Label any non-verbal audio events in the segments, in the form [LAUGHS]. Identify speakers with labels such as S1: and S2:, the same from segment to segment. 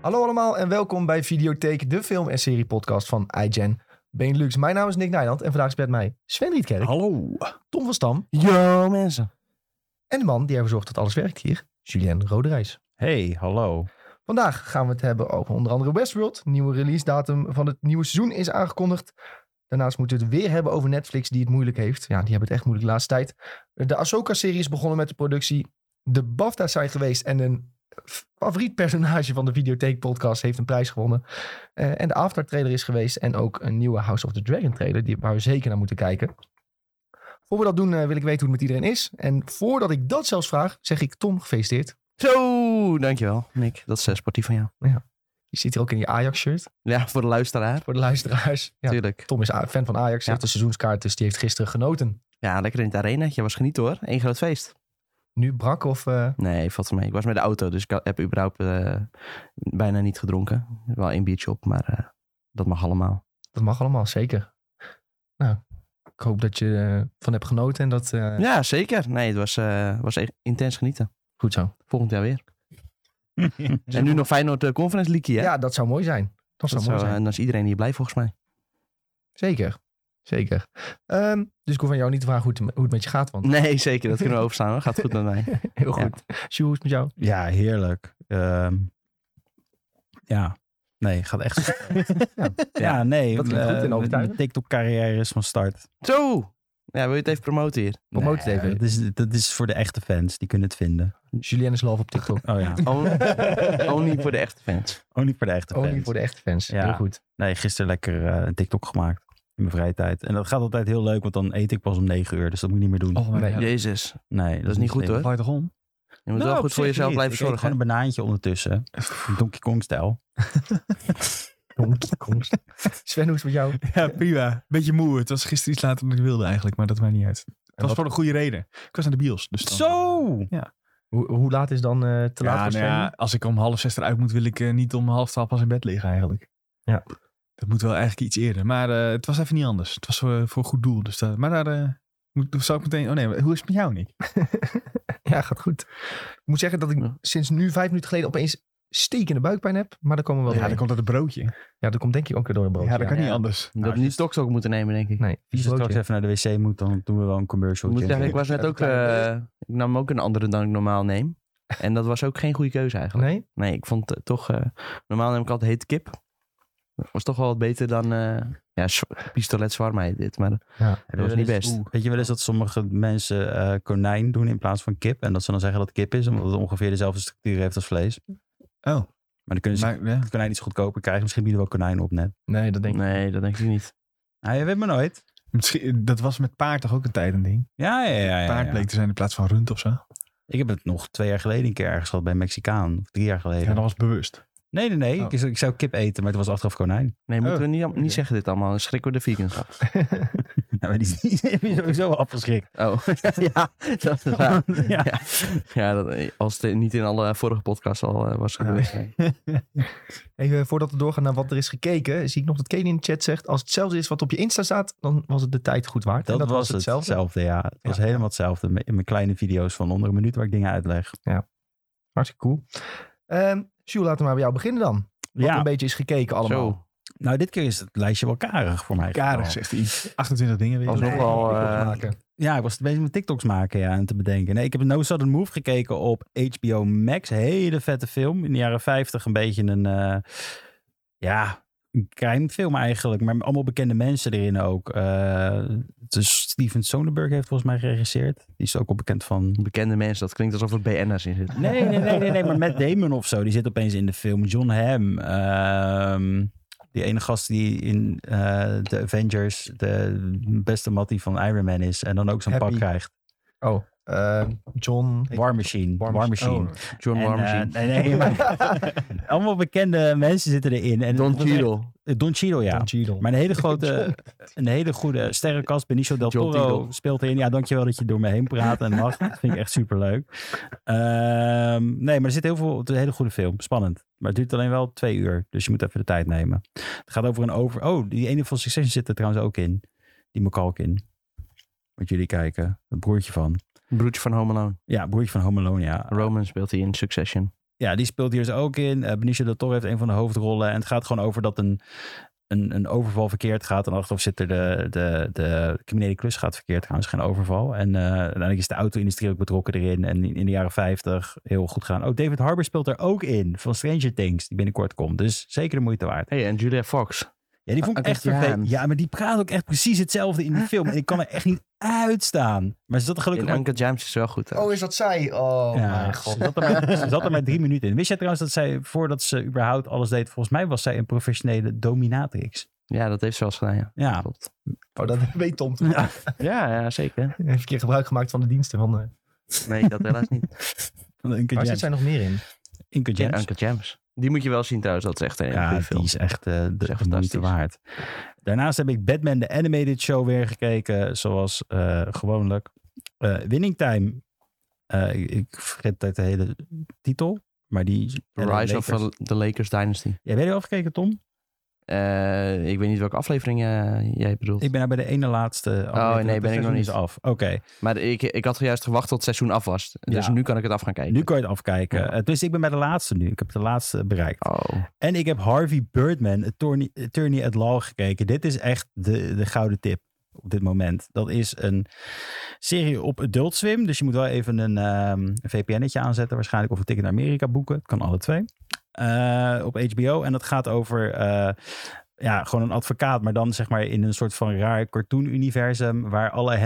S1: Hallo allemaal en welkom bij Videotheek, de film- en serie-podcast van iGen Benelux. Mijn naam is Nick Nijland en vandaag is met mij Sven Rietkerk,
S2: Hallo.
S1: Tom van Stam
S2: Yo mensen.
S1: en de man die ervoor zorgt dat alles werkt hier, Julien Roderijs.
S2: Hey, hallo.
S1: Vandaag gaan we het hebben over onder andere Westworld. Nieuwe release datum van het nieuwe seizoen is aangekondigd. Daarnaast moeten we het weer hebben over Netflix die het moeilijk heeft. Ja, die hebben het echt moeilijk de laatste tijd. De Ahsoka-serie is begonnen met de productie. De BAFTA's zijn geweest en een favoriet personage van de Videotheek-podcast heeft een prijs gewonnen. Eh, en de Avatar-trailer is geweest en ook een nieuwe House of the Dragon-trailer die, waar we zeker naar moeten kijken. Voor we dat doen eh, wil ik weten hoe het met iedereen is. En voordat ik dat zelfs vraag, zeg ik Tom gefeliciteerd.
S2: Zo, dankjewel Nick. Dat is eh, sportief van jou.
S1: Je zit hier ook in je Ajax-shirt
S2: Ja, voor de luisteraar.
S1: voor de luisteraars. Ja,
S2: Tuurlijk.
S1: Tom is a- fan van Ajax,
S2: Ja.
S1: heeft een seizoenskaart, dus die heeft gisteren genoten.
S2: Ja, lekker in het arenaatje. Was geniet hoor. Eén groot feest.
S1: Nu brak of... eh,
S2: Nee, valt wel mee. Ik was met de auto, dus ik ha- heb überhaupt eh, bijna niet gedronken. Wel één biertje op, maar eh, dat mag allemaal.
S1: dat mag allemaal, zeker. Nou, ik hoop dat je eh, van hebt genoten en dat... eh,
S2: Ja, zeker. Nee, het was, eh, was echt intens genieten.
S1: Goed zo.
S2: Volgend jaar weer. en nu nog Feyenoord eh, Conference League,
S1: Ja.
S2: hè?
S1: dat zou mooi zijn. Dat zou
S2: dat
S1: mooi
S2: zou- eh,
S1: zijn.
S2: en dan is iedereen hier blij volgens mij.
S1: Zeker. Zeker. Ehm, dus ik hoef aan jou niet te vragen hoe het, hoe het met je gaat, want
S2: Nee, zeker. Dat kunnen we overstaan hoor. Gaat goed met mij.
S1: heel goed. Sjoe, hoe is het met jou?
S3: Ja, heerlijk. Ehm, ja, nee, gaat echt. goed. [LAUGHS] ja. ja, nee.
S1: Dat klinkt goed en
S3: eh,
S1: overtuigend.
S3: Mijn TikTok-carrière is van start.
S2: Zo! Ja, wil je het even promoten hier?
S1: Promote het
S3: Nee, eh,
S1: even.
S3: Dat is, dat is voor de echte fans, die kunnen het vinden.
S1: Julien is love op TikTok.
S3: Oh ja,
S2: [LAUGHS] Only, only voor de echte fans.
S3: only voor de echte
S1: Only
S3: fans.
S1: voor de echte fans.
S3: Ja.
S1: Heel goed.
S3: Nee, gisteren lekker eh, een TikTok gemaakt in mijn vrije tijd. En dat gaat altijd heel leuk, want dan eet ik pas om negen uur. Dus dat moet ik niet meer doen.
S4: Oh, maar
S1: Nee.
S4: nee. dat
S2: Jezus, dat
S3: nee,
S2: is niet goed
S3: slim.
S2: hoor.
S4: waait toch om?
S2: Je moet
S3: Nou,
S2: wel
S3: op
S2: goed voor
S3: zich
S2: jezelf
S3: niet.
S2: blijven
S3: Ik eet
S2: zorgen.
S3: Gewoon een banaantje ondertussen. Donkey Kong-stijl.
S1: Komst, komst. Sven, hoe is het met jou?
S4: Ja, prima. Beetje moe. Het was gisteren iets later dan ik wilde eigenlijk, maar dat maakt niet uit. Het was
S1: wat-
S4: voor een goede reden. Ik was naar de bios. Dus dan-
S3: Zo!
S1: Hoe, hoe laat is dan eh, te laat
S4: Ja,
S1: voor
S4: nou
S1: Sven?
S4: ja, als ik om half zes eruit moet, wil ik eh, niet om half twaalf pas in bed liggen eigenlijk.
S1: Ja.
S4: Dat moet wel eigenlijk iets eerder. Maar eh, het was even niet anders. Het was voor, voor een goed doel. Dus dat, maar daar eh, moet, zou ik meteen... Oh nee, hoe is het met jou, Nick?
S1: Ja, gaat goed. Ik moet zeggen dat ik
S2: Ja.
S1: sinds nu vijf minuten geleden opeens stekende buikpijn heb. Maar daar komen we wel
S4: Ja,
S1: doorheen.
S4: dan komt dat het broodje.
S1: Ja, dat komt denk ik ook weer door een broodje.
S4: ja, dat kan
S2: ja.
S4: niet anders.
S2: Dat we
S3: als
S2: nu
S3: je-
S2: stocks ook moeten nemen, denk ik.
S1: Nee,
S3: Als
S1: vies
S3: je straks
S1: broodje.
S3: even naar de wc moet, dan doen we wel een commercial.
S2: Ik moet zeggen, ik was net
S1: Even
S2: ook...
S1: klein-
S2: eh, ik nam ook een andere dan ik normaal neem. En dat was ook geen goede keuze eigenlijk.
S1: Nee?
S2: Nee, ik vond het toch... eh, normaal neem ik altijd hete kip. Dat was toch wel wat beter dan... eh, ja, s- pistolet zwarm heet dit, maar
S1: Ja.
S2: dat was niet best.
S3: Weet je wel eens dat sommige mensen eh, konijn doen in plaats van kip? En dat ze dan zeggen dat het kip is, omdat het ongeveer dezelfde structuur heeft als vlees. Maar
S4: Oh,
S3: dan kunnen ze
S4: maar, ja.
S3: het konijn iets goedkoper krijgen. Misschien bieden we wel konijn op net.
S1: Nee, dat denk ik.
S2: Nee, dat denk ik niet.
S3: Ah, je weet maar nooit.
S4: Misschien, dat was met paard toch ook een tijd een ding?
S3: Ja, ja, ja. ja, ja.
S4: Paard bleek te zijn in plaats van rund of zo.
S3: Ik heb het nog twee jaar geleden een keer ergens gehad bij een Mexicaan. Of drie jaar
S4: Ja,
S3: geleden.
S4: dat was bewust. [LAUGHS]
S3: Nee, nee, nee.
S4: Oh.
S3: Ik, zou- ik zou kip eten, maar het was achteraf
S2: [LAUGHS]
S3: konijn.
S2: Nee, moeten
S4: Oh,
S2: we niet, niet
S4: oké.
S2: zeggen dit allemaal. Dan schrikken we de vegans af.
S3: Nou, maar die, die heb je sowieso wel afgeschrikt.
S2: Oh, [LAUGHS] ja, dat is waar.
S3: Ja.
S2: [LAUGHS] Ja, ja dat, als het niet in alle vorige podcasts al eh, was gebeurd.
S1: Even voordat we doorgaan naar wat er is gekeken, zie ik nog dat Kane in de chat zegt: als het hetzelfde is wat op je Insta staat, dan was het de tijd goed waard.
S3: Dat,
S1: En
S3: was hetzelfde. ja. Het was
S1: Ja.
S3: helemaal hetzelfde. In mijn kleine video's van onder een minuut waar ik dingen uitleg.
S1: Hartstikke cool. Ehm Jules, laten we maar bij jou beginnen dan. Wat
S3: Ja.
S1: een beetje is gekeken allemaal.
S2: Zo,
S3: Nou, dit keer is het lijstje wel karig voor mij.
S4: Karig,
S3: geval.
S4: zegt hij. 28 dingen weer.
S2: Als- Alsnog wel,
S1: ik wil het
S2: eh,
S1: maken.
S3: Ja, ik was bezig met TikToks maken ja, en te bedenken. Nee, ik heb No Sudden Move gekeken op HBO Max. Hele vette film. In de jaren 50 een beetje een... eh, ja, een crime film eigenlijk. Maar allemaal bekende mensen erin ook. Eh, dus Steven Soderbergh heeft volgens mij geregisseerd. Die is ook wel bekend van...
S2: bekende mensen, dat klinkt alsof er BN'ers in zitten.
S3: Nee, nee, nee, nee, nee, maar Matt Damon of zo. Die zit opeens in de film. John Hamm. ehm, die ene gast die in eh de Avengers de beste mattie van Iron Man is. En dan ook zo'n pak
S1: Happy.
S3: krijgt.
S1: Oh, eh, John.
S3: War Machine.
S1: War oh,
S3: War,
S1: Machine.
S3: Machine.
S2: [LAUGHS] John
S3: En, eh,
S2: Warmzien.
S3: nee,
S1: [LAUGHS]
S3: nee, maar allemaal bekende mensen zitten erin. En
S2: Don
S3: het was echt-
S2: Cheadle.
S3: Eh, Don Cheadle, ja.
S1: John Cheadle.
S3: Maar een hele grote, een hele goede sterrenkast. Benicio del
S2: John
S3: Toro
S2: Cheadle.
S3: speelt erin. Ja, dankjewel dat je door me heen praat en mag. Dat vind ik echt superleuk. Ehm nee, maar er zit heel veel, het is een hele goede film. Spannend. Maar het duurt alleen wel twee uur. Dus je moet even de tijd nemen. Het gaat over een over... Oh, die ene van Succession zit er trouwens ook in. Die McCalkin. Moet jullie kijken. Een broertje van.
S2: Broertje van Home Alone.
S3: Ja, broertje van Home Alone, ja.
S2: Roman speelt hij in Succession.
S3: Ja, die speelt hier dus ook in. Eh, Benicio del Toro heeft een van de hoofdrollen. En het gaat gewoon over dat een, een, een overval verkeerd gaat. En achteraf zit er de, de, de criminele klus gaat verkeerd gaan. Dus geen overval. En eh uiteindelijk is de auto-industrie ook betrokken erin. En in, in de jaren 50 heel goed gaan. Ook David Harbour speelt er ook in. Van Stranger Things, die binnenkort komt. Dus zeker de moeite waard.
S2: hey, en Julia Fox.
S3: Ja, die vond ik
S2: Ah,
S3: echt
S2: oké, ja.
S3: vervelend. Ja, maar die praat ook echt precies hetzelfde in
S2: [LAUGHS]
S3: die film. En ik kan er echt niet uitstaan. Maar ze zat er gelukkig
S2: In
S3: maar,
S2: Uncle James is wel goed. hè?
S1: Oh, is dat zij? Oh,
S3: ja,
S1: mijn
S3: Ze
S1: god.
S3: zat, er maar, ze zat er maar drie minuten in. Wist jij trouwens dat zij, voordat ze überhaupt alles deed, volgens mij was zij een professionele dominatrix.
S2: Ja, dat heeft ze wel eens gedaan, ja.
S3: Ja,
S2: Klopt.
S1: Oh, dat weet Tom. toch?
S3: Ja.
S2: Ja, ja, zeker.
S1: Heeft een keer gebruik gemaakt van de diensten. Van, eh,
S2: Nee, dat helaas [LAUGHS] niet.
S3: van Uncle
S1: waar
S3: James.
S1: zit zij nog meer in?
S3: Uncle
S2: Ja,
S3: James.
S2: Uncle James. Die moet je wel zien trouwens, dat is echt een hele
S3: Ja,
S2: goede
S3: die
S2: film.
S3: is echt eh, de,
S2: is echt
S3: de moeite
S2: fantastisch.
S3: waard. Daarnaast heb ik Batman de Animated Show weer gekeken, zoals eh, gewoonlijk. Eh, Winning Time. Eh, ik, ik vergeet altijd de hele titel, maar die...
S2: The Rise of
S3: Lakers.
S2: the Lakers Dynasty.
S3: Jij bent er al gekeken, Tom?
S2: Eh, ik weet niet welke aflevering eh, jij bedoelt.
S3: Ik ben daar bij de ene laatste. aflevering,
S2: Oh, nee,
S3: want het
S2: ben ik nog
S3: seizoen is
S2: niet.
S3: af. Oké.
S2: Maar ik, ik had juist gewacht tot het seizoen af was. Dus
S3: Ja.
S2: nu kan ik het af gaan kijken.
S3: Nu kan je het afkijken.
S2: Ja.
S3: Eh, Dus ik ben bij de laatste nu. Ik heb de laatste bereikt.
S2: Oh.
S3: En ik heb Harvey Birdman, Attorney, Attorney at Law, gekeken. Dit is echt de, de gouden tip op dit moment. Dat is een serie op Adult Swim. Dus je moet wel even een, ehm, een VPN'tje aanzetten. Waarschijnlijk of een ticket naar Amerika boeken. Het kan alle twee. Eh, op HBO. En dat gaat over... eh, ja, gewoon een advocaat, maar dan zeg maar in een soort van raar cartoon-universum waar alle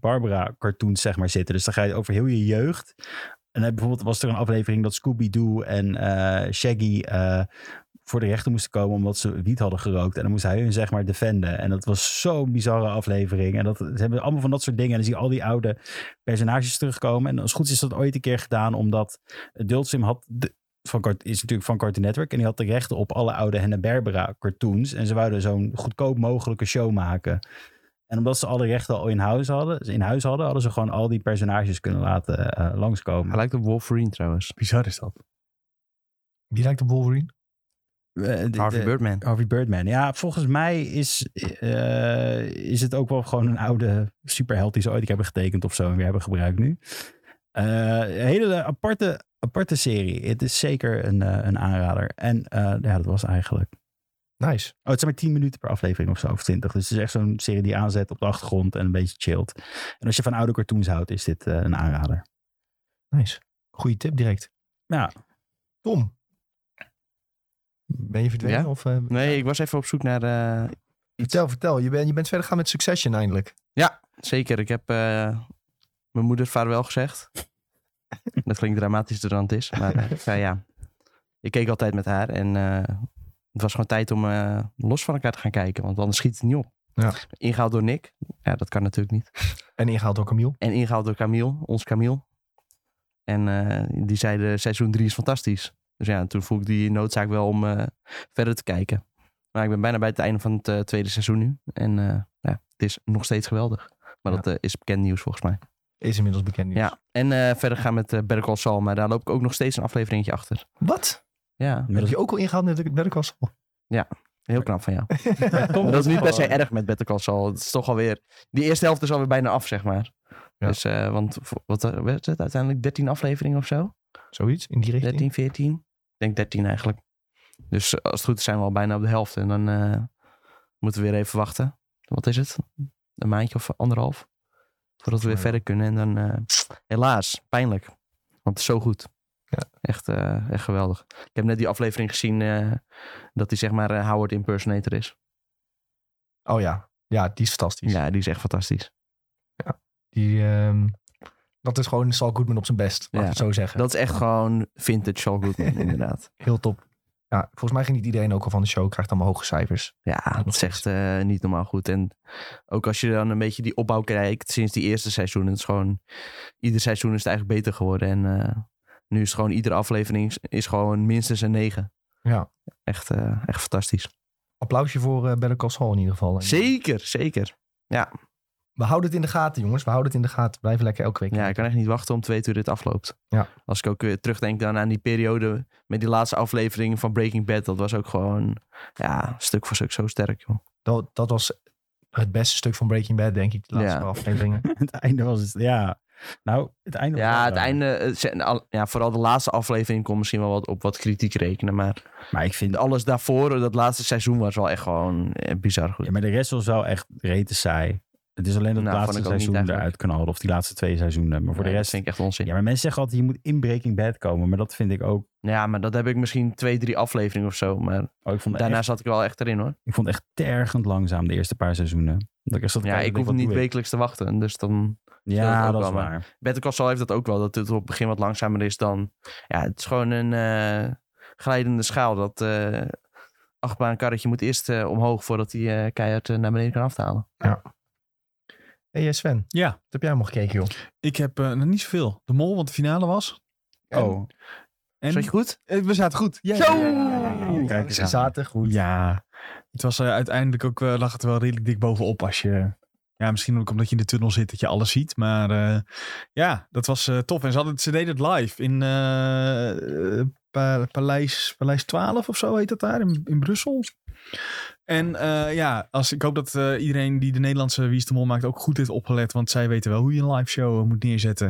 S3: Hanna-Barbara-cartoons zeg maar zitten. Dus dan ga je over heel je jeugd. En dan bijvoorbeeld was er een aflevering dat Scooby-Doo en eh, Shaggy eh, voor de rechter moesten komen omdat ze wiet hadden gerookt. En dan moest hij hun zeg maar defenden. En dat was zo'n bizarre aflevering. En dat, ze hebben allemaal van dat soort dingen. En dan zie je al die oude personages terugkomen. En als het goed is, is dat ooit een keer gedaan omdat Adult Swim had... De, van, Cart- is natuurlijk van Cartoon Network. En die had de rechten op alle oude Hanna-Barbera cartoons. En ze wouden zo'n goedkoop mogelijke show maken. En omdat ze alle rechten al in huis hadden, in huis hadden, hadden ze gewoon al die personages kunnen laten eh, langskomen.
S2: Hij lijkt op Wolverine trouwens.
S4: Bizar is dat.
S1: Die lijkt op Wolverine.
S3: Eh, de-
S2: Harvey
S3: de-
S2: Birdman.
S3: Harvey Birdman. Ja, volgens mij is, eh, is het ook wel gewoon een oude superheld die ze ooit hebben getekend of zo en weer hebben gebruikt nu. Eh, een hele aparte, aparte serie. Het is zeker een, eh, een aanrader. En eh, ja, dat was eigenlijk.
S1: Nice.
S3: Oh, het zijn maar 10 minuten per aflevering of zo, of 20. Dus het is echt zo'n serie die aanzet op de achtergrond en een beetje chillt. En als je van oude cartoons houdt, is dit eh, een aanrader.
S1: Nice. Goeie tip direct.
S3: Ja.
S1: Tom. Ben je verdwenen?
S2: Ja?
S1: Of, eh,
S2: Nee, ik was even op zoek naar... eh,
S1: vertel, vertel. Je, ben, je bent verder gaan met Succession eindelijk.
S2: zeker, ik heb eh, mijn moeder vaarwel [LAUGHS] gezegd. dat klinkt dramatischer dan het is. Maar eh, ja, ja, ik keek altijd met haar. En eh, het was gewoon tijd om eh, los van elkaar te gaan kijken. Want anders schiet het niet op.
S1: Ja.
S2: Ingehaald door Nick. Ja, dat kan natuurlijk niet.
S1: En ingehaald door Camille.
S2: En ingehaald door Camille, ons Camille. En eh, die zeiden seizoen 3 is fantastisch. Dus ja, toen voelde ik die noodzaak wel om eh, verder te kijken. Maar ik ben bijna bij het einde van het eh, tweede seizoen nu. En eh, ja, het is nog steeds geweldig. Maar
S1: Ja.
S2: dat eh, is bekend nieuws volgens mij.
S1: Is inmiddels bekend nieuws.
S2: Ja, en eh, verder gaan met eh Better Call Saul. Maar daar loop ik ook nog steeds een afleveringetje achter.
S1: Wat?
S2: Ja,
S1: Heb
S3: [LAUGHS]
S1: je ook al ingehaald met Better Call
S2: [LAUGHS]
S1: Saul?
S2: heel knap van
S1: [LAUGHS]
S2: jou.
S3: Tom,
S2: dat is niet per se erg met Better Call Saul. Het is toch alweer... Die eerste helft is alweer bijna af, zeg maar.
S1: Ja.
S2: Dus, eh, want voor- wat werd het uiteindelijk? 13 afleveringen of zo?
S1: Zoiets, in die richting.
S2: 13, 14? Ik denk 13 eigenlijk. Dus eh, als het goed is zijn we al bijna op de helft. En dan eh, moeten we weer even wachten. Wat is het? Een maandje of anderhalf? Voordat we weer
S1: Ja.
S2: verder kunnen. En dan eh, helaas, pijnlijk. Want het is zo goed.
S1: Ja.
S2: Echt, eh, echt geweldig. Ik heb net die aflevering gezien eh, dat hij zeg maar eh, Howard Impersonator is.
S1: Oh ja. Ja, die is fantastisch.
S2: Ja, die is echt fantastisch.
S1: Die, ehm, dat is gewoon Saul Goodman op zijn best, laat
S2: Ja.
S1: ik het zo zeggen.
S2: Dat is echt gewoon vintage Saul Goodman [LAUGHS] inderdaad.
S1: Heel top. Ja, volgens mij geniet iedereen ook al van de show. Krijgt allemaal hoge cijfers.
S2: Ja, dat is echt eh, niet normaal goed. En ook als je dan een beetje die opbouw kijkt sinds die eerste seizoen. Het is gewoon, ieder seizoen is het eigenlijk beter geworden. En eh, nu is het gewoon, iedere aflevering is- is gewoon minstens een negen.
S1: Ja.
S2: Echt, eh, echt fantastisch.
S1: Applausje voor eh Better Call Saul in ieder geval. En
S2: Zeker, zeker.
S1: We houden het in de gaten, jongens. We houden het in de gaten. Blijven lekker elke week.
S2: Ja, ik kan echt niet wachten om twee uur dit afloopt.
S1: Ja.
S2: Als ik ook weer terugdenk dan aan die periode met die laatste aflevering van Breaking Bad. Dat was ook gewoon, ja, stuk voor stuk zo sterk, joh.
S1: Dat, dat was het beste stuk van Breaking Bad, denk ik. De laatste
S2: Ja.
S1: afleveringen.
S3: het einde was het. Ja. Nou, het einde. was
S2: Ja,
S3: wel
S2: het
S3: zo.
S2: einde, eh, ze- al- ja, vooral de laatste aflevering kon misschien wel wat, op wat kritiek rekenen. Maar
S3: Maar ik vind...
S2: alles daarvoor, eh, dat laatste seizoen, was wel echt gewoon eh, bizar goed.
S3: Ja, maar de rest was wel echt rete saai. Het is alleen dat
S2: Nou,
S3: laatste
S2: vond ik ook niet
S3: seizoen
S2: eigenlijk.
S3: eruit knalde. Of die laatste twee seizoenen. Maar voor
S2: Nee,
S3: de
S2: dat
S3: rest...
S2: vind ik echt onzin.
S3: Ja,
S2: Ja,
S3: maar mensen zeggen altijd, je moet in Breaking Bad komen. Maar dat vind ik ook...
S2: maar, dat heb ik misschien twee, drie afleveringen of zo. Maar
S3: Oh, ik, vond het
S2: daarna
S3: echt,
S2: zat ik wel echt erin hoor.
S3: ik vond het echt tergend langzaam de eerste paar seizoenen. Dat ik echt zat te
S2: Ja,
S3: kijken,
S2: ik hoef
S3: dacht,
S2: niet
S3: wat doe ik?
S2: wekelijks te wachten. Dus dan...
S3: Ja,
S2: ook
S3: dat is
S2: wel, maar-
S3: waar.
S2: Better Call Saul heeft dat ook wel. Dat het op het begin wat langzamer is dan... Ja, het is gewoon een eh, glijdende schaal. Dat eh achtbaankarretje moet eerst eh, omhoog voordat hij eh, keihard eh, naar beneden kan aftalen.
S1: Hey eh, Sven, wat
S4: Ja,
S1: heb jij allemaal gekeken, joh?
S4: ik heb eh, nog niet zoveel. De Mol, want de finale was.
S2: [LAUGHS]
S4: En-
S3: Oh,
S4: En
S2: Zat je goed?
S4: Eh, we zaten goed. Ja,
S1: Zo!
S4: ja, ja, ja, ja, ja.
S3: Kijk eens aan.
S1: Zaten goed.
S4: Ja, het was eh, uiteindelijk ook, eh, lag het wel redelijk dik bovenop als je... Ja, misschien ook omdat je in de tunnel zit dat je alles ziet. Maar eh, ja, dat was eh, tof. En ze, hadden, het- ze deden het live in eh, eh, Pa- Paleis, Paleis 12 of zo heet dat daar in, in Brussel. En eh, ja, als, ik hoop dat eh, iedereen die de Nederlandse Wie is de Mol maakt ook goed heeft opgelet. Want zij weten wel hoe je een live show eh, moet neerzetten.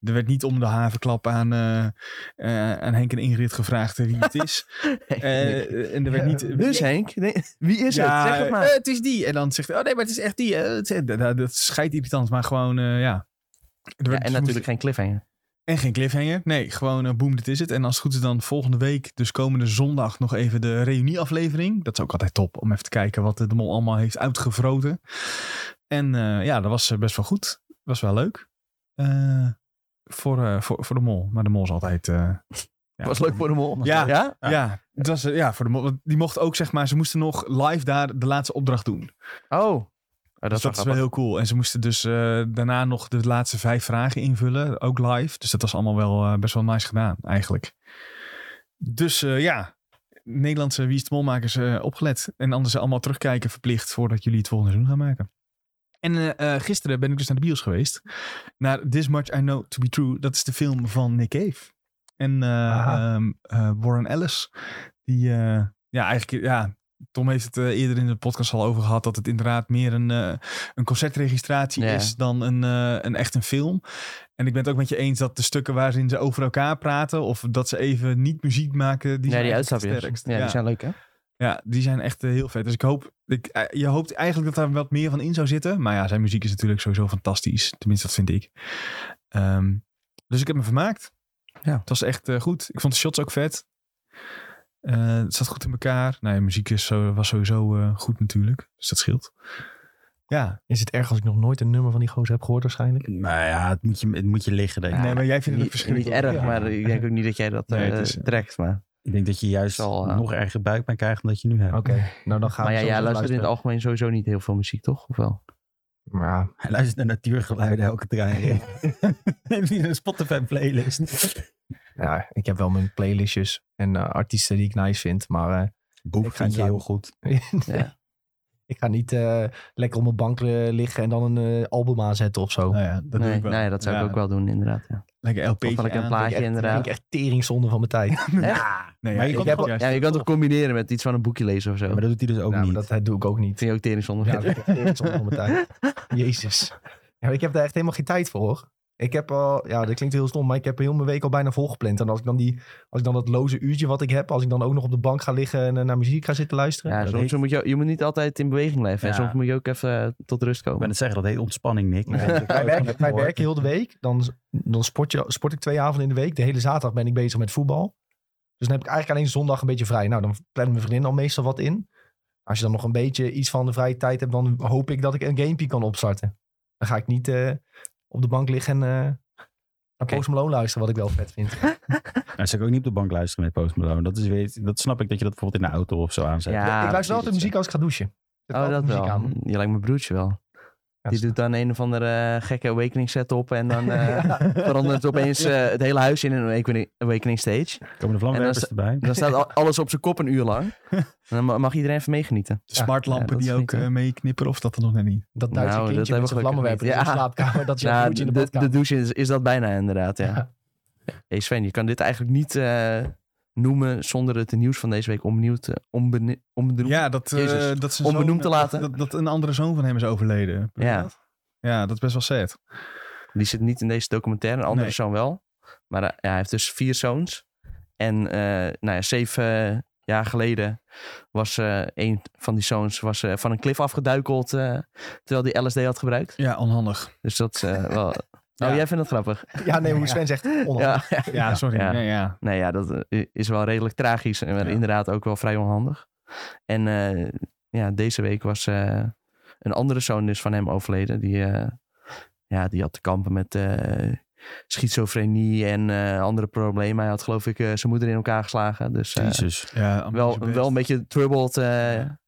S4: Er werd niet om de havenklap aan, eh, eh, aan Henk en Ingrid gevraagd eh, wie het is. Eh, en er werd
S2: [LAUGHS]
S4: niet...
S2: dus Henk, nee, wie is het? Zeg het maar.
S4: eh, het is die. En dan zegt hij, oh nee, maar het is echt die. eh, het is- dat- dat, dat scheidt irritant, maar gewoon, eh, ja. Er werd-
S2: Ja,
S4: dus
S2: en
S4: moest-
S2: natuurlijk geen cliffhanger.
S4: en geen cliffhanger. Nee, gewoon eh, boem, dit is het. En als het goed is dan volgende week, dus komende zondag, nog even de reunieaflevering. Dat is ook altijd top, om even te kijken wat eh, de mol allemaal heeft uitgevroten. En eh, ja, dat was eh, best wel goed. Was wel leuk. Eh, voor, eh, voor, voor de mol. Maar de mol is altijd... eh, ja,
S2: was leuk voor de mol.
S4: Ja.
S2: ja?
S4: Ja, het was, eh, ja voor de mol. Want die mocht ook, zeg maar, ze moesten nog live daar de laatste opdracht doen.
S2: Oh. Oh, dat
S4: Dus
S2: is wel
S4: dat is wel
S2: grappig.
S4: heel cool. En ze moesten dus eh, daarna nog de laatste vijf vragen invullen, ook live. Dus dat was allemaal wel eh, best wel nice gedaan, eigenlijk. Dus eh, ja, Nederlandse Wie is de Molmakers eh, opgelet. En anders allemaal terugkijken verplicht voordat jullie het volgende seizoen gaan maken. En eh, eh, gisteren ben ik dus naar de bios geweest. Naar This Much I Know To Be True. Dat is de film van Nick Cave. En eh,
S1: Ah.
S4: ehm, eh, Warren Ellis. Die, eh, ja, eigenlijk, ja... Tom heeft het eh, eerder in de podcast al over gehad... dat het inderdaad meer een, eh, een concertregistratie
S2: Ja.
S4: is... dan een, eh, een, echt een film. En ik ben het ook met je eens dat de stukken waarin ze over elkaar praten... of dat ze even niet muziek maken... die,
S2: ja,
S4: zijn
S2: die
S4: eigenlijk het
S2: uitstapjes.
S4: sterkst.
S2: Ja, die zijn leuk, hè?
S4: Ja, die zijn echt eh, heel vet. Dus ik hoop, ik, eh, je hoopt eigenlijk dat daar wat meer van in zou zitten. Maar ja, zijn muziek is natuurlijk sowieso fantastisch. Tenminste, dat vind ik. Ehm, dus ik heb me vermaakt.
S2: Ja.
S4: Het was echt eh, goed. Ik vond de shots ook vet. Eh, het zat goed in elkaar. Nou ja, muziek is, zo- was sowieso eh, goed natuurlijk. Dus dat scheelt. Ja,
S1: Is het erg als ik nog nooit een nummer van die gozer heb gehoord waarschijnlijk?
S3: Maar ja, het moet je, het moet je liggen, denk ik.
S4: nee, maar jij vindt het ook
S2: Niet, niet erg,
S4: verschrikkelijk. Ja.
S2: maar ik denk ook niet dat jij dat
S4: Nee,
S2: eh,
S4: het is, eh,
S2: trekt. Maar,
S3: Ik denk dat je juist
S2: Zal, eh,
S3: nog erger buikpijn krijgt dan dat je nu hebt.
S1: Oké, nou dan gaan
S2: maar
S1: we
S2: ja,
S1: zo
S2: jij
S1: eens
S2: luistert in het algemeen sowieso niet heel veel muziek, toch? Of wel?
S1: Maar ja,
S3: Hij luistert naar natuurgeluiden elke
S2: [LAUGHS]
S3: trein. Heeft hij een Spotify-playlist?
S1: ja, ik heb wel mijn playlistjes en eh, artiesten die ik nice vind. Maar eh,
S3: Boef
S1: Ik ga het
S3: vind je heel goed.
S1: [LAUGHS]
S2: Ja.
S1: ik ga niet eh, lekker op mijn bank eh, liggen en dan een eh, album aanzetten of zo.
S4: Nou ja, dat doe
S2: nee,
S4: ik wel.
S2: nee, dat zou
S4: Ja,
S2: ik ook wel doen, inderdaad. Ja.
S4: Lekker LP.
S2: Of wel een plaatje,
S1: Dat vind
S2: inderdaad.
S1: ik echt teringzonde van mijn tijd.
S4: Nee,
S3: Maar je
S4: ik
S3: kan
S4: heb
S3: toch-
S4: juist-
S2: Ja, je kan het ook combineren met iets van een boekje lezen of zo.
S3: Maar dat doet hij dus ook
S1: Nou, maar
S3: niet.
S1: dat, dat doe ik ook niet.
S2: vind je ook tering zonder.
S1: Ja, dat is om mijn tijd. Jezus. Ja, maar ik heb daar echt helemaal geen tijd voor, hoor. Ik heb al, ja, dat klinkt heel stom, maar ik heb heel mijn week al bijna volgepland. En als ik dan, die, als ik dan dat loze uurtje wat ik heb, als ik dan ook nog op de bank ga liggen en eh, naar muziek ga zitten luisteren.
S2: Ja,
S3: dat
S2: soms
S3: heet-
S2: moet je, je moet niet altijd in beweging blijven. En
S3: Ja.
S2: soms moet je ook even eh, tot rust
S3: Ik
S2: komen.
S3: ben het zeggen, dat heet ontspanning, Nick.
S1: [LAUGHS]
S3: [LAUGHS] Ik weet niet of je
S1: Wij
S3: het ooit
S1: werken,
S3: hebt
S1: wij
S3: gehoord.
S1: werken heel de week. Dan, dan sport, je, sport ik twee avonden in de week. De hele zaterdag ben ik bezig met voetbal. Dus dan heb ik eigenlijk alleen zondag een beetje vrij. Nou, dan plannen mijn vriendin al meestal wat in. Als je dan nog een beetje iets van de vrije tijd hebt, dan hoop ik dat ik een gamepie kan opstarten. Dan ga ik niet eh, op de bank liggen en eh naar
S2: Oké.
S1: Post Malone luisteren, wat ik wel vet vind.
S3: Nou, zou ik ook niet op de bank luisteren met Post Malone. Dat, is weer, dat snap ik dat je dat bijvoorbeeld in de auto of zo aanzet.
S2: Ja,
S1: ik
S2: precies,
S1: luister altijd muziek als ik ga douchen. Zet
S2: Oh,
S1: altijd
S2: dat
S1: muziek
S2: wel.
S1: aan.
S2: Je lijkt mijn broertje wel.
S1: Ja,
S2: Die doet dan een of andere eh, gekke awakening set op.
S1: [LAUGHS]
S2: En dan eh, verandert het opeens eh, het hele huis in een awakening- awakening stage.
S3: Komen de vlamwerpers
S2: En
S3: erbij?
S2: Dan staat al- alles op zijn kop een uur
S1: [LAUGHS]
S2: lang. En dan ma- mag iedereen even meegenieten.
S4: De smartlampen
S2: dat
S4: die
S2: vind
S4: ook
S2: ik, hè.
S4: eh, meeknipperen of dat er nog net niet.
S1: Dat Duitse
S2: Nou, dat
S1: kindje
S2: hebben we
S1: met zijn
S2: gelukkig
S1: vlammenwerper
S2: niet.
S1: in de
S2: [LAUGHS] Ja.
S1: slaapkamer. Dat is jouw
S2: Nou,
S1: douche in de
S2: de, de
S1: badkamer.
S2: douche is, is dat bijna inderdaad, ja. Hey Sven, je kan dit eigenlijk niet eh, noemen zonder het nieuws van deze week onbenieuwd, te- onbene- onbenoemd.
S4: Ja, dat, eh,
S2: Jezus.
S4: dat zijn
S2: Onbenoemd
S4: zoon-
S2: te laten.
S4: Dat, dat een andere zoon van hem is overleden.
S2: Ja.
S4: Ja, dat is best wel sad.
S2: Die zit niet in deze documentaire. Een andere
S4: Nee.
S2: zoon wel. Maar eh, ja, hij heeft dus vier zoons. En eh, nou ja, zeven jaar geleden was eh, een van die zoons was, eh, van een klif afgeduikeld. eh, terwijl hij LSD had gebruikt.
S4: Ja, onhandig.
S2: Dus dat eh, wel... Oh, jij vindt dat grappig.
S1: Ja, nee, hoe Sven zegt. onhandig.
S2: [LAUGHS] Ja.
S4: [LAUGHS] Ja, sorry.
S2: Ja.
S4: Ja. Nee, ja.
S2: Nou ja, dat eh, is wel redelijk tragisch en wel
S4: Ja.
S2: inderdaad ook wel vrij onhandig. En eh, ja, deze week was eh, een andere zoon dus van hem overleden. Die, eh, ja, die had te kampen met eh, schizofrenie en eh, andere problemen. Hij had geloof ik eh, zijn moeder in elkaar geslagen. Dus eh,
S3: Jezus.
S4: Ja, allemaal niet
S2: wel,
S4: zo best.
S2: wel een beetje troubled eh
S4: Ja.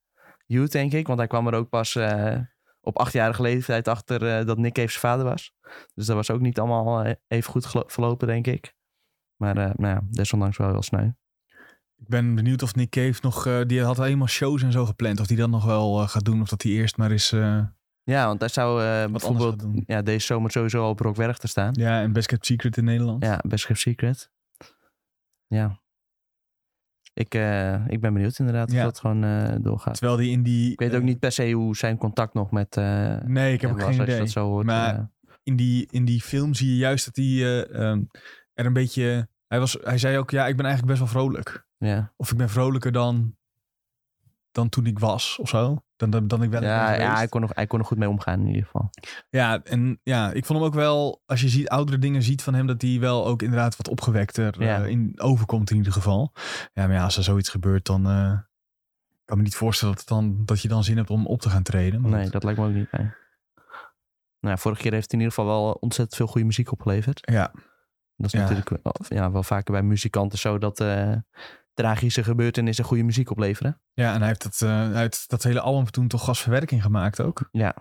S2: youth, denk ik. Want hij kwam er ook pas eh, op achtjarige leeftijd achter eh, dat Nick even zijn vader was. Dus dat was ook niet allemaal eh, even goed gelo- verlopen, denk ik. Maar eh, nou ja, desondanks wel heel sneu.
S4: Ik ben benieuwd of Nick Cave nog... eh, die had helemaal shows en zo gepland. Of die dat nog wel eh, gaat doen. Of dat hij eerst maar eens eh,
S2: Ja, want daar zou eh,
S4: wat anders gaat
S2: bijvoorbeeld
S4: doen.
S2: ja, deze zomer sowieso al op Rockwerg te staan.
S4: Ja, en Best Kept Secret in Nederland.
S2: Ja, best Kept Secret. Ja. Ik, eh, ik ben benieuwd inderdaad
S4: Ja.
S2: of dat gewoon eh, doorgaat.
S4: Terwijl die in die... eh,
S2: Ik weet ook niet per se hoe zijn contact nog met... eh, hem
S4: Nee, ik heb ook
S2: was,
S4: geen
S2: als je
S4: idee.
S2: dat zo hoort.
S4: Maar-
S2: eh.
S4: in die, in die film zie je juist dat hij eh, ehm, er een beetje. Hij, was, hij zei ook: Ja, ik ben eigenlijk best wel vrolijk.
S2: ja.
S4: Of ik ben vrolijker dan, dan toen ik was of zo. Dan, dan, dan ik wel.
S2: Ja, ja hij, kon nog, hij kon er goed mee omgaan in ieder geval.
S4: ja, en ja, ik vond hem ook wel. Als je ziet, oudere dingen ziet van hem, dat hij wel ook inderdaad wat opgewekter eh,
S2: Ja.
S4: in, overkomt in ieder geval. Ja, maar ja, als er zoiets gebeurt, dan. eh, ik kan me niet voorstellen dat, het dan, dat je dan zin hebt om op te gaan treden. maar
S2: Nee, dat lijkt me ook niet. nee. Nou, ja, vorige keer heeft hij in ieder geval wel eh, ontzettend veel goede muziek opgeleverd.
S4: Ja,
S2: Dat is
S4: Ja.
S2: natuurlijk wel, ja, wel vaker bij muzikanten zo dat eh, tragische gebeurtenissen goede muziek opleveren.
S4: ja, en hij heeft, dat, eh, hij heeft dat hele album toen toch gasverwerking gemaakt ook.
S2: Ja.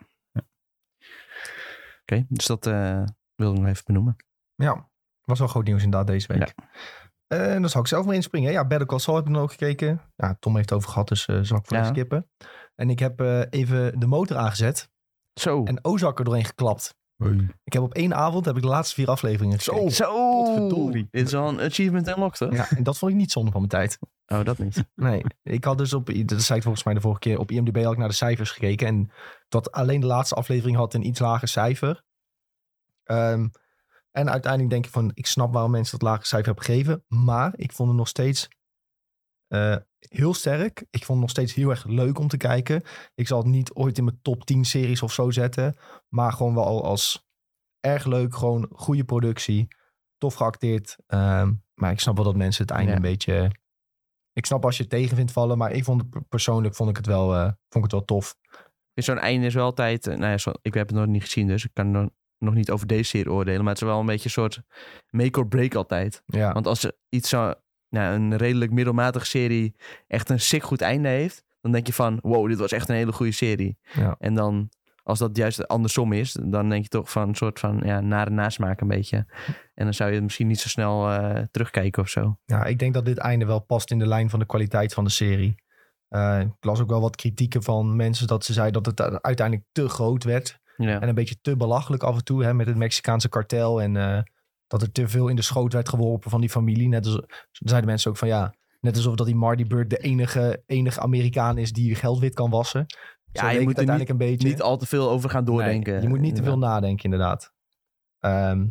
S2: Oké, dus dat eh wil ik nog even benoemen.
S1: Ja, was wel groot nieuws inderdaad deze week. Eh, En dan zal ik zelf maar inspringen. Ja, Better Call Saul heb ik nog gekeken. Ja, Tom heeft het over gehad, dus eh, zal ik voor
S2: Ja.
S1: skippen. En ik heb eh, even de motor aangezet
S2: Zo.
S1: en Ozark er doorheen geklapt. Ik heb op één avond heb ik de laatste vier afleveringen
S4: Zo.
S1: gekeken.
S2: Zo.
S4: potverdorie.
S2: Dit is wel een achievement unlocked, toch?
S1: Ja, en dat vond ik niet zonde van mijn tijd.
S2: Oh, dat niet.
S1: Nee, ik had dus op, dat zei ik volgens mij de vorige keer, op IMDb had ik naar de cijfers gekeken. En dat alleen de laatste aflevering had een iets lager cijfer. Ehm, en uiteindelijk denk ik van, ik snap waarom mensen dat lage cijfer hebben gegeven. Maar ik vond het nog steeds eh, heel sterk. Ik vond het nog steeds heel erg leuk om te kijken. Ik zal het niet ooit in mijn top 10 series of zo zetten. Maar gewoon wel als erg leuk, gewoon goede productie. Tof geacteerd. Ehm, maar ik snap wel dat mensen het einde
S2: Ja.
S1: een beetje... Ik snap als je het tegen vindt vallen, maar ik vond het per- persoonlijk vond ik het wel, eh, vond ik het wel tof.
S2: [LAUGHS] Dus Zo'n einde is wel altijd... eh, Nou ja, zo- ik heb het nog niet gezien, dus ik kan nog, nog niet over deze serie oordelen. Maar het is wel een beetje een soort make or break altijd.
S1: Ja.
S2: Want als er iets zo, nou, een redelijk middelmatige serie echt een sick goed einde heeft, dan denk je van, wow, dit was echt een hele goede serie.
S1: Ja.
S2: En dan, als dat juist andersom is, dan denk je toch van een soort van, ja, nare nasmaak een beetje. En dan zou je het misschien niet zo snel eh, terugkijken of zo.
S1: Ja, ik denk dat dit einde wel past in de lijn van de kwaliteit van de serie. Eh, ik las ook wel wat kritieken van mensen dat ze zeiden dat het uiteindelijk te groot werd.
S2: Ja.
S1: En een beetje te belachelijk af en toe hè, met het Mexicaanse kartel. En eh, dat er te veel in de schoot werd geworpen van die familie. Net als zeiden mensen ook van ja, net alsof dat die Marty Bird de enige, enige Amerikaan is die geld wit kan wassen.
S2: Ja,
S1: Zo
S2: je
S1: leek
S2: moet
S1: het
S2: er
S1: uiteindelijk een beetje.
S2: Niet al te veel over gaan doordenken.
S1: Nee, je moet niet te veel nadenken, inderdaad. Ehm,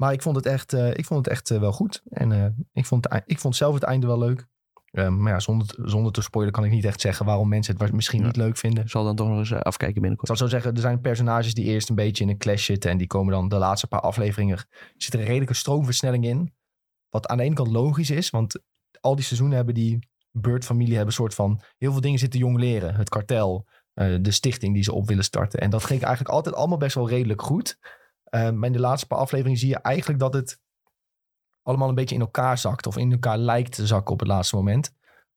S1: maar ik vond het echt, eh, ik vond het echt eh, wel goed. En eh, ik, vond het ei- ik vond zelf het einde wel leuk. Ehm, maar ja, zonder, te- zonder te spoilen kan ik niet echt zeggen waarom mensen het wa- misschien
S2: Ja.
S1: niet leuk vinden.
S2: Ik zal dan toch nog eens eh, afkijken
S1: Ik
S2: binnenkort.
S1: zal zo zeggen, er zijn personages die eerst een beetje in een clash zitten. En die komen dan de laatste paar afleveringen. Zit er een redelijke stroomversnelling in. Wat aan de ene kant logisch is, want al die seizoenen hebben die Bird-familie hebben een soort van. Heel veel dingen zitten jong leren. Het kartel, eh, de stichting die ze op willen starten. En dat ging eigenlijk altijd allemaal best wel redelijk goed. Eh, maar in de laatste paar afleveringen zie je eigenlijk dat het allemaal een beetje in elkaar zakt. Of in elkaar lijkt te zakken op het laatste moment.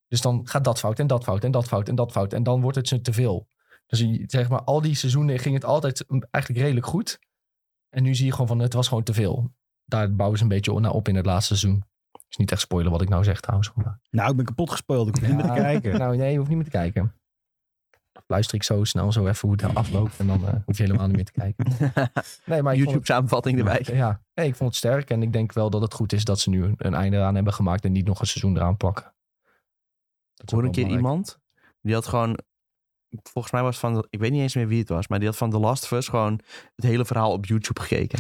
S1: Dus dan gaat dat fout en dat fout en dat fout en dat fout. En dan wordt het ze te veel. Dus je- zeg maar, al die seizoenen ging het altijd mm, eigenlijk redelijk goed. En nu zie je gewoon van, het was gewoon te veel. Daar bouwen ze een beetje naar op in het laatste seizoen. Is niet echt spoiler wat ik nou zeg trouwens. maar-
S3: Nou, ik ben kapot gespoild. Ik hoef niet meer te
S1: Ja.
S3: [LAUGHS] kijken.
S1: Nou nee, je hoeft niet meer te kijken. Luister ik zo snel zo even hoe het afloopt en dan eh, hoef je helemaal niet meer te kijken.
S2: [LAUGHS]
S1: Nee, maar ik vond het-
S2: YouTube-samenvatting erbij.
S1: ja, nee, ik vond het sterk en ik denk wel dat het goed is dat ze nu een, een einde aan hebben gemaakt en niet nog een seizoen eraan plakken. Dat is
S2: Ik hoorde
S1: ook
S2: een keer
S1: wel belangrijk.
S2: iemand, die had gewoon volgens mij was van, ik weet niet eens meer wie het was, maar die had van The Last of Us gewoon het hele verhaal op YouTube gekeken.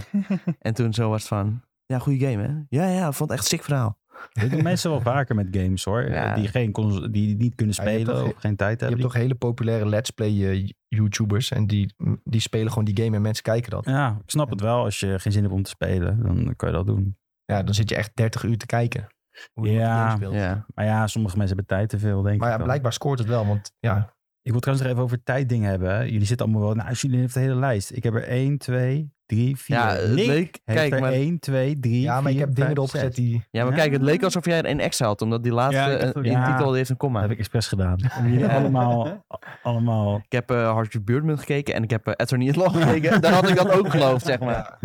S2: en toen zo was het van, ja, goede game hè? Ja, ja, vond het echt sick verhaal.
S3: Dit doen mensen wel vaker met games hoor.
S2: Ja.
S3: Die, geen cons- die niet kunnen
S1: Ja, Ah, je hebt
S3: spelen
S1: toch-
S3: of geen tijd
S1: Je
S3: hebben.
S1: hebt toch hele populaire let's play eh, YouTubers. En die, die spelen gewoon die game en mensen kijken dat.
S3: Ja, ik snap het wel. Als je geen zin hebt om te spelen, dan kan je dat doen.
S1: Ja, dan zit je echt 30 uur te kijken. Hoe iemand
S3: Ja.
S1: die game speelt.
S2: Ja.
S3: Maar ja, sommige mensen hebben tijd te veel, denk
S1: Maar
S3: ik.
S1: ja,
S3: dan.
S1: blijkbaar scoort het wel. Want ja,
S3: Ik wil trouwens nog even over tijddingen hebben. hè. Jullie zitten allemaal wel... Nou, als jullie hebben de hele lijst. Ik heb er 1, 2, 3, 4.
S2: Ja, het leek-
S3: Heeft
S2: kijk,
S3: er
S2: maar-
S3: 1, 2, 3,
S1: ja maar ik heb dingen erop gezet die...
S2: Ja, maar
S3: Ja.
S2: kijk, het leek alsof jij er een extra had, omdat die laatste,
S4: Ja, ik
S2: eh,
S4: dacht ook,
S2: die
S3: ja.
S2: titel die heeft een komma.
S3: Dat heb ik expres
S1: [LAUGHS]
S3: gedaan. Om jullie
S2: Ja.
S3: [LAUGHS] allemaal... allemaal...
S2: Ik heb eh Harvey Birdman gekeken en ik heb eh, Attorney at Law gekeken. Daar had ik dat ook geloofd, zeg maar.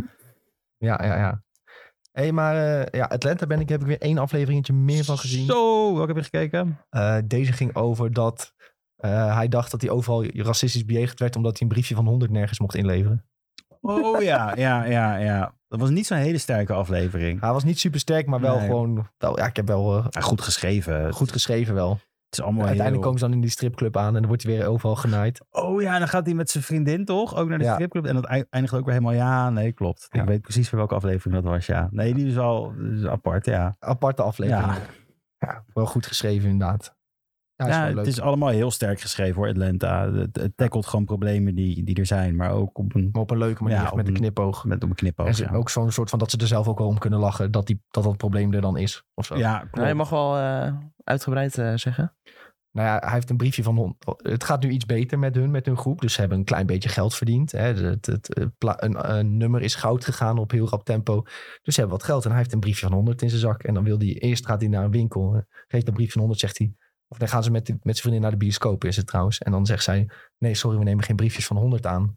S1: Ja, ja, ja. Hé, hey, maar eh, ja, Atlanta ben ik, heb ik weer één afleveringetje meer van gezien.
S3: Zo, welke heb je gekeken?
S1: Eh, deze ging over dat eh, hij dacht dat hij overal racistisch bejegend werd... omdat hij een briefje van 100 nergens mocht inleveren.
S3: Oh ja, ja, ja, ja. Dat was niet zo'n hele sterke aflevering.
S1: Hij was niet super sterk, maar wel
S3: Nee.
S1: gewoon... Wel, ja, ik heb wel eh,
S3: Ja, goed geschreven. Het
S1: goed geschreven wel.
S3: is allemaal
S1: Uiteindelijk
S3: heel...
S1: komen ze dan in die stripclub aan... en dan wordt hij weer overal genaaid.
S3: Oh ja, en dan gaat hij met zijn vriendin toch ook naar de
S1: Ja.
S3: stripclub. En dat ei- eindigt ook weer helemaal. Ja, nee, klopt.
S1: Ja.
S3: Ik weet precies voor welke aflevering dat was. Ja, nee, die is wel is apart. Ja,
S1: Aparte aflevering.
S3: Ja.
S1: Ja. wel goed geschreven inderdaad. Ja, is
S3: ja
S1: wel leuk.
S3: het is allemaal heel sterk geschreven hoor, Atlanta. Het, het tackelt gewoon problemen die, die er zijn, maar ook op een,
S1: Maar op een leuke manier,
S3: Ja,
S1: echt
S3: op
S1: met een
S3: een-
S1: knipoog.
S3: met op een knipoog.
S1: en ze-
S3: ja.
S1: ook zo'n soort van dat ze er zelf ook wel om kunnen lachen. Dat die, dat, dat probleem er dan is. Of zo.
S3: ja, klopt.
S2: Nou, je mag wel eh, uitgebreid eh, zeggen.
S1: Nou ja, hij heeft een briefje van... hon- oh, Het gaat nu iets beter met hun, met hun groep. Dus ze hebben een klein beetje geld verdiend. Hè. Het, het, eh, pla- een, een nummer is goud gegaan op heel rap tempo. Dus ze hebben wat geld. En hij heeft een briefje van 100 in zijn zak. En dan wil hij... Eerst gaat hij naar een winkel. eh, Geeft een briefje van 100, zegt hij... Of dan gaan ze met, die- met zijn vriendin naar de bioscoop, is het trouwens. En dan zegt zij... Nee, sorry, we nemen geen briefjes van 100 aan.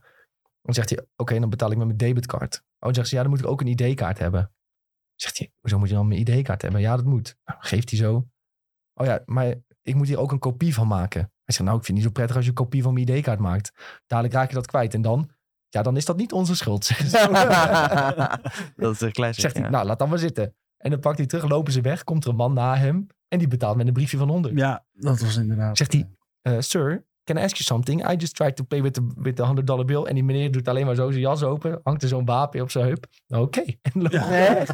S1: Dan zegt hij... Oké, dan betaal ik met mijn debitcard. Oh, dan zegt ze... Ja, dan moet ik ook een ID-kaart hebben. Zegt hij... Hoezo moet je dan mijn ID-kaart hebben? Ja, dat moet. Nou, geeft hij zo... Oh ja, maar ik moet hier ook een kopie van maken. Hij zegt, nou, ik vind het niet zo prettig als je een kopie van mijn ID-kaart maakt. Dadelijk raak je dat kwijt. En dan? Ja, dan is dat niet onze schuld. Zegt,
S2: [LAUGHS] dat is een classic.
S1: zegt hij,
S2: ja.
S1: nou, laat dan maar zitten. En dan pakt hij terug, lopen ze weg, komt er een man na hem... en die betaalt met een briefje van 100.
S3: ja,
S4: Dat was inderdaad...
S1: Zegt hij, eh, sir, can I ask you something? I just tried to play with the, with the 100 dollar bill. En die meneer doet alleen maar zo zijn jas open, hangt er zo'n wapen op zijn heup. Nou, Oké. [LAUGHS] En, loopt hij weg.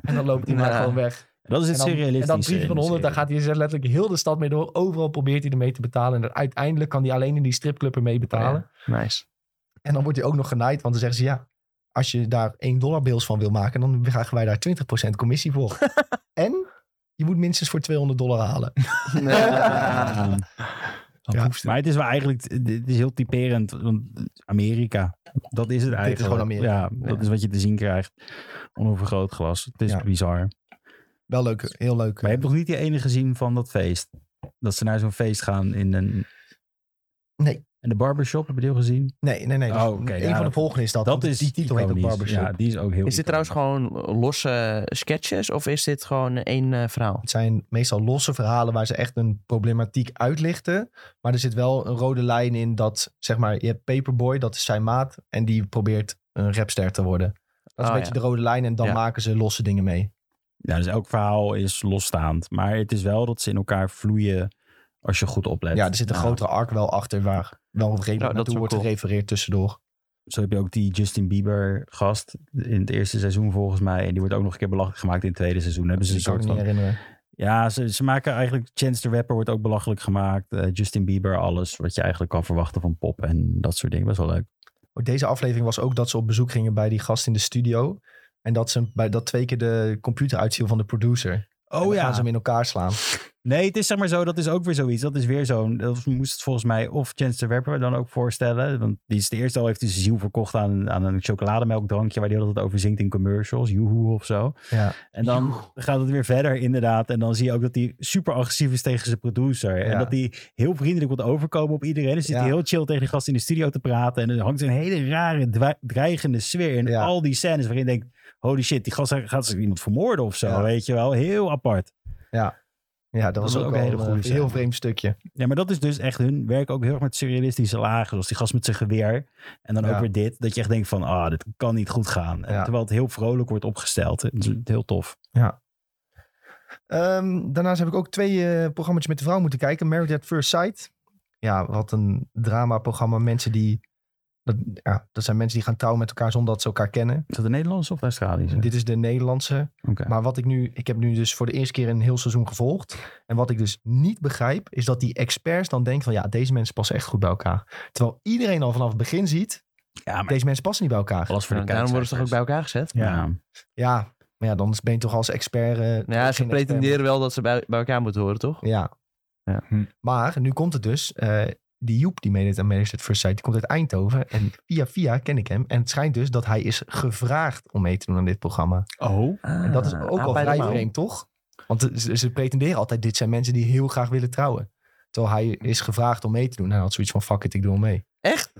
S1: en dan loopt hij maar
S2: Ja.
S1: gewoon weg.
S3: dat
S1: En
S3: is eh, het
S1: dan,
S3: serialistische.
S1: en dat briefje
S3: in
S1: van
S3: de
S1: 100, daar
S3: serie.
S1: gaat hij zegt letterlijk heel de stad mee door. Overal probeert hij ermee te betalen. En dan uiteindelijk kan hij alleen in die stripclub ermee
S3: Oh
S1: betalen.
S2: Nice.
S1: En dan wordt hij ook nog genaaid, want dan zeggen ze ja. Als je daar 1 dollar bills van wil maken, dan krijgen wij daar 20% commissie
S3: [LAUGHS]
S1: voor. en je moet minstens voor 200 dollar
S2: [LAUGHS]
S1: halen.
S3: Ja.
S1: Ja.
S3: Maar het is wel eigenlijk, het is heel typerend, want Amerika, dat is het eigenlijk.
S1: gewoon Amerika.
S3: Ja, dat
S2: Ja.
S3: is wat je te zien krijgt onder een groot glas. Het is
S1: Ja.
S3: bizar.
S1: Wel leuk, heel leuk.
S3: Maar je hebt nog niet die ene gezien van dat feest? Dat ze naar zo'n feest gaan in een...
S1: Nee.
S3: En de barbershop, heb je die al gezien?
S1: Nee, nee, nee. Dus
S3: Oh, oké,
S1: een
S3: ja,
S1: van de
S3: dat-
S1: volgende is dat.
S3: Dat
S1: want
S3: is
S1: die titel heet ook
S3: iconisch.
S1: Barbershop.
S3: Ja, die is ook heel
S2: Is dit trouwens gewoon losse sketches of is dit gewoon één eh, verhaal?
S1: Het zijn meestal losse verhalen waar ze echt een problematiek uitlichten. Maar er zit wel een rode lijn in dat, zeg maar, je hebt Paperboy, dat is zijn maat. En die probeert een rapster te worden. Dat is
S2: Ah,
S1: een beetje
S2: ja.
S1: de rode lijn en dan
S2: Ja.
S1: maken ze losse dingen mee.
S3: Ja, dus elk verhaal is losstaand. Maar het is wel dat ze in elkaar vloeien als je goed oplet.
S1: Ja, er zit een
S3: Ja.
S1: grotere arc wel achter waar wel redelijk
S2: dat is
S1: naartoe
S2: wel
S1: wordt
S2: cool.
S1: gerefereerd tussendoor.
S3: Zo heb je ook die Justin Bieber gast in het eerste seizoen volgens mij. En die wordt ook nog een keer belachelijk gemaakt in het tweede seizoen. Dan Hebben ze een
S1: Dus ik kan
S3: soort
S1: me niet
S3: van...
S1: herinneren.
S3: Ja, ze, ze maken eigenlijk... Chance the Rapper wordt ook belachelijk gemaakt. Eh, Justin Bieber, alles wat je eigenlijk kan verwachten van pop en dat soort dingen. Best wel leuk.
S1: Oh, Deze aflevering was ook dat ze op bezoek gingen bij die gast in de studio. En dat ze bij dat twee keer de computer uitviel van de producer. En dan
S3: Oh
S1: gaan ze hem in elkaar slaan.
S3: Nee, het is zeg maar zo, dat is ook weer zoiets. Dat is weer zo'n, dat moest het volgens mij of Chance the Rapper dan ook voorstellen. Want die is de eerste al heeft hij zijn ziel verkocht aan, aan een chocolademelkdrankje waar hij altijd over zingt in commercials. Joehoe of zo.
S1: Ja.
S3: En dan gaat het weer verder inderdaad. En dan zie je ook dat hij super agressief is tegen zijn producer. En
S1: Ja.
S3: dat hij heel vriendelijk wil overkomen op iedereen. Dus zit
S1: Ja.
S3: hij heel chill tegen de gast in de studio te praten. En er hangt een hele rare, dwa- dreigende sfeer in
S1: Ja.
S3: al die scènes waarin je denkt... Holy shit, die gast gaat iemand vermoorden of zo,
S1: Ja.
S3: weet je wel. Heel apart.
S1: Ja, dat, was ook, een hele goede
S3: scène.
S1: heel vreemd stukje.
S3: Ja, maar dat is dus echt hun werk ook heel erg met surrealistische lagen. Zoals die gast met zijn geweer. En dan ook
S1: Ja.
S3: weer dit. Dat je echt denkt van, ah, dit kan niet goed gaan. En
S1: Ja.
S3: Terwijl het heel vrolijk wordt opgesteld. Het is heel tof.
S1: Ehm, daarnaast heb ik ook twee eh programma's met de vrouw moeten kijken. Married at First Sight. ja, wat een dramaprogramma. Mensen die. Dat, ja, dat zijn mensen die gaan trouwen met elkaar zonder dat ze elkaar kennen.
S3: Is dat de Nederlandse of de Australische?
S1: Dit is de Nederlandse.
S3: Oké.
S1: Maar wat ik nu, ik heb nu dus voor de eerste keer een heel seizoen gevolgd. En wat ik dus niet begrijp, is dat die experts dan denken van ja, deze mensen passen echt goed bij elkaar. Terwijl iedereen al vanaf het begin ziet,
S3: Ja, maar
S1: deze mensen passen niet bij elkaar.
S3: alles voor de
S2: Ja, daarom worden ze toch ook bij elkaar gezet?
S4: Ja.
S3: Ja.
S1: Ja, maar ja, dan ben je toch als expert. eh,
S2: Nou ja,
S1: geen
S2: ze
S1: expert.
S2: pretenderen wel dat ze bij, bij elkaar moeten horen, toch?
S1: Ja.
S2: Ja.
S4: Hm.
S1: Maar nu komt het dus. eh, die Joep die meedeed aan Managed at First Sight, die komt uit Eindhoven. En via via ken ik hem. En het schijnt dus dat hij is gevraagd om mee te doen aan dit programma.
S4: Oh.
S1: En dat is
S2: Eh, nou, Ah,
S1: ook al vrij vreemd, toch? Want ze, ze pretenderen altijd, dit zijn mensen die heel graag willen trouwen. Terwijl hij is gevraagd om mee te doen. Hij had zoiets van, fuck it, ik doe wel mee.
S2: Echt?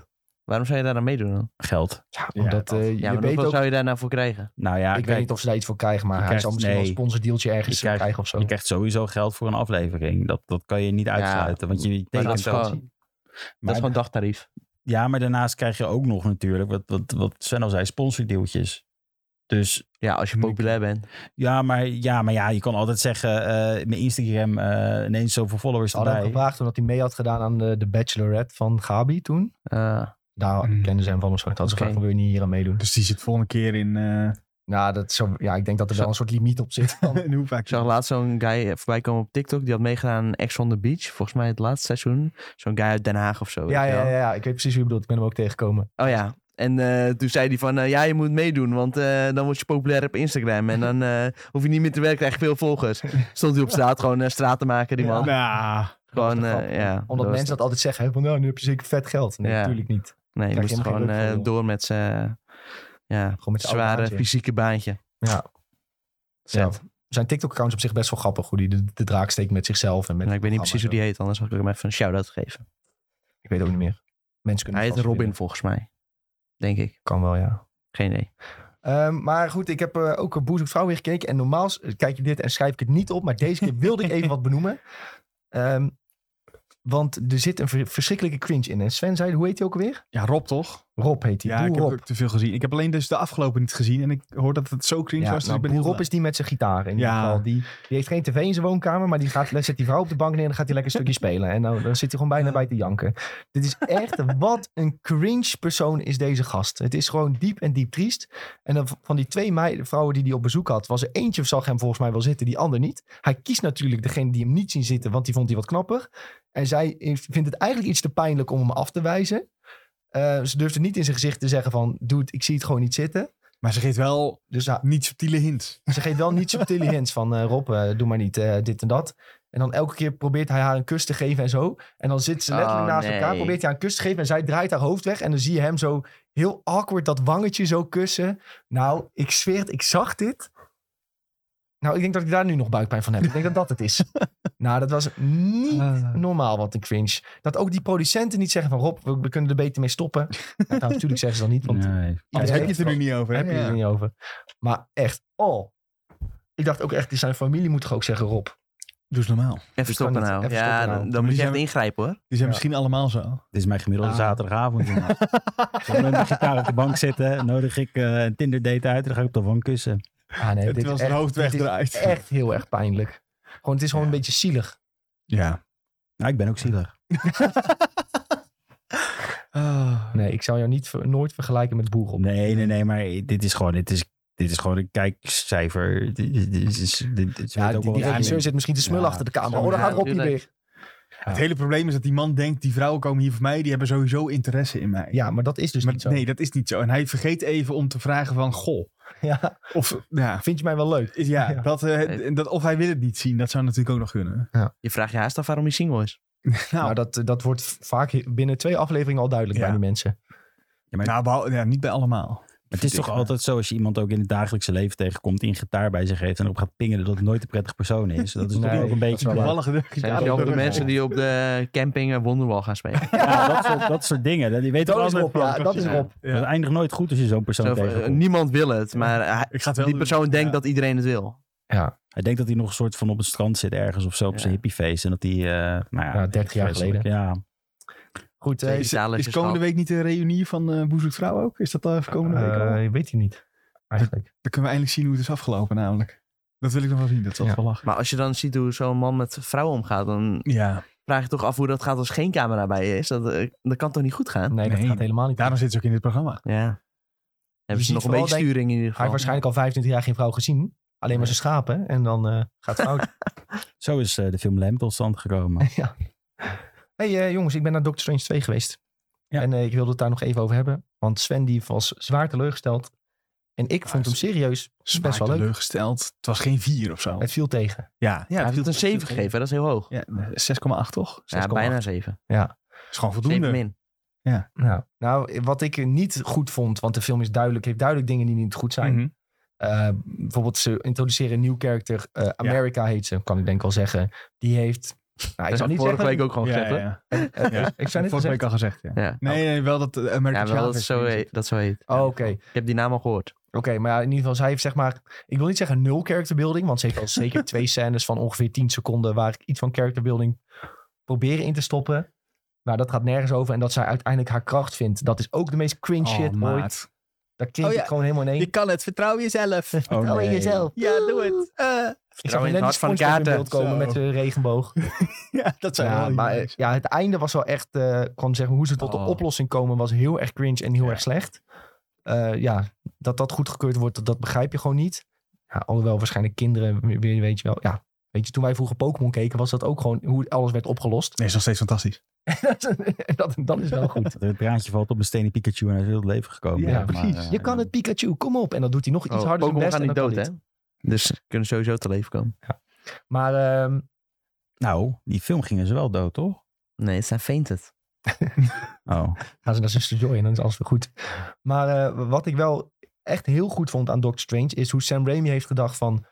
S2: Waarom zou je daar aan meedoen dan?
S3: geld.
S1: Ja,
S4: Ja,
S1: omdat eh, je
S2: Ja, maar
S1: weet
S2: hoeveel
S1: ook...
S2: zou je daar nou voor krijgen?
S3: Nou ja,
S1: ik weet
S3: kijk,
S1: niet of ze daar iets voor krijgen, maar
S3: je
S1: hij
S3: krijgt-
S1: zal misschien wel
S3: nee.
S1: een sponsordeeltje ergens
S3: Je krijgt-
S1: krijgen of zo.
S3: je krijgt sowieso geld voor een aflevering. Dat, dat kan je niet uitsluiten. want je
S2: Maar dat
S3: tekent
S2: is
S3: wel-
S2: gewoon, dat
S3: maar-
S2: is gewoon dagtarief.
S3: Ja, maar daarnaast krijg je ook nog natuurlijk, wat, wat, wat Sven al zei, sponsordeeltjes. Dus
S2: Ja, als je populair bent.
S3: ja, maar ja, maar ja je kan altijd zeggen, eh, mijn Instagram eh, ineens zoveel followers
S1: Ze hadden hem
S3: erbij.
S1: gevraagd omdat hij mee had gedaan aan de, de Bachelorette van Gabi toen.
S2: Eh,
S1: Daar
S4: Hmm.
S1: kenden ze hem van of zo. Dat ze
S2: Oké.
S1: gevraagd van, wil je niet hier aan meedoen?
S4: Dus die zit volgende keer in... eh,
S1: Nou, dat zo, ja, ik denk dat er wel
S2: Zo-
S1: een soort limiet op zit. van-
S4: [LAUGHS] in hoe
S2: Oh.
S4: vaak...
S2: ik zag laatst zo'n guy voorbij komen op TikTok. Die had meegedaan aan Ex on the Beach. Volgens mij het laatste seizoen. Zo'n guy uit Den Haag of zo. weet
S1: ja,
S2: je
S1: ja, ja,
S2: wel.
S1: ja, ik weet precies wie je bedoelt. Ik ben hem ook tegengekomen.
S2: Oh ja. En eh, toen zei hij van, eh, ja, je moet meedoen, want eh, dan word je populair op Instagram. En dan eh, hoef je niet meer te werken, krijg je veel volgers. Stond hij op straat gewoon eh, straat te maken, die man.
S4: Nou,
S2: Gewoon,
S1: Dat was de
S2: eh,
S1: grap.
S2: ja.
S1: Omdat
S2: was
S1: mensen dat altijd zeggen, hè, van nou, nu heb je zeker vet geld. Nee,
S2: Ja.
S1: natuurlijk niet.
S2: Nee, je
S1: Krijg je
S2: moest
S1: helemaal
S2: gewoon
S1: geen leuk
S2: eh,
S1: van, joh.
S2: door met zijn ja,
S1: Gewoon met z'n oude
S2: zware
S1: baantje.
S2: fysieke baantje.
S1: Ja.
S2: Zet.
S1: Ja. Zijn TikTok-accounts op zich best wel grappig. Hoe die de, de draak steekt met zichzelf. En met
S2: En Nou, ik weet niet precies hoe die
S1: programma's.
S2: heet, anders zal ik hem even een shout-out geven.
S1: Ik weet ook niet meer. Mensen kunnen
S2: Hij heet
S1: het vast
S2: Robin
S1: vinden.
S2: volgens mij. Denk ik.
S1: Kan wel, ja.
S2: Geen idee.
S1: Ehm, maar goed, ik heb eh, ook een Boezem Vrouw weer gekeken. En normaal s- kijk je dit en schrijf ik het niet op. Maar deze keer wilde ik even wat
S2: [LAUGHS]
S1: benoemen. Ehm, want er zit een ver- verschrikkelijke cringe in. En Sven zei, hoe heet hij ook alweer?
S4: ja, Rob toch?
S1: Rob heet hij.
S4: ja,
S1: Boer
S4: ik heb
S1: Rob.
S4: ook te veel gezien. Ik heb alleen dus de afgelopen niet gezien. En ik hoor dat het zo cringe
S1: Ja,
S4: was. Dus
S1: nou,
S4: ik ben
S1: Boer
S4: heel
S1: Rob is die met zijn gitaar in
S4: Ja.
S1: ieder geval. Die, die heeft geen tv in zijn woonkamer, maar die gaat, [LAUGHS] zet die vrouw op de bank neer en dan gaat hij lekker een stukje spelen. En nou, dan zit hij gewoon bijna bij te janken. Dit is
S4: [LAUGHS]
S1: echt, wat een cringe persoon is deze gast. Het is gewoon diep en diep triest. En dan v- van die twee mei- vrouwen die hij op bezoek had, was er eentje zag hem volgens mij wel zitten, die ander niet. Hij kiest natuurlijk degene die hem niet zien zitten, want die vond hij wat knapper. En zij heeft- vindt het eigenlijk iets te pijnlijk om hem af te wijzen. Eh, ze durfde niet in zijn gezicht te zeggen van... Dude, ik zie het gewoon niet zitten.
S4: Maar ze geeft wel
S1: Dus ja,
S4: niet subtiele hints.
S1: ze geeft wel niet subtiele hints van eh, Rob, eh, doe maar niet eh, dit en dat. En dan elke keer probeert hij haar een kus te geven en zo. En dan zitten ze letterlijk
S2: Oh,
S1: naast
S2: nee.
S1: elkaar, probeert hij haar een kus te geven en zij draait haar hoofd weg. En dan zie je hem zo heel awkward dat wangetje zo kussen. Nou, ik zweer het, ik zag dit. Nou, ik denk dat ik daar nu nog buikpijn van heb. Ik denk dat dat het is. nou, dat was niet
S4: Ah.
S1: normaal wat een cringe. Dat ook die producenten niet zeggen van Rob, we, we kunnen er beter mee stoppen. nou, trouwens, natuurlijk zeggen ze dat niet, want
S3: Nee.
S4: Ja,
S1: iedereen
S4: heb je het er nu niet over.
S1: daar heb je het er
S4: Ja.
S1: niet over. Maar echt, oh. Ik dacht ook echt, zijn familie moet toch ook zeggen Rob.
S4: Doe eens normaal.
S2: Even
S1: kan
S2: stoppen
S1: niet.
S2: nou.
S1: Even
S2: ja,
S1: stoppen nou.
S2: dan,
S4: Maar
S2: dan moet
S4: die
S2: je echt
S4: zijn-
S2: ingrijpen hoor.
S4: Die zijn
S1: Ja.
S4: misschien allemaal zo.
S3: Dit is mijn gemiddelde
S4: Ah.
S3: zaterdagavond. jongen. Gewoon met mijn gitaar op de bank zitten, nodig ik eh, een Tinder date uit en dan ga ik op de wang kussen.
S1: Ah, nee, dit
S4: Terwijl
S1: is
S4: zijn
S1: echt-
S4: hoofd
S1: dit is
S4: wegdraait.
S1: echt heel erg pijnlijk. Gewoon, het is gewoon
S4: Ja.
S1: een beetje zielig.
S4: Ja.
S3: Nou, ik ben ook zielig.
S4: Ah.
S1: Nee, ik zou jou niet, ver- nooit vergelijken met Boer Rob.
S3: Nee, nee, nee, maar dit is gewoon, dit is, dit is gewoon een kijkcijfer. Dit is, dit is, dit, dit
S1: Ja,
S3: weet
S1: die,
S3: ook
S1: die
S3: wel wat
S1: regisseur
S3: in.
S1: zit misschien te smullen
S3: Ja,
S1: achter de camera.
S2: zo-
S1: Oh, daar
S2: ja,
S1: gaat Rob niet
S2: tuurlijk.
S1: weer.
S4: Het hele probleem is dat die man denkt, die vrouwen komen hier voor mij, die hebben sowieso interesse in mij.
S1: Ja, maar dat is dus
S4: maar
S1: niet zo.
S4: nee, dat is niet zo. En hij vergeet even om te vragen van, goh,
S1: [LAUGHS] Ja,
S4: of, ja,
S1: vind je mij wel leuk?
S4: ja,
S1: [LAUGHS] Ja.
S4: Dat, eh, dat, of hij wil het niet zien, dat zou natuurlijk ook nog kunnen.
S2: Je vraagt je haast af waarom hij single is.
S4: Nou.
S1: Nou, dat, dat wordt vaak he- binnen twee afleveringen al duidelijk
S4: Ja.
S1: bij die mensen.
S4: Nou, behou- ja, niet bij allemaal.
S3: Maar het is toch altijd zo als je iemand ook in het dagelijkse leven tegenkomt, die een gitaar bij zich heeft en erop gaat pingen dat het nooit een prettig persoon is. Dat is
S1: Nee,
S3: toch ook een beetje.
S1: wel waar.
S4: Toevallige
S2: Zijn
S4: Ja,
S2: er ook
S4: dat-
S2: de mensen die op de camping eh, Wonderwall gaan spelen.
S3: Ja, dat, soort, dat soort dingen. Dat, je weet
S1: Dat
S3: ook
S1: is
S3: altijd
S1: Rob, ja,
S3: van-
S1: dat is Rob.
S3: Dat
S4: Ja.
S3: eindigt nooit goed als je zo'n persoon
S2: Zo van, eh,
S3: tegenkomt.
S2: niemand wil het, maar eh, hij-
S4: Ik ga het wel
S2: die
S4: doen.
S2: persoon denkt
S4: Ja.
S2: dat iedereen het wil.
S3: Hij denkt dat hij nog een soort van op het strand zit ergens of zo op
S2: Ja.
S3: zijn hippiefeest. En dat hij, eh nou ja,
S1: Ja, 30 jaar
S3: vreselijk.
S1: geleden.
S3: Ja,
S1: Goed, eh,
S4: Is,
S2: Italië
S4: is
S2: is
S4: komende
S2: gehad.
S4: week niet de reunie van eh Boezek Vrouw ook? Is dat al even komende week al?
S1: eh, weet je niet. Eigenlijk.
S4: Dan kunnen we eindelijk zien hoe het is afgelopen namelijk. Dat wil ik nog wel zien, dat is altijd
S1: Ja.
S4: wel lachen.
S2: Maar als je dan ziet hoe zo'n man met vrouwen omgaat, dan
S4: Ja,
S2: vraag je toch af hoe dat gaat als geen camera bij je is. Dat, eh, dat kan toch niet goed gaan?
S1: Nee, dat
S4: Nee.
S1: gaat helemaal niet.
S4: Daarom zit ze ook in dit programma.
S2: Ja.
S1: ziet
S2: Hebben ze nog een
S1: vooral,
S2: beetje
S1: denk-
S2: sturing in
S1: Hij
S2: ieder geval.
S1: heeft waarschijnlijk al 25 jaar geen vrouw gezien. Alleen maar zijn schapen. En dan eh, gaat het fout.
S4: [LAUGHS]
S3: Zo is eh, de film Lamp tot
S1: [LAUGHS]
S3: stand
S4: Oh,
S3: gekomen.
S1: ja. hey, eh, jongens, ik ben naar Doctor Strange 2 geweest.
S3: Ja.
S1: En eh, ik wilde het daar nog even over hebben. Want Sven die was zwaar teleurgesteld. En ik vond hem serieus best wel leuk.
S4: teleurgesteld. Het was geen 4 of zo.
S1: Het viel tegen.
S4: Ja,
S2: Ja,
S4: ja,
S2: hij heeft het een 7 gegeven, hè? dat is heel hoog.
S4: Ja, 6,8 toch?
S2: Ja,
S1: 6,8.
S2: bijna 7.
S4: Is
S2: 7
S4: gewoon voldoende.
S2: min.
S1: Nou, nou, wat ik niet goed vond, want de film is duidelijk, heeft duidelijk dingen die niet goed zijn.
S4: Mhm.
S1: Eh, bijvoorbeeld, ze introduceren een nieuw karakter. eh America heet ze, kan ik denk ik al zeggen. Die heeft. Nou, ik
S4: [LAUGHS]
S1: zal
S2: Dat heb ik
S1: niet
S2: vorige
S1: zeggen.
S2: week ook gewoon gezegd, hè?
S4: ja. [LAUGHS]
S1: Eh,
S4: Ja.
S1: [LAUGHS] Ik zou
S4: Vorige
S1: net gezegd.
S4: week al gezegd, ja.
S2: Ja.
S4: Nee, nee, wel dat eh, American
S2: Ja, wel dat
S4: Java
S2: het zo
S4: is.
S2: heet. Dat zo heet.
S1: Oh, Oké,
S2: Ik heb die naam al gehoord.
S1: Oké, maar ja, in ieder geval, zij heeft zeg maar, ik wil niet zeggen nul character building, want ze heeft al zeker twee scènes van ongeveer 10 seconden waar ik iets van character building proberen in te stoppen. Maar dat gaat nergens over en dat zij uiteindelijk haar kracht vindt, dat is ook de meest cringe
S4: Oh,
S1: shit ooit.
S4: maat.
S1: Daar krimp
S4: Oh ja.
S1: ik gewoon helemaal in één.
S4: kan het, vertrouw
S2: [LAUGHS]
S4: jezelf.
S3: Oh, nee.
S4: Ja, doe het. Eh,
S1: Ik zag
S2: in
S1: net
S2: het hart
S1: van
S2: van de
S1: in
S2: kaarten.
S1: beeld komen
S4: Zo.
S1: met de regenboog.
S4: [LAUGHS] ja, dat zijn
S1: Ja,
S4: wel
S1: maar eh, ja, het einde was wel echt, eh kwam zeggen hoe ze tot de
S4: Oh.
S1: oplossing komen, was heel erg cringe en heel
S4: Ja.
S1: erg slecht. Eh, ja, dat dat goedgekeurd wordt, dat, dat begrijp je gewoon niet. Ja, alhoewel waarschijnlijk kinderen, we- we- weet je wel, ja. Weet je, toen wij vroeger Pokémon keken, was dat ook gewoon hoe alles werd opgelost.
S4: [LAUGHS] Nee, is nog steeds fantastisch.
S1: dat, dat is wel goed.
S3: [LAUGHS] Het draadje valt op een stenen Pikachu en hij is heel het leven gekomen.
S4: Ja,
S3: zeg maar,
S4: precies.
S3: eh,
S1: Je kan het Pikachu, kom op. En dan doet hij nog iets
S2: Oh,
S1: harder zijn
S2: Pokémon
S1: best.
S2: gaan
S1: en
S2: niet
S1: dan
S2: dood, hè?
S1: kan
S2: Dus ze kunnen sowieso te leven komen.
S1: dit. Maar ehm,
S3: Nou, die film gingen ze wel dood, toch?
S2: Nee, het zijn fainted.
S3: Oh.
S1: gaan ze naar Sister Joy en dan is alles weer goed. Maar eh, wat ik wel echt heel goed vond aan Doctor Strange... is hoe Sam Raimi heeft gedacht van...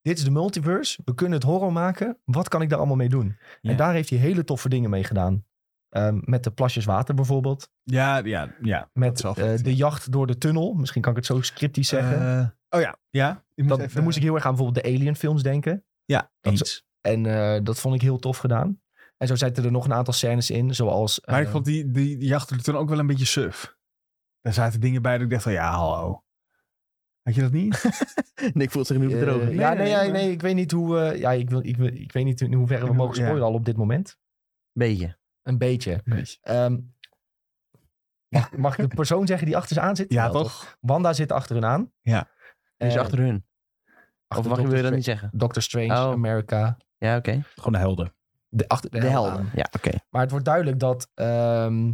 S1: dit is de multiverse, we kunnen het horror maken. Wat kan ik daar allemaal mee doen?
S4: Ja.
S1: En daar heeft hij hele toffe dingen mee gedaan. Ehm, met de plasjes water bijvoorbeeld.
S4: Ja, ja, ja. Dat
S1: Met
S4: is wel
S1: eh,
S4: vet,
S1: de jacht door de tunnel. Misschien kan ik het zo scriptisch zeggen.
S4: Eh, oh ja, ja. Ik
S1: dat,
S4: even-
S1: Dan moest ik heel erg aan bijvoorbeeld de Alien films denken.
S4: Ja,
S1: dat
S4: eens.
S1: En eh, dat vond ik heel tof gedaan. En zo zitten er nog een aantal scènes in. Zoals...
S4: Maar ik
S1: eh,
S4: vond die, die, die jacht er toen ook wel een beetje suf. Daar zaten dingen bij dat ik dacht van, ja, hallo. Had je dat
S1: [LAUGHS]
S4: niet?
S2: [LAUGHS] Nick voelt zich nu
S1: Eh,
S2: bedrogen.
S1: ja, nee,
S4: Nee, nee,
S1: ja,
S4: maar-
S1: nee, ik weet niet hoe. eh, ja, ik, wil, ik, wil, ik weet niet in hoeverre we
S4: Ja.
S1: mogen spoilen al op dit moment.
S2: Beetje.
S1: Een beetje. Ehm, [LAUGHS] mag, mag ik de persoon zeggen die achter ze aan zit?
S4: Ja,
S1: Wel,
S4: toch?
S1: Wanda zit achter hun aan.
S4: Ja.
S2: Die is
S1: Eh,
S2: achter hun. Of mag je
S1: Doctor
S2: weer dat
S1: Stra-
S2: niet zeggen?
S1: Doctor Strange,
S2: Oh.
S1: America.
S2: Ja, oké.
S3: Gewoon de helden.
S1: De, achter,
S2: De
S1: hel
S2: helden.
S1: aan.
S2: Ja, oké.
S1: Maar het wordt duidelijk dat, ehm,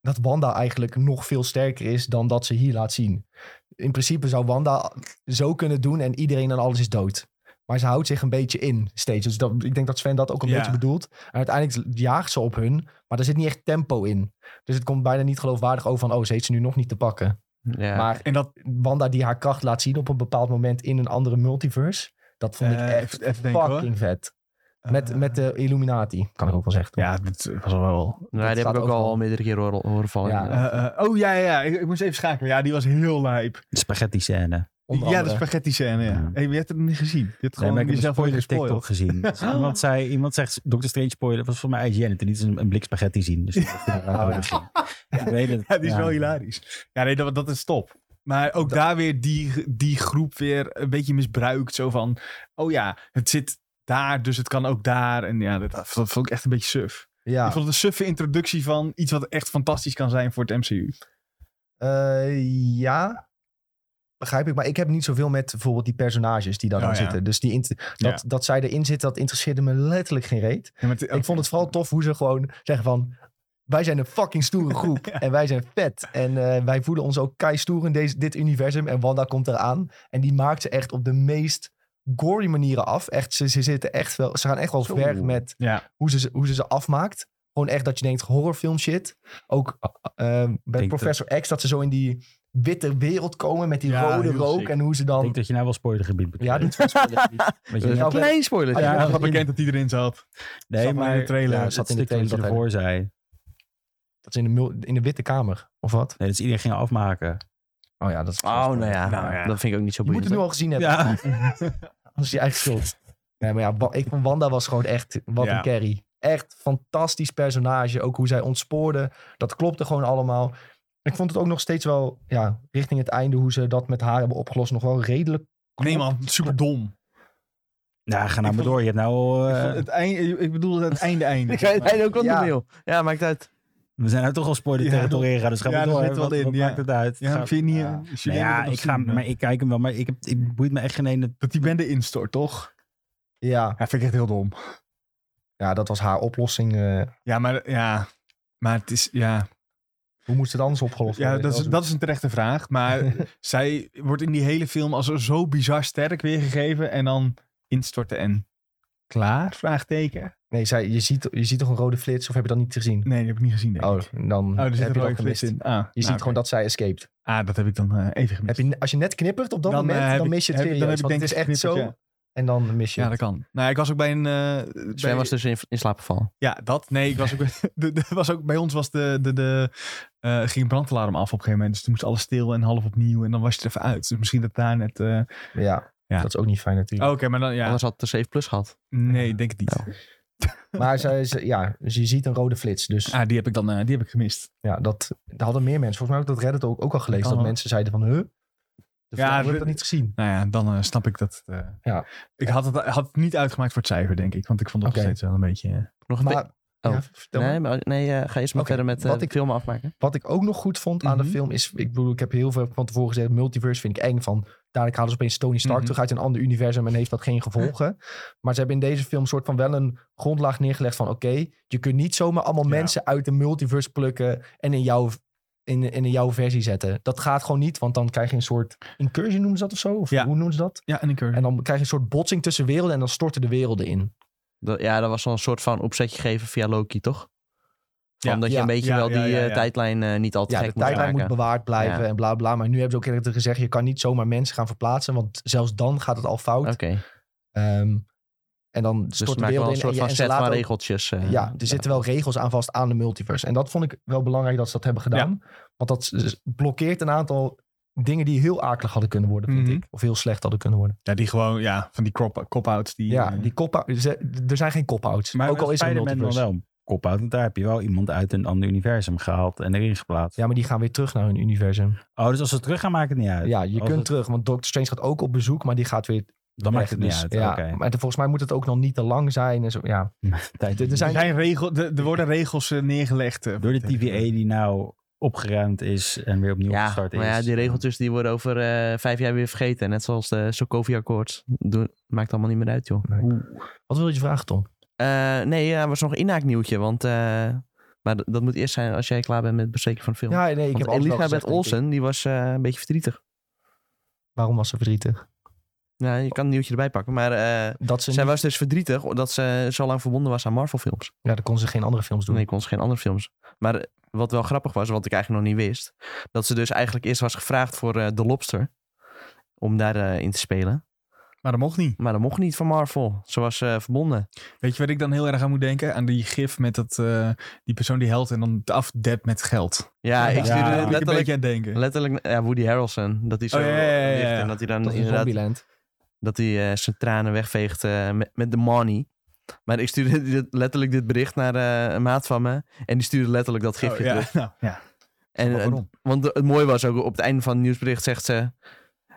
S1: dat Wanda eigenlijk nog veel sterker is dan dat ze hier laat zien. In principe zou Wanda zo kunnen doen en iedereen en alles is dood. Maar ze houdt zich een beetje in steeds. Dus dat, ik denk dat Sven dat ook een
S4: Ja.
S1: beetje bedoelt. En uiteindelijk jaagt ze op hun, maar er zit niet echt tempo in. Dus het komt bijna niet geloofwaardig over van, oh, ze heeft ze nu nog niet te pakken.
S2: Ja.
S1: Maar
S4: En dat...
S1: Wanda die haar kracht laat zien op een bepaald moment in een andere multiverse, dat vond ik
S4: eh,
S1: echt
S4: even denken, hoor.
S1: fucking vet. Met,
S4: Eh,
S1: met de Illuminati, kan ik ook wel zeggen.
S4: Ja, eh, het was wel... wel.
S2: Nou,
S1: dat
S2: die heb
S1: staat
S2: ik ook al,
S1: overal.
S2: meerdere keer horen, horen vallen.
S1: Ja. [LAUGHS]
S2: Ja.
S4: Eh, eh, oh ja, ja, ja. Ik, ik moest even schakelen. Ja, die was heel lijp.
S3: De spaghetti scène.
S1: Onder
S4: ja, de
S1: andere. Mm.
S4: spaghetti scène. Ja.
S3: Ja.
S4: Hey, maar je hebt het niet gezien. Je hebt
S3: Nee,
S4: gewoon
S3: maar ik heb een
S4: jezelf
S3: spoiler
S4: gespoild.
S3: TikTok gezien. Dus
S4: [LAUGHS]
S3: iemand, zei, iemand zegt, Dr. Strange spoiler, was voor mij IGN. En toen liet ze een, een blik spaghetti zien.
S4: [LAUGHS]
S3: Dus ik dacht, nou, dat is- ik weet het.
S4: Oh, Ja, die is
S3: Ja.
S4: wel hilarisch. Ja, nee, dat, dat is top. Maar ook daar weer die, die groep weer een beetje misbruikt. Zo van, oh ja, het zit daar, dus het kan ook daar. En ja, dat, dat vond ik echt een beetje suf.
S1: Ja.
S4: Ik vond het een suffe introductie van iets wat echt fantastisch kan zijn voor het MCU.
S1: Eh, ja, begrijp ik. Maar ik heb niet zoveel met bijvoorbeeld die personages die daar
S4: Oh,
S1: dan
S4: ja.
S1: zitten. Dus die int- dat, dat zij erin zitten, dat interesseerde me letterlijk geen reet.
S4: Ja, maar het-
S1: Ik vond het vooral tof hoe ze gewoon zeggen van... Wij zijn een fucking stoere groep en wij zijn vet. En eh, wij voelen ons ook kei stoer in deze, dit universum. En Wanda komt eraan en die maakt ze echt op de meest gory manieren af. Echt, ze, ze, zitten echt wel, ze gaan echt wel
S2: Zo.
S1: ver met
S4: Ja,
S1: hoe ze, ze- hoe ze ze afmaakt. Gewoon echt dat je denkt horrorfilm shit. Ook eh, eh, bij
S3: dat-
S1: Professor X dat ze zo in die witte wereld komen met die
S4: Ja,
S1: rode
S4: heel
S1: rook.
S4: sick.
S1: En hoe ze
S3: Ik
S1: dan...
S3: denk dat je nou wel spoilergebied betreft.
S1: Ja, dit was
S3: Want je
S2: Dat is een
S1: Ja,
S2: klein spoiler.
S1: Ah, ja.
S2: Ja.
S4: wel bekend dat die erin zat.
S3: nee,
S4: Zat maar
S3: maar
S4: in de trailer.
S3: Ja,
S1: Zat
S3: zat
S1: in
S3: in
S1: de
S3: dat
S1: trailer
S3: je
S1: dat hij-
S3: ervoor zei. Nee,
S1: dat ze in de, mul- in de witte kamer, of wat?
S3: dus iedereen ging afmaken.
S1: Oh ja, dat is...
S2: Oh, nou ja.
S4: Nou ja.
S2: Dat vind ik ook niet zo
S1: Je moet
S2: boeiend.
S1: het nu al gezien hebben. [LAUGHS]
S3: Ja.
S1: Anders is je eigen schuld. Nee, maar ja, Wa- ik vond Wanda was gewoon echt wat
S4: Ja.
S1: een carry. Echt fantastisch personage. Ook hoe zij ontspoorde. Dat klopte gewoon allemaal. Ik vond het ook nog steeds wel, ja, richting het einde, hoe ze dat met haar hebben opgelost, nog wel redelijk
S4: Nee man, super dom.
S3: Nou, ga
S4: Ik
S3: nou maar
S4: vond-
S3: door. Je hebt nou... eh,
S4: Ik vond het einde, ik bedoel het einde einde.
S2: Ik weet het ook wel
S1: Ja.
S2: niet meer. Ja, maakt uit.
S3: we zijn nou toch al spoiler
S4: Ja,
S3: territorium gaan, dus ga
S4: ja,
S3: maar
S4: dat
S3: door.
S4: zit
S3: Wat,
S4: wel in,
S3: wat
S4: ja.
S3: maakt het uit?
S4: Ja,
S3: Ga-
S4: vind je niet,
S3: Ja.
S4: eh, als
S3: Nou
S4: jullie
S3: ja,
S4: dat nog
S3: ik ga,
S4: zien,
S3: maar ik kijk hem wel, maar ik, heb, ik boeit me echt geen ene...
S4: Dat die bende instort, toch?
S1: Ja.
S4: Ja, vind ik echt heel dom.
S1: ja, dat was haar oplossing. eh.
S4: Ja, maar, ja, maar het is... Ja,
S1: hoe moest het anders opgelost
S4: Ja,
S1: worden?
S4: dat is, dat is een terechte
S1: [LAUGHS]
S4: vraag. Maar zij wordt in die hele film als zo bizar sterk weergegeven. En dan instorten en klaar? Vraagteken.
S1: Nee, zij, je, ziet, je ziet toch een rode flits? Of heb je dat niet gezien?
S4: Nee, die heb ik niet gezien, denk ik.
S1: Oh, dan
S4: Oh, er zit
S1: heb
S4: een
S1: je
S4: rode
S1: dat
S4: flits
S1: gemist.
S4: in. Ah,
S1: Je ziet gewoon dat zij escaped.
S4: Ah, dat heb ik dan eh, even gemist.
S1: Heb je, als je net knippert op dat
S4: Dan, eh,
S1: moment,
S4: heb
S1: dan
S4: ik-
S1: mis je het
S4: heb ik- dan
S1: serieus.
S4: heb
S1: Want
S4: ik
S1: het is
S4: denk ik
S1: echt zo.
S4: geknipperd,
S1: En dan mis je
S4: ja,
S1: het.
S4: dat kan. Nou, ik was ook bij een... eh, bij-
S2: Sven was dus in, in slaap gevallen.
S4: Ja, dat. Nee, ik was ook, de, de- was ook bij [LAUGHS] ons was de, de, de, eh, ging een brandalarm af op een gegeven moment. Dus toen moest alles stil en half opnieuw. En dan was je er even uit. Dus misschien dat daar net... eh,
S1: Ja,
S4: Ja.
S1: dat is ook niet fijn
S4: Oké,
S1: natuurlijk.
S4: maar dan... Ja,
S2: Anders had het een 7 plus gehad.
S4: nee, ik denk het niet.
S2: Nou.
S4: Oh.
S1: Maar zij, ze- ja, dus je ziet een rode flits. Dus
S4: Ah, die heb ik dan eh, die heb ik gemist.
S1: ja, dat, dat hadden meer mensen. Volgens mij heb ik dat Reddit ook, ook al gelezen.
S4: Kan
S1: dat
S4: wel.
S1: mensen zeiden van, huh? De vrouw heeft
S4: we-
S1: dat niet gezien.
S4: Nou ja, dan eh, snap ik dat. eh,
S1: Ja.
S4: Ik had het, had het niet uitgemaakt voor het cijfer, denk ik. Want ik vond dat
S1: Oké.
S4: nog steeds wel een beetje... eh,
S2: Nog een
S1: Maar,
S2: Oh.
S1: ja, vertel maar.
S2: Nee, maar, nee eh, ga eerst maar
S1: Oké,
S2: verder met eh,
S1: wat
S2: de
S1: ik-
S2: film afmaken.
S1: Wat ik ook nog goed vond aan
S4: Mhm.
S1: de film is... Ik bedoel, ik heb heel veel van tevoren gezegd... multiverse vind ik eng van... Dadelijk halen ze opeens Tony Stark
S4: Mhm.
S1: terug uit een ander universum... en heeft dat geen gevolgen.
S4: [LAUGHS]
S1: Maar ze hebben in deze film soort van wel een grondlaag neergelegd van... oké, je kunt niet zomaar allemaal
S4: Ja.
S1: mensen uit de multiverse plukken... en in jouw, in, in, in jouw versie zetten. Dat gaat gewoon niet, want dan krijg je een soort... incursie noemen ze dat of zo? Of
S4: Ja.
S1: hoe noemen ze dat?
S4: Ja, en ik er.
S1: En dan krijg je een soort botsing tussen werelden... en dan storten de werelden in.
S2: Dat- ja, dat was wel een soort van opzetje gegeven via Loki, toch? Van
S4: Ja.
S2: dat je
S1: Ja,
S2: een beetje
S4: ja,
S2: wel die
S4: ja, ja,
S2: eh,
S4: ja.
S2: tijdlijn eh, niet al te
S1: Ja, de
S2: gek moet
S1: tijdlijn moet
S2: maken.
S1: bewaard blijven
S2: Ja.
S1: en bla bla. Maar nu hebben ze ook eerlijk gezegd... je kan niet zomaar mensen gaan verplaatsen... want zelfs dan gaat het al fout.
S2: Oké,
S1: Ehm, en dan
S2: dus
S1: stort
S2: we
S1: de wereld
S2: maken wel
S1: in.
S2: een soort
S1: en
S2: van
S1: je- en ze
S2: set van
S1: laten ook-
S2: regeltjes. eh,
S1: Ja, er zitten wel regels aan vast aan de multiverse. En dat vond ik wel belangrijk dat ze dat hebben gedaan. Want dat s- blokkeert een aantal dingen die heel akelig hadden kunnen worden, vind
S4: Mhm.
S1: ik. Of heel slecht hadden kunnen worden.
S4: Ja, die gewoon, ja, van die crop- cop-outs. die,
S1: Ja,
S4: eh,
S1: die cop Er zijn geen cop-outs.
S3: Maar
S1: Ook al is er een
S3: Spider-Man dan
S1: multiverse.
S3: wel een kop-out, want daar heb je wel iemand uit een ander universum gehaald en erin geplaatst.
S1: Ja, maar die gaan weer terug naar hun universum.
S3: Oh, dus als ze het terug gaan, maakt het niet uit.
S1: Ja, je
S3: Als
S1: kunt
S3: het-
S1: terug. Want Doctor Strange gaat ook op bezoek, maar die gaat weer
S3: Dan
S1: weg,
S3: maakt het niet
S1: dus-
S3: uit.
S1: Ja,
S3: Oké.
S1: Maar volgens mij moet het ook nog niet te lang zijn. En zo.
S3: [LAUGHS]
S1: Ja.
S3: Tijd-
S1: Er
S4: Er,
S1: zijn
S4: zijn regel, de- er worden regels eh, neergelegd. eh,
S3: Door de TVA die nou opgeruimd is en weer opnieuw
S2: Ja,
S3: gestart is.
S2: maar ja, die regeltjes die worden over eh, vijf jaar weer vergeten. Net zoals de Sokovia-akkoord. Doe- Maakt allemaal niet meer uit, joh.
S1: Wat wil je vragen, Tom?
S2: Eh, nee, er was nog een inhaaknieuwtje. Want, eh, maar d- dat moet eerst zijn als jij klaar bent met het bespreken van de film.
S1: Ja, nee, ik heb alles
S2: want
S1: wel gezegd,
S2: Elisabeth
S1: denk ik.
S2: Olsen, die was eh, een beetje verdrietig.
S1: Waarom was ze verdrietig?
S2: Ja, je kan een nieuwtje erbij pakken. Maar eh,
S1: Dat ze
S2: zij was dus verdrietig dat ze zo lang verbonden was aan Marvel-films.
S1: Ja, dan kon ze geen andere films doen.
S2: Nee, kon ze geen andere films. Maar eh, wat wel grappig was, wat ik eigenlijk nog niet wist... dat ze dus eigenlijk eerst was gevraagd voor eh The Lobster... om daarin in te spelen.
S4: Maar dat mocht niet.
S2: Maar dat mocht niet van Marvel. Ze was eh, verbonden.
S4: Weet je wat ik dan heel erg aan moet denken? Aan die gif met dat, eh, die persoon die helpt en dan afdept met geld.
S2: Ja, ik
S4: Daar
S2: stuurde
S4: moet
S3: ja.
S4: ik een
S2: letterlijk,
S4: beetje aan denken.
S2: letterlijk ja, Woody Harrelson. Dat hij zo
S4: Oh, ja, ja, ja,
S2: ligt
S4: ja.
S2: en dat hij dan
S1: dat is
S2: inderdaad
S1: Zombieland.
S2: dat hij eh, zijn tranen wegveegt eh, met, met de money. Maar ik stuurde [LAUGHS] dit- letterlijk dit bericht naar eh, een maat van me. En die stuurde letterlijk dat gifje
S4: Oh, ja,
S2: terug.
S4: [LAUGHS] nou, ja.
S2: En,
S4: Maar waarom?
S2: eh, want het mooie was ook, op het einde van het nieuwsbericht zegt ze...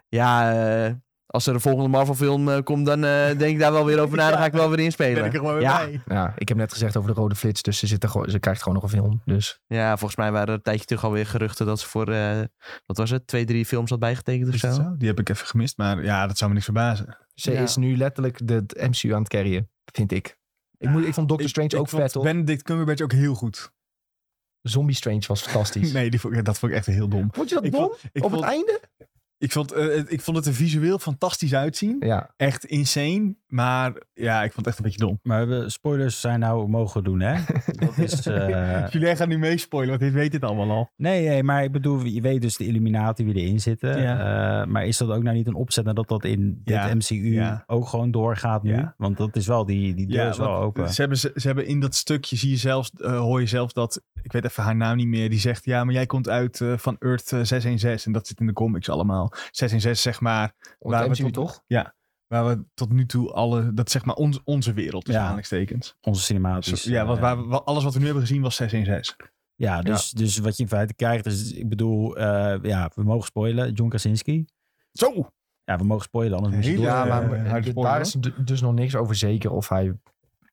S2: Ja, eh, als er een volgende Marvel film eh, komt, dan eh, denk ik daar wel weer over na. Dan ga ik wel weer
S4: [LAUGHS] ben ik er
S2: inspelen.
S4: gewoon weer
S2: Ja.
S4: bij.
S1: Ja, ik heb net gezegd over de rode flits, dus ze, zit er gewoon, ze krijgt gewoon nog een film. Dus
S2: Ja, volgens mij waren er een tijdje terug alweer geruchten dat ze voor... eh, wat was het? Twee, drie films had bijgetekend of
S4: Is
S2: zo.
S4: dat zo? Die heb ik even gemist, maar ja, dat zou me niks verbazen.
S1: ze
S2: Ja.
S1: is nu letterlijk de het MCU aan het carryen, vind ik. Ik, moet, ik vond Doctor Strange
S4: ik,
S1: ook
S4: ik
S1: vet,
S4: vond
S1: hoor.
S4: Benedict Cumberbatch ook heel goed.
S1: Zombie Strange was fantastisch.
S4: [LAUGHS] Nee, die vond, ik- dat vond ik echt heel dom.
S1: Vond je dat
S4: Ik
S1: dom?
S4: vond, ik,
S1: Op
S4: vond,
S1: het einde?
S4: ik, vond, eh, het- ik vond het er visueel fantastisch uitzien.
S1: Ja.
S4: echt insane. Maar ja, ik vond het echt een beetje dom.
S3: Maar we, spoilers zijn nou mogen doen,
S4: [LAUGHS]
S3: hè? Dat is, eh,
S4: Julien gaat nu meespoilen, want dit weet dit allemaal al.
S3: Nee, nee, maar ik bedoel, je weet dus de Illuminati wie erin zitten. Eh, maar is dat ook nou niet een opzet nadat dat in dit
S4: Ja,
S3: MCU
S4: ja.
S3: ook gewoon doorgaat nu?
S4: Ja. dus-
S3: Want dat is wel, die, die deur is wel
S4: want
S3: open.
S4: Ze hebben, ze, ze hebben in dat stukje, zie je zelfs, eh, hoor je zelf dat, ik weet even haar naam niet meer, die zegt, ja, maar jij komt uit eh, van Earth eh, 616 en dat zit in de comics allemaal. 616, zeg maar,
S1: Op
S4: Waar
S1: het
S4: we
S1: MCU
S4: tot-
S1: toch?
S4: waar we tot nu toe alle, dat is zeg maar ons, onze wereld, dus
S3: Ja.
S4: aanhalingstekens.
S3: Onze cinematisch. eh,
S4: Dus, ja,
S1: eh,
S4: want waar, we- wa- alles wat we nu hebben gezien was 616.
S3: Ja, dus, dus wat je in feite krijgt, is, ik bedoel, eh, ja, we mogen spoilen, John Krasinski.
S4: Zo!
S3: Ja, we mogen spoilen, anders moet je
S4: Hele-
S3: door.
S1: Ja,
S4: eh,
S1: maar
S4: harde
S1: eh,
S4: spoiler,
S1: daar is d- dus nog niks over zeker of hij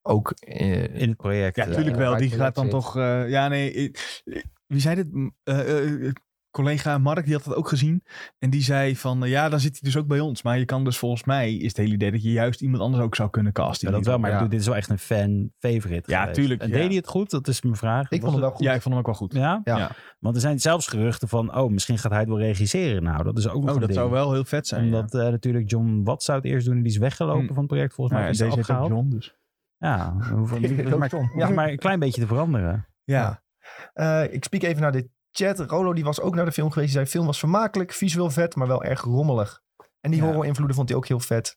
S1: ook... eh,
S3: in het project.
S4: Ja,
S3: eh,
S4: natuurlijk wel.
S1: waar
S4: Die
S1: het
S4: gaat dan
S1: project
S4: toch... eh, ja, nee. ik- Wie zei dit? Eh, eh, collega Mark, die had dat ook gezien. En die zei van, eh, ja, dan zit hij dus ook bij ons. Maar je kan dus volgens mij, is het hele idee dat je juist iemand anders ook zou kunnen casten.
S3: Ja, dat wel, maar
S1: Ja.
S3: ik bedoel, dit is wel echt een fan-favorite.
S4: Ja,
S3: geweest.
S4: tuurlijk,
S3: En
S4: ja.
S3: deed hij het goed? Dat is mijn vraag.
S1: ik vond hem wel goed.
S4: Ja, ik vond hem ook wel goed.
S3: Ja?
S1: Ja.
S4: Ja.
S3: want er zijn zelfs geruchten van, oh, misschien gaat hij het wel regisseren. Nou, dat is ook nog
S4: Oh,
S3: een
S4: dat
S3: ding.
S4: zou wel heel vet zijn.
S3: Omdat eh, natuurlijk John Watts zou het eerst doen en die is weggelopen
S4: Hmm.
S3: van het project volgens mij.
S4: ja,
S3: Of die is
S4: deze heet ook
S3: afgehaald.
S4: John, dus.
S3: Ja, we
S4: [LAUGHS]
S3: hoeven-
S1: [LAUGHS] Ik
S3: we
S1: ook
S3: maar,
S1: John.
S3: we hoeven [LAUGHS] maar een klein beetje te veranderen.
S4: Ja.
S1: Eh, ik spreek even naar de chat. Rolo die was ook naar de film geweest. Die zei, film was vermakelijk, visueel vet, maar wel erg rommelig. En die
S4: Ja.
S1: horror-invloeden vond hij ook heel vet.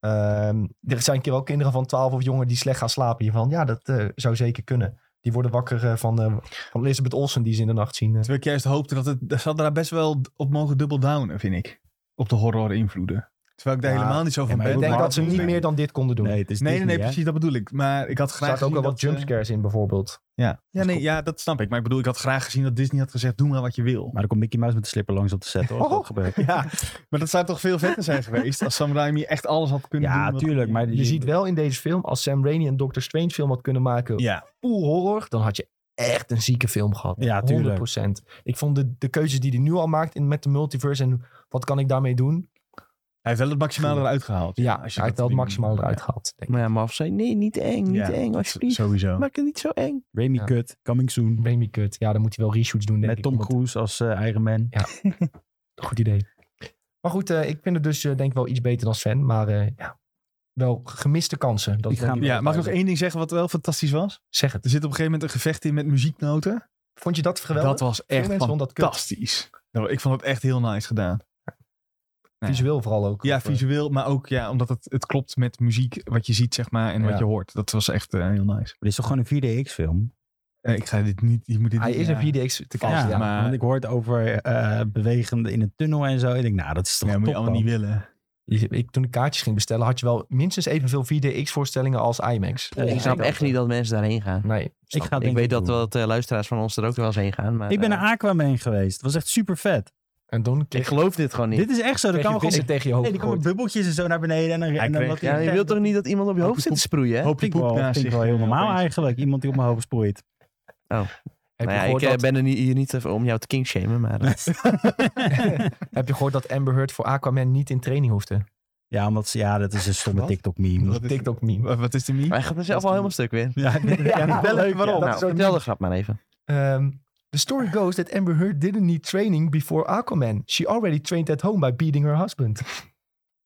S1: Ehm, er zijn wel kinderen van 12 of jonger die slecht gaan slapen hiervan. Ja, dat eh, zou zeker kunnen. Die worden wakker eh, van, eh, van Elizabeth Olsen die ze in de nacht zien. eh.
S4: Terwijl ik juist hoopte dat het... Ze hadden daar best wel op mogen double downen, vind ik. Op de horror invloeden. Terwijl ik daar
S1: Ja.
S4: helemaal niet zo
S3: Ja,
S4: van
S3: maar
S4: ben.
S1: ik denk
S4: maar-
S1: dat ze niet meer dan dit konden doen.
S3: het is
S4: Nee, nee,
S3: Disney,
S4: nee,
S3: hè?
S4: precies, dat bedoel ik. Maar ik had
S1: er
S4: graag
S1: zaten ook wel
S4: gezien
S1: wat
S4: dat, eh,
S1: jumpscares in bijvoorbeeld.
S4: Ja. ja,
S1: Dus
S4: nee,
S1: kom-
S4: ja, dat snap ik. Maar ik bedoel, ik had graag gezien dat Disney had gezegd: doe maar wat je wil.
S3: Maar dan komt Mickey Mouse met de slipper langs op de set, hoor. als dat
S1: Oh.
S3: gebeurt.
S4: [LAUGHS] Ja, maar dat zou toch veel vetter zijn geweest als Sam Raimi echt alles had kunnen doen.
S3: Ja,
S4: wat-
S3: tuurlijk. Maar
S1: Je ziet wel in deze film, als Sam Raimi een Doctor Strange film had kunnen maken,
S4: Ja,
S1: pool horror, dan had je echt een zieke film gehad.
S3: Ja, tuurlijk.
S1: 100%. Ik vond de, de keuzes die hij nu al maakt in, met de multiverse en wat kan ik daarmee doen.
S4: hij heeft wel het maximale eruit gehaald.
S1: Ja, hij heeft wel het maximaal eruit gehaald. denk ik.
S2: Maar ja, Maf zei, nee, niet eng, niet
S4: Ja,
S2: eng,
S4: gehaald.
S2: alsjeblieft.
S4: Sowieso.
S2: Maak het niet zo eng.
S3: Remy
S1: Ja.
S3: Kut, coming soon.
S1: Baby kut. Ja, dan moet hij wel reshoots doen, denk
S3: Met
S1: ik.
S3: Tom
S1: want-
S3: Cruise als eh, Iron Man.
S1: Goed idee. Maar goed, eh, ik vind het dus eh, denk ik wel iets beter dan Sven. Maar eh, ja, wel gemiste kansen. Dat
S3: Die
S1: denk
S3: gaan-
S1: ik wel
S4: Ja, mag ik nog
S1: duidelijk.
S4: één ding zeggen wat wel fantastisch was?
S1: Zeg het.
S4: Er zit op een gegeven moment een gevecht in met muzieknoten.
S1: Vond je dat geweldig?
S4: Dat was
S1: Veel
S4: echt
S1: mensen vonden dat kut.
S4: fantastisch. Nou, Ik vond het echt heel nice gedaan. nee.
S1: Visueel vooral ook.
S4: Ja,
S1: Of, eh,
S4: visueel, maar ook ja, omdat het, het klopt met muziek wat je ziet, zeg maar, en
S1: Ja.
S4: wat je hoort. Dat was echt eh, heel nice.
S3: Dit is toch gewoon een 4DX-film?
S4: Eh, ik ga dit niet, je moet dit
S1: Hij
S4: niet-
S1: is
S4: ja.
S1: een 4DX te
S4: Ja,
S1: kast, ja.
S4: maar-
S3: Want ik hoor het over eh, bewegende in een tunnel en zo. Ik denk, nou, dat is toch
S4: Nee,
S3: top
S4: moet je allemaal
S3: dan.
S4: niet willen.
S1: Ik, toen ik kaartjes ging bestellen, had je wel minstens evenveel 4DX-voorstellingen als IMAX.
S3: Eh,
S2: ik snap echt niet dat mensen daarheen gaan.
S1: Nee.
S3: Ik, ga
S2: ik
S3: denk
S2: weet dat
S3: doen.
S2: wel dat, eh, luisteraars van ons er ook wel eens heen gaan. Maar,
S3: Ik ben
S2: eh,
S3: naar Aquaman geweest. Het was echt super vet.
S1: En dan kreeg
S2: ik geloof dit gewoon niet.
S3: Dit is echt zo. Dan
S1: Kreeg je
S3: kan we gewoon...
S1: vissen tegen je hoofd
S3: Nee, die komen
S1: gegooid.
S3: bubbeltjes en zo naar beneden. En dan, en dan
S4: kreeg-
S3: wat
S2: ja, je wilt toch niet dat iemand op je hoofd zit te sproeien, hè?
S4: Hoop je
S3: Vind ik
S4: poep
S3: wel,
S4: naast
S3: vind ik
S4: zich,
S3: wel heel
S4: eh,
S3: normaal
S4: opeens.
S3: eigenlijk. Iemand die op mijn hoofd sproeit.
S1: Heb,
S2: Nou
S1: je
S2: ja, ik
S1: gehoord
S2: eh,
S1: dat,
S2: ben er niet, hier niet even om jou te kingshamen, maar... eh,
S1: heb je gehoord dat Amber Heard voor Aquaman niet in training hoefde?
S3: Ja, omdat ze, ja, dat is een stomme
S1: Wat?
S3: TikTok-meme.
S4: Wat
S1: Dat
S4: is-
S1: TikTok-meme.
S4: Wa- Wat is de meme?
S2: maar hij gaat mezelf al helemaal stuk weer.
S3: Ja, ik vind het- ja, dat is wel leuk.
S1: waarom? dat
S3: ja.
S2: Nou,
S1: is zo'n
S2: vertel de grap maar even.
S1: Um, the story goes that Amber Heard didn't need training before Aquaman. She already trained at home by beating her husband.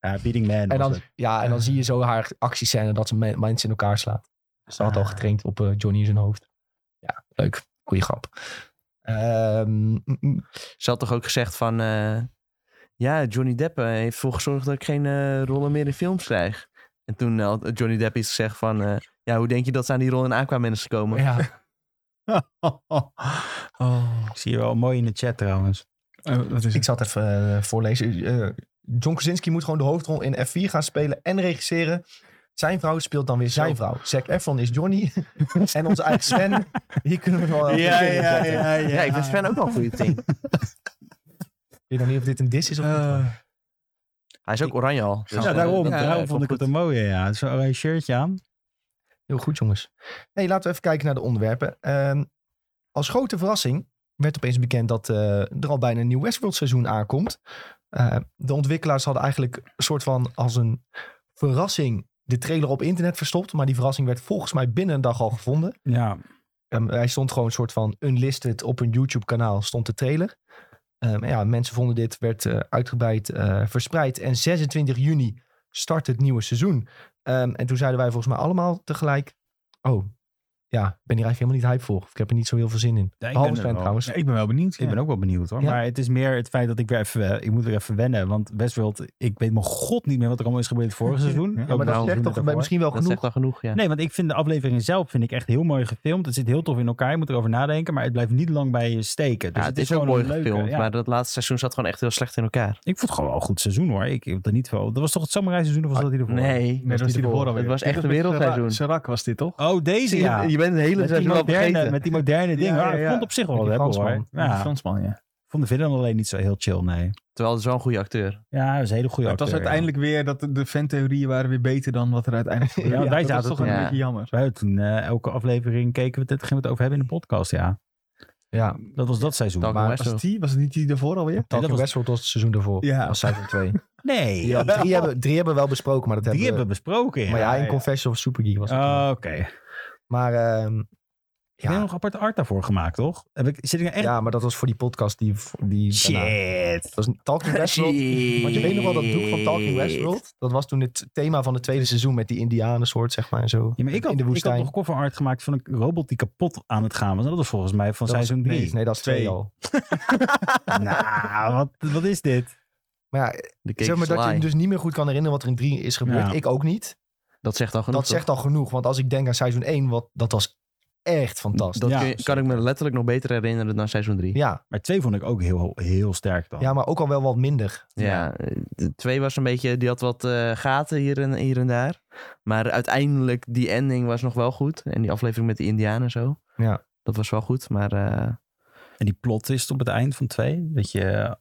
S3: Ja, Beating Man.
S1: En
S3: was
S1: dan,
S3: het.
S1: ja, en dan zie je zo haar actiescène dat ze me- mensen in elkaar slaat. Ze had al getraind op eh, Johnny in zijn hoofd. Ja, leuk. Goeie grap. Ehm, mm, mm.
S2: Ze had toch ook gezegd van... eh, ja, Johnny Depp eh, heeft ervoor gezorgd dat ik geen eh, rollen meer in films krijg. En toen had Johnny Depp iets gezegd van... eh, ja, hoe denk je dat ze aan die rol in Aquaman is gekomen?
S1: ja,
S3: [LAUGHS]
S4: Oh.
S3: Ik zie je wel mooi in de chat trouwens.
S4: Eh, wat is
S1: Ik zal het even eh, voorlezen. Eh, John Krasinski moet gewoon de hoofdrol in F4 gaan spelen en regisseren. Zijn vrouw speelt dan weer zijn vrouw. Zac Efron is
S4: [LAUGHS]
S1: Johnny. en onze eigen Sven. Hier kunnen we wel...
S4: ja.
S2: Ja, ik vind Sven ook wel een goede ding.
S1: Ik weet nog niet of dit een dis is of niet.
S4: Eh,
S2: Hij is ook oranje al. Dus,
S3: Ja,
S2: eh,
S3: daarom.
S2: dat, eh,
S3: daarom vond ik
S2: klopt
S3: het een mooie, ja. Zo'n oranje shirtje aan.
S1: Heel goed, jongens. Nee, laten we even kijken naar de onderwerpen. Ehm, als grote verrassing werd opeens bekend dat eh, er al bijna een nieuw Westworld seizoen aankomt. Eh, de ontwikkelaars hadden eigenlijk een soort van als een verrassing de trailer op internet verstopt. Maar die verrassing werd volgens mij binnen een dag al gevonden.
S3: Ja,
S1: Ehm, hij stond gewoon een soort van unlisted op een YouTube kanaal stond de trailer. Ehm, ja, mensen vonden dit, werd eh, uitgebreid eh, verspreid. En 26 juni start het nieuwe seizoen. Ehm, en toen zeiden wij volgens mij allemaal tegelijk... Oh, ja, ik ben hier eigenlijk helemaal niet hype voor. Of ik heb er niet zo heel veel zin in.
S3: Ja, ik
S1: Behalve
S3: ben er
S1: Sven
S3: wel.
S1: trouwens.
S4: ik ben wel benieuwd.
S3: ik ben ook wel benieuwd hoor.
S1: Ja.
S3: Maar het is meer het feit dat ik weer even... eh, ik moet weer even wennen. Want Westworld, ik weet mijn god niet meer wat er allemaal is gebeurd het vorige seizoen.
S4: Ja,
S1: Ja, maar
S3: Ook
S1: dat
S3: wel
S1: zegt toch
S3: daarvoor.
S1: bij misschien wel
S2: Dat zegt
S1: genoeg.
S2: al genoeg, ja.
S3: Nee, want ik vind de aflevering zelf vind ik echt heel mooi gefilmd. Het zit heel tof in elkaar. Je moet erover nadenken. Maar het blijft niet lang bij je steken. Dus
S2: ja, het is ook
S3: gewoon
S2: mooi
S3: een leuke-
S2: gefilmd,
S3: ja.
S2: maar dat laatste seizoen zat gewoon echt heel slecht in elkaar.
S3: Ik vond het gewoon wel een goed seizoen hoor. Ik heb er niet veel... Dat was toch het zomerijseizoen of was dat hiervoor?
S2: Nee,
S4: Nee, dat was die ervoor alweer.
S2: Het was echt
S4: Dit
S2: een
S4: met
S2: wereldseizoen.
S4: Sera- Serak was dit toch?
S3: Oh, deze ja.
S2: Je bent een hele
S3: Met die
S2: seizoen al
S3: moderne,
S2: vergeten.
S3: met die moderne dingen. Ja,
S4: Ja, ja,
S3: Ik
S4: ja.
S3: vond het op zich wel
S1: Met die
S3: hebben hoor.
S1: Fransman.
S4: Ja.
S3: Ja.
S4: Fransman, ja.
S3: vond de villain alleen niet zo heel chill, nee.
S2: Terwijl het is wel een goede acteur.
S3: Ja, hij was een hele goede
S4: het
S3: acteur.
S4: was
S3: ja.
S4: uiteindelijk weer dat de fantheorieën waren weer beter dan wat er uiteindelijk gebeurde.
S3: Ja, wij
S4: dat was
S3: zaten
S4: toch een
S2: toen-
S4: beetje jammer.
S3: Wij hebben toen eh, elke aflevering keken we dit, gingen we het over hebben in de podcast, ja.
S1: Ja,
S3: Dat was dat seizoen.
S2: Talking
S1: maar
S2: West
S4: Was het
S2: World.
S4: die? Was het niet die daarvoor alweer?
S1: Talking
S3: was-
S1: Westworld was het seizoen daarvoor.
S4: Ja.
S1: was seizoen 2.
S3: Nee,
S1: Ja, drie, hebben, drie hebben we wel besproken, maar dat
S3: die hebben
S1: hebben
S3: we besproken.
S1: we...
S3: ja.
S1: Maar ja, in
S4: ja.
S1: Confession of Super Geek was het.
S3: Oh,
S1: toen.
S3: Oké.
S1: maar ehm,
S3: Ik heb
S1: ja,
S3: nog apart art daarvoor gemaakt, toch? Heb ik, zit ik nou echt...
S1: ja, maar dat was voor die podcast die... die daarna-
S3: Shit.
S1: Dat was een- Talking Westworld. Want je weet nog wel dat doek van Talking Westworld? Dat was toen het thema van het tweede seizoen met die indianensoort, zeg maar, en zo.
S3: Ja, maar ik had,
S1: in de
S3: ik had
S1: woestijn.
S3: nog cover art gemaakt van een robot die kapot aan het gaan was. En Dat was volgens mij van
S1: Dat was-
S3: seizoen 3.
S1: Nee, nee, dat is twee,
S4: Twee.
S1: al.
S3: [LAUGHS] Nou, wat, wat is dit?
S1: Maar ja,
S2: De cake
S1: zeg maar
S2: is
S1: dat je
S2: lie.
S1: je dus niet meer goed kan herinneren wat er in drie is gebeurd.
S3: Ja.
S1: Ik ook niet.
S2: Dat zegt al genoeg.
S1: dat zegt al genoeg. Want als ik denk aan seizoen 1, wat, dat was echt
S2: toch?
S1: fantastisch.
S2: Dat
S3: Ja,
S2: kun je- kan ik me letterlijk nog beter herinneren dan seizoen 3.
S1: Ja,
S3: Maar twee vond ik ook heel, heel sterk dan.
S1: ja, maar ook al wel wat minder.
S2: Ja, eh, de twee was een beetje, die had wat eh, gaten hier en, hier en daar. Maar uiteindelijk, die ending was nog wel goed. En die aflevering met de Indianen en zo.
S1: Ja.
S2: Dat was wel goed, maar eh,
S3: En die plot is op het eind van twee. Dat je...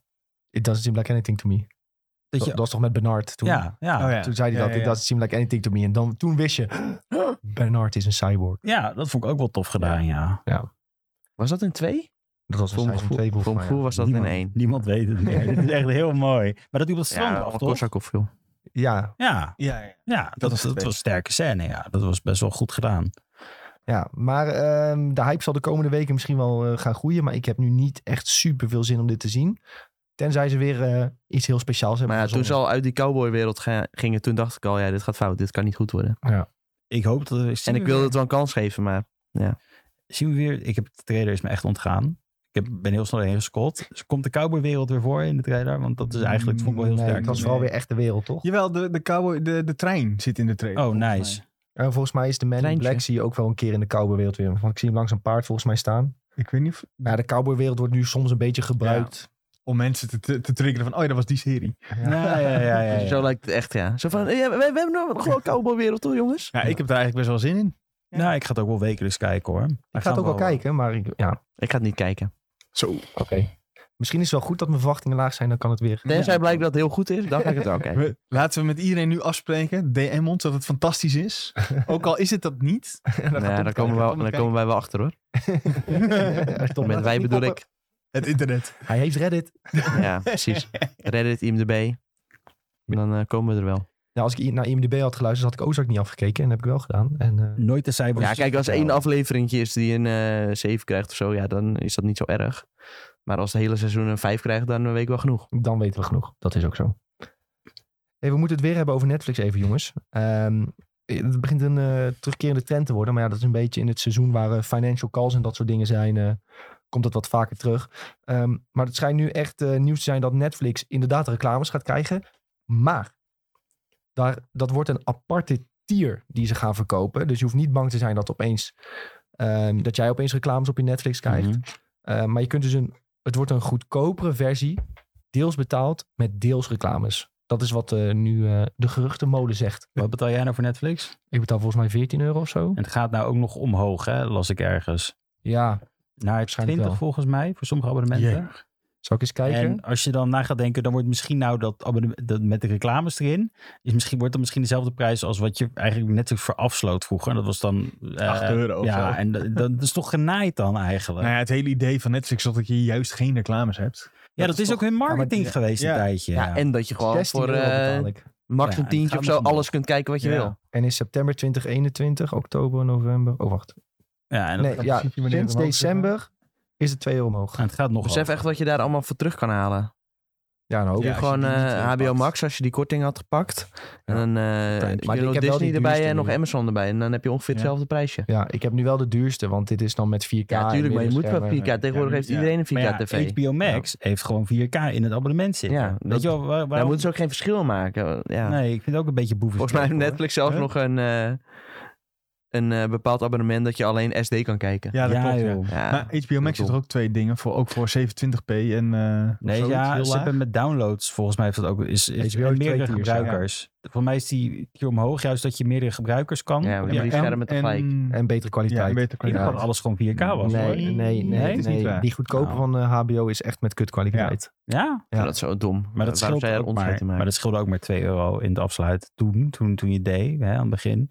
S1: It doesn't seem like anything to me. Dat,
S3: Dat je
S1: dat was toch met Bernard toen?
S3: ja, ja.
S4: Oh ja.
S1: Toen zei hij
S4: Ja,
S1: dat,
S4: ja,
S1: it
S4: ja.
S1: doesn't seem like anything to me. En dan, toen wist je, Bernard is een cyborg.
S3: ja, dat vond ik ook wel tof gedaan, ja.
S2: was dat in twee?
S1: Dat was
S2: Voor
S1: een
S2: mijn
S1: seizoen
S2: gevoel,
S1: 2 volgens
S2: voor mijn
S1: mij.
S2: gevoel was dat
S3: niemand,
S2: in één.
S3: Niemand weet het meer. Dit is echt heel mooi. Maar dat hij op het strand
S2: Ja,
S3: af,
S2: een
S3: toch?
S2: Korsakoff joh.
S1: Ja,
S3: Ja,
S4: Ja, ja.
S3: ja dat, dat,
S4: was het
S3: was
S4: beste.
S3: een sterke scène. Ja. Dat was best wel goed gedaan.
S1: ja, maar ehm, de hype zal de komende weken misschien wel eh, gaan groeien. Maar ik heb nu niet echt super veel zin om dit te zien. Tenzij ze weer eh, iets heel speciaals hebben.
S2: Maar ja, toen ze
S1: verzonnen.
S2: al uit die cowboywereld ga- gingen, toen dacht ik al, ja, dit gaat fout. Dit kan niet goed worden.
S3: Ik hoop dat... we- zien
S2: En
S3: we
S2: ik
S3: weer-
S2: wilde het wel een kans geven, maar
S3: zien we weer. Ik heb de trailer is me echt ontgaan. Ik heb, ben heel snel heen gescot. Dus komt de cowboywereld weer voor in de trailer? Want dat is eigenlijk vond ik wel heel
S1: Mm, Nee,
S3: sterk.
S1: het was
S4: Nee.
S1: vooral weer echt de wereld, toch?
S4: Jawel, de, de, cowboy, de, de trein zit in de trailer.
S3: Oh, nice.
S1: En volgens mij is de Man in
S2: Treintje.
S1: Black zie je ook wel een keer in de cowboywereld weer. Want ik zie hem langs een paard volgens mij staan.
S4: Ik weet niet of,
S1: Maar ja, de cowboywereld wordt nu soms een beetje gebruikt.
S4: om mensen te, te, te triggeren van, oh ja, dat was die serie.
S3: Ja, ja, ja. ja, ja.
S2: zo lijkt het echt, ja. Zo van, ja, we, we hebben nog wel een cowboywereld, toch, jongens?
S4: Ja, ik heb er eigenlijk best wel zin in.
S3: Nou, ik ga het ook wel wekelijks kijken hoor.
S1: Ik ga het ook wel kijken, maar ik- ja,
S2: Ik ga het niet kijken.
S4: Zo.
S1: oké. Misschien is het wel goed dat mijn verwachtingen laag zijn, dan kan het [LAUGHS] weer.
S2: Tenzij blijkt dat het heel goed is, dan ga ik het wel
S4: [LAUGHS]
S2: kijken.
S4: We- laten we met iedereen nu afspreken, DM ons, dat het fantastisch
S2: [LAUGHS]
S4: is. Ook al is het dat niet.
S2: Nou,
S1: gaat Tom
S2: daar komen, we, wel-
S4: Tom
S2: daar
S4: kijken.
S2: komen wij wel achter, hoor.
S1: Tom,
S2: Met
S1: laat
S2: wij
S1: het niet
S2: bedoel
S1: poppen.
S2: ik.
S4: Het internet.
S1: Hij heeft Reddit.
S2: Ja, precies. Reddit, IMDb. Dan eh, komen we er wel.
S1: Nou, als ik i- naar IMDb had geluisterd, had ik Ozark niet afgekeken. En dat heb ik wel gedaan. En, eh,
S3: Nooit de cijfers.
S2: Ja, kijk, als één aflevering is die een eh 7 krijgt of zo, ja, dan is dat niet zo erg. Maar als het hele seizoen een 5 krijgt, dan weet ik wel genoeg.
S1: Dan weten we genoeg. Dat is ook zo. Hey, we moeten het weer hebben over Netflix even, jongens. Ehm, het begint een eh, terugkerende trend te worden. Maar ja, dat is een beetje in het seizoen waar eh, financial calls en dat soort dingen zijn. eh, komt dat wat vaker terug. Ehm, maar het schijnt nu echt eh, nieuws te zijn dat Netflix inderdaad reclames gaat krijgen. Maar daar, dat wordt een aparte tier die ze gaan verkopen. Dus je hoeft niet bang te zijn dat, opeens, ehm, dat jij opeens reclames op je Netflix krijgt.
S3: Mhm.
S1: Eh, maar je kunt dus een, het wordt een goedkopere versie, deels betaald met deels reclames. Dat is wat eh, nu eh, de geruchtenmolen zegt.
S3: Wat betaal jij nou voor Netflix?
S1: Ik betaal volgens mij 14 euro of zo.
S3: En het gaat nou ook nog omhoog, hè? las ik ergens.
S1: Ja,
S3: Naar
S1: Waarschijnlijk
S3: 20
S1: wel.
S3: volgens mij, voor sommige abonnementen.
S1: zal ik eens kijken?
S3: En als je dan na gaat denken, dan wordt misschien nou dat abonnement dat met de reclames erin, is misschien, wordt dat misschien dezelfde prijs als wat je eigenlijk Netflix voor afsloot vroeger. En dat was dan... eh,
S4: 8 euro of
S3: Ja,
S4: zo.
S3: en dat, dat is toch genaaid dan eigenlijk.
S4: [LAUGHS] Nou ja, het hele idee van Netflix is dat je juist geen reclames hebt.
S3: ja, dat,
S1: dat
S3: is
S1: is
S3: ook hun marketing
S1: ja,
S3: geweest
S4: ja.
S3: een tijdje.
S2: Ja, en dat je gewoon
S1: 16
S2: voor
S1: euro
S2: eh,
S1: betaal ik.
S2: max
S3: Ja, en
S2: een
S3: het
S2: tientje
S3: gaat
S2: of zo
S3: nog omhoog.
S2: alles kunt kijken wat je
S4: Ja.
S2: wil.
S1: En in september 2021, oktober, november. Oh, wacht.
S3: Ja, en,
S1: Nee,
S3: dat,
S1: ja,
S4: precies wanneer het
S1: sinds
S4: omhoog is
S1: december is het 2 euro omhoog.
S3: en het gaat nog
S2: Besef
S3: hoger.
S2: echt wat je daar allemaal voor terug kan halen.
S1: Ja, een hoop.
S4: Ja,
S2: Je
S4: als je
S2: gewoon
S4: die niet,
S2: eh,
S4: eh,
S2: HBO
S4: pakt.
S2: Max, als je die korting had gepakt. En
S1: Ja.
S2: dan eh,
S1: ik
S2: je
S1: heb wel
S2: nog
S1: die
S2: Disney erbij
S1: duurste
S2: en nog
S1: nu.
S2: Amazon erbij. En dan heb je ongeveer
S4: Ja.
S2: hetzelfde prijsje.
S1: Ja, ik heb nu wel de duurste, want dit is dan met 4K.
S2: Ja, tuurlijk,
S1: en
S2: maar je moet wel 4K.
S1: middenschermen.
S2: Tegenwoordig
S4: Ja,
S2: heeft
S4: ja.
S2: iedereen een 4K
S3: Maar
S2: tv.
S3: ja, HBO Max heeft gewoon 4K in het abonnement zitten.
S2: Ja,
S3: Weet
S2: dat-
S3: je wel, waar- waarom-
S2: Daar moeten ze ook geen verschil maken. Ja.
S3: Nee, ik vind het ook een beetje boeven.
S2: Volgens mij heeft Netflix zelf
S4: Huh?
S2: nog een, eh, een eh, bepaald abonnement dat je alleen SD kan kijken.
S4: Ja, dat klopt. ja.
S3: joh.
S2: Ja,
S4: Maar HBO Max zit er ook twee dingen voor. Ook voor 27p en eh
S3: Nee,
S4: zoiets,
S3: ja,
S4: heel
S3: ze
S4: laag.
S3: hebben met downloads, volgens mij heeft dat ook is, is
S1: HBO
S3: en
S1: twee
S3: meerdere
S1: tiers,
S3: gebruikers. Volgens mij is die hier omhoog juist dat je meerdere gebruikers kan.
S2: Ja,
S3: Op
S2: maar
S3: die-
S2: die
S3: en-
S2: schermen tegelijk.
S1: En betere kwaliteit.
S4: Ja, en betere
S3: Ik
S4: kwaliteit.
S3: dacht dat alles gewoon 4K was.
S1: nee,
S3: hoor.
S1: nee, nee,
S3: Nee,
S1: nee,
S3: is
S4: niet waar.
S1: Die goedkoper
S3: Nou.
S1: van eh, HBO is echt met kutkwaliteit.
S3: Ja,
S1: Ja.
S2: Ja, dat is zo dom.
S3: maar dat,
S2: Waarom
S3: scheelde
S2: zou je er
S3: ook
S2: onderscheid
S3: maar,
S2: in maken?
S3: maar dat scheelde ook maar 2 euro in het afsluit toen, toen, toen je het deed, hè, aan het begin.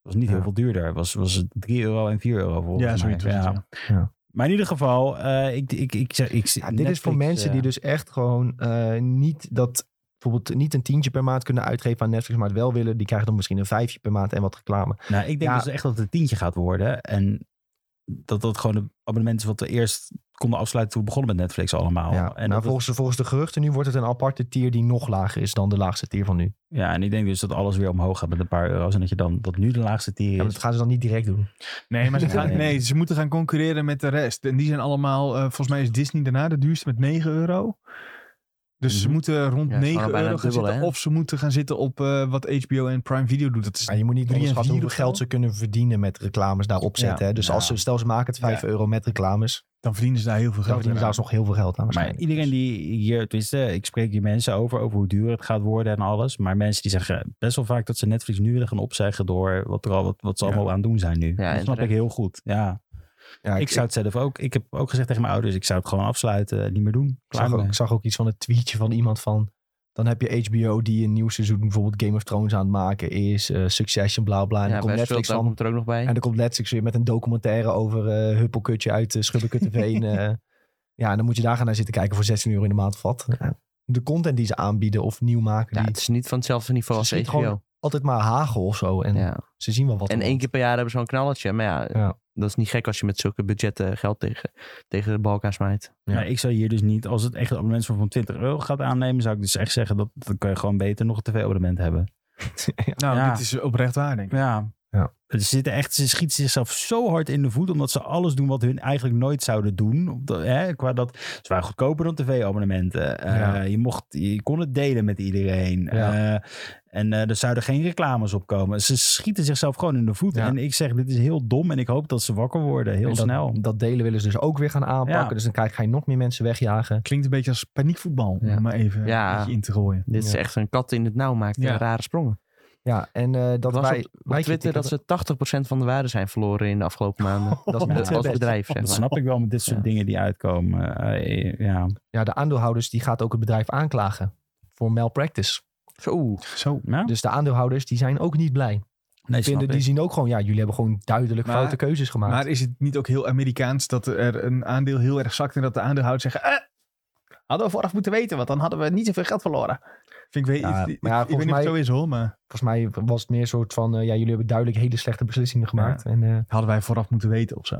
S3: Het was niet heel
S1: Ja.
S3: veel duurder. Het was, was het 3 euro en 4 euro volgens
S4: Ja,
S3: mij.
S4: zoiets was het,
S1: Ja.
S3: Maar in ieder geval, eh, ik, ik, ik, ik, ik,
S1: Ja, dit is voor mensen die dus echt gewoon eh, niet dat bijvoorbeeld niet een tientje per maand kunnen uitgeven aan Netflix, maar het wel willen. Die krijgen dan misschien een vijfje per maand en wat reclame.
S3: Nou, ik denk
S1: Ja.
S3: dus echt dat het een tientje gaat worden. En dat dat gewoon een abonnement is wat we eerst konden afsluiten toen we begonnen met Netflix allemaal.
S1: ja.
S3: Oh, en,
S1: en nou,
S3: dat het-
S1: volgens, volgens de geruchten nu wordt het een aparte tier die nog lager is dan de laagste tier van nu.
S3: ja, en ik denk dus dat alles weer omhoog gaat met een paar euro's. En dat je dan dat nu de laagste tier is.
S1: Ja, maar dat gaan ze dan niet direct doen.
S4: Nee, maar ze,
S3: Ja,
S4: gaan,
S3: nee.
S4: nee, ze moeten gaan concurreren met de rest. En die zijn allemaal, eh, volgens mij is Disney daarna de duurste met 9 euro. Dus ze
S3: Mhm.
S4: moeten rond
S2: Ja, het is
S4: 9
S2: gewoon
S4: euro
S2: bijna
S4: gaan
S2: dubbel,
S4: zitten.
S2: hè?
S4: Of ze moeten gaan zitten op eh, wat HBO en Prime Video doet. Dat is
S1: Maar je moet niet
S4: Drie en
S1: onderschatten
S4: vier
S1: hoeveel
S4: of
S1: geld
S4: zo?
S1: ze kunnen verdienen met reclames daarop
S3: Ja.
S1: zetten. hè. Dus
S3: Ja.
S1: als ze, stel ze maken het 5
S4: Ja.
S1: euro met reclames,
S4: Dan verdienen ze daar heel veel
S1: dan
S4: geld
S1: verdienen ze
S4: aan.
S1: daar nog heel veel geld aan
S3: Maar
S1: waarschijnlijk. dus-
S3: iedereen die hier, tenminste, ik spreek hier mensen over, over hoe duur het gaat worden en alles. Maar mensen die zeggen best wel vaak dat ze Netflix nu willen gaan opzeggen door wat, er al, wat, wat ze
S4: Ja.
S3: allemaal aan het doen zijn nu.
S2: en
S3: dat snap ik
S2: terecht.
S3: heel goed. Ja.
S1: Ja,
S3: ik, zou het zelf ook, ik heb ook gezegd tegen mijn ouders, ik zou het gewoon afsluiten, eh, niet meer doen.
S1: Ik
S3: Klaar
S1: zag, ook,
S3: mee.
S1: ik zag ook iets van het tweetje van iemand van... Dan heb je HBO die een nieuw seizoen bijvoorbeeld Game of Thrones aan het maken is. eh, Succession, bla bla. En
S2: Ja,
S1: dan komt
S2: Westworld,
S1: Netflix
S2: daar
S1: dan...
S2: komt er ook nog bij.
S1: En dan komt Netflix weer met een documentaire over eh Huppelkutje uit uh,
S2: [LAUGHS]
S1: Schubbekutteveen. eh. ja, en dan moet je daar gaan naar zitten kijken voor 16 euro in de maand of wat. De content die ze aanbieden of nieuw maken,
S2: ja,
S1: die
S2: het is niet van hetzelfde niveau als
S1: Ze ziet
S2: HBO.
S1: gewoon- altijd maar hagel of zo. En
S2: ja.
S1: ze zien wel wat.
S2: En
S1: er
S2: één keer per jaar hebben ze zo'n knalletje. Maar ja,
S1: Ja.
S2: dat is niet gek als je met zulke budgetten geld tegen, tegen de balk aan smijt.
S1: Ja.
S3: Maar ik zou hier dus niet, als het echt een abonnement van 20 euro gaat aannemen, zou ik dus echt zeggen dat dan kan je gewoon beter nog een tv-abonnement hebben.
S1: [LAUGHS]
S4: Nou,
S3: Ja.
S4: dit is oprecht waar, denk ik.
S3: Ja.
S1: Ja.
S3: Ze, zitten echt, ze schieten zichzelf zo hard in de voet, omdat ze alles doen wat hun eigenlijk nooit zouden doen. Op de- hè, qua dat, ze waren goedkoper dan tv-abonnementen. Eh,
S1: Ja.
S3: je, mocht, je kon het delen met iedereen.
S1: Ja.
S3: Eh, en eh, er zouden geen reclames op komen. Ze schieten zichzelf gewoon in de voet.
S1: Ja.
S3: En ik zeg, dit is heel dom en ik hoop dat ze wakker worden, heel
S1: En dat,
S3: snel.
S1: Dat delen willen ze dus ook weer gaan aanpakken.
S3: Ja.
S1: Dus dan krijg, ga je nog meer mensen wegjagen.
S4: Klinkt een beetje als paniekvoetbal,
S2: Ja.
S4: om maar even
S2: Ja.
S4: een beetje in te gooien.
S2: Dit is
S1: Ja.
S2: echt een kat in het nauw maakt
S4: Ja.
S2: eh, rare sprongen.
S1: Ja, en eh, dat
S2: was
S1: wij...
S2: Op
S1: wij
S2: Twitter dat
S1: kritiek-
S2: ze 80% van de waarde zijn verloren in de
S1: [LAUGHS]
S2: afgelopen maanden.
S1: Dat is
S2: Eh,
S1: niet zo
S2: als
S1: best.
S2: bedrijf, zeg
S3: Dat
S2: maar.
S3: snap ik wel met dit soort
S2: Ja.
S3: dingen die uitkomen. Eh, ja.
S1: ja, de aandeelhouders die gaat ook het bedrijf aanklagen voor malpractice.
S2: Zo,
S4: Zo.
S3: Ja?
S1: Dus de aandeelhouders die zijn ook niet blij.
S3: Nee, snap
S1: Vinden,
S3: ik.
S1: die zien ook gewoon, ja, jullie hebben gewoon duidelijk
S4: Maar-
S1: foute keuzes gemaakt.
S4: Maar is het niet ook heel Amerikaans dat er een aandeel heel erg zakt en dat de aandeelhouders zeggen... Eh, hadden we vooraf moeten weten, want dan hadden we niet zoveel geld verloren. Vind ik, weet,
S1: Ja,
S4: ik- ik,
S1: maar ja,
S4: ik weet
S1: volgens
S4: niet of het
S1: mij-
S4: zo is hoor, maar...
S1: Volgens mij was het meer een soort van, eh, ja, jullie hebben duidelijk hele slechte beslissingen gemaakt. En eh,
S4: Hadden wij vooraf moeten weten of zo.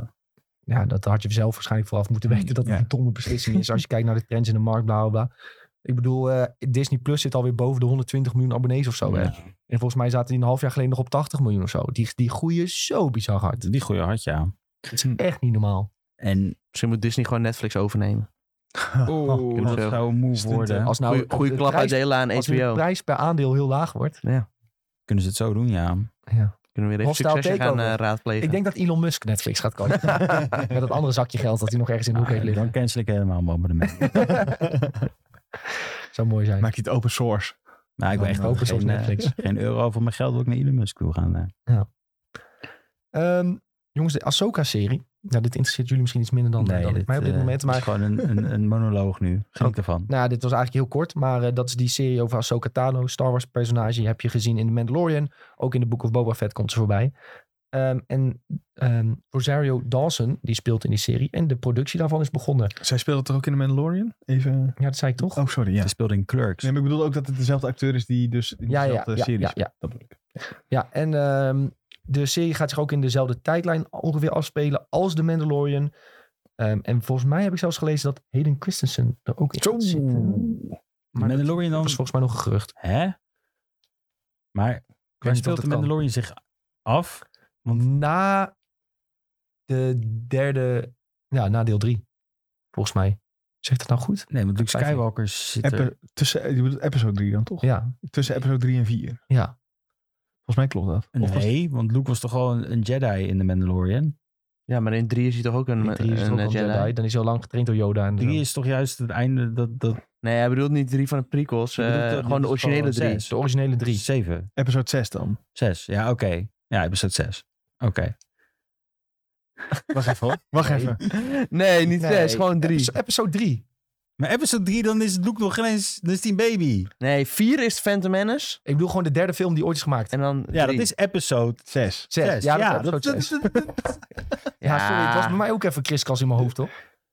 S1: ja, dat had je zelf waarschijnlijk vooraf moeten weten dat het
S4: Ja.
S1: een domme beslissing is. Als je kijkt naar de trends in de markt, bla bla bla. Ik bedoel, eh, Disney Plus zit alweer boven de 120 miljoen abonnees of zo. hè.
S3: Ja.
S1: En volgens mij zaten die een half jaar geleden nog op 80 miljoen of zo. Die, die groeien zo bizar hard.
S3: Die goede hart, ja.
S4: Hmm.
S1: Echt niet normaal.
S3: En
S2: misschien moet Disney gewoon Netflix overnemen.
S1: Ah.
S3: oh,
S2: dat
S3: dat
S2: zo.
S3: zou moe
S4: Stunt,
S3: worden.
S4: hè?
S1: Als nou
S2: Goeie,
S1: als
S2: goeie
S1: de
S2: klap
S1: prijs-
S2: uitdelen aan
S1: Als de
S2: HBO.
S1: prijs per aandeel heel laag wordt.
S3: Kunnen ze het zo doen, ja.
S2: Kunnen we weer even
S1: Hostile
S2: succes gaan
S1: takeover.
S2: eh, raadplegen.
S1: Ik denk dat Elon Musk Netflix gaat kopen.
S3: [LAUGHS]
S1: Met dat andere zakje geld dat hij nog ergens in de hoek heeft
S3: Ah, dan
S1: liggen.
S3: cancel ik helemaal
S1: [LAUGHS]
S3: mijn abonnement.
S1: Zou mooi zijn.
S4: Maak je het open source.
S3: Maar ik wil
S1: Ja,
S3: echt
S1: open
S3: ook
S1: source
S3: geen, eh,
S1: Netflix.
S3: geen euro van mijn geld wil ik naar Elon Musk toe gaan. eh.
S1: Ehm, jongens, de Ahsoka-serie. Nou, dit interesseert jullie misschien iets minder dan, dan
S3: dit,
S1: mij op dit
S3: eh,
S1: moment. Maar
S3: is gewoon een, een, een monoloog nu. Geniet
S1: Oké.
S3: ervan.
S1: nou, dit was eigenlijk heel kort. Maar eh, dat is die serie over Ahsoka Tano. Star Wars personage heb je gezien in The Mandalorian. Ook in de Book of Boba Fett komt ze voorbij. Ehm, en ehm, Rosario Dawson, die speelt in die serie. En de productie daarvan is begonnen.
S4: Zij speelde toch ook in de Mandalorian? Even...
S1: Ja, dat zei ik toch?
S4: Oh, sorry, ja.
S3: Ze speelde in Clerks.
S4: Nee, maar ik bedoel ook dat het dezelfde acteur is die dus in
S1: ja, ja,
S4: dezelfde
S1: ja,
S4: serie
S1: ja,
S4: speelt.
S1: ja.
S4: Dat bedoel ik.
S1: Ja, en ehm, de serie gaat zich ook in dezelfde tijdlijn ongeveer afspelen als The Mandalorian. Ehm, en volgens mij heb ik zelfs gelezen dat Hayden Christensen er ook in gaat zitten.
S3: De
S1: Maar dat-
S3: Mandalorian dan?
S1: dat is volgens mij nog een gerucht.
S3: Hè? Maar waar
S1: niet of
S3: speelt
S1: dat
S3: de
S1: kan.
S3: Mandalorian zich af?
S1: Want na de derde, ja, na deel drie, volgens mij. Zegt dat nou goed?
S3: Nee, want Luke
S1: Weet ik niet.
S3: Skywalker zit er.
S4: eh, Epi- tussen, je bedoelt episode 3 dan toch?
S1: Ja,
S4: Tussen episode 3 en 4.
S1: ja. Volgens mij klopt dat.
S3: Nee,
S1: Of was-
S3: want Luke was toch al een, een Jedi in de Mandalorian?
S2: Ja, maar in 3 is hij toch ook een,
S1: In drie is het
S2: een
S1: ook al een
S2: Jedi?
S1: Jedi. Dan is hij al lang getraind door Yoda. En eh, zo.
S3: Die is toch juist het einde dat... dat
S2: Nee, hij bedoelt niet drie van de prequels.
S3: Je bedoelt,
S2: eh,
S3: eh,
S2: gewoon de
S3: dit is
S2: originele
S3: gewoon
S2: drie.
S3: zes.
S1: De originele drie.
S3: Zeven.
S4: Episode 6 dan.
S3: Zes. Ja, oké. Ja, episode zes. Oké.
S4: Wacht even hoor. Wacht
S1: Nee.
S4: even.
S2: [LAUGHS] Nee, niet
S1: Nee, dus-
S2: zes. Gewoon drie.
S1: Episode- Episode drie.
S3: Maar episode drie, dan is Luke nog geen eens... Dan is die een baby.
S2: Nee, vier is Phantom Menace.
S1: Ik bedoel gewoon de derde film die ooit is gemaakt.
S2: En dan
S3: Ja,
S2: drie.
S3: dat is episode
S4: 6.
S1: Zes.
S3: zes.
S1: Ja, dat is episode
S3: dat-
S1: zes. [LAUGHS] Ja, sorry. Het was bij mij ook even kriskras in mijn hoofd, hoor.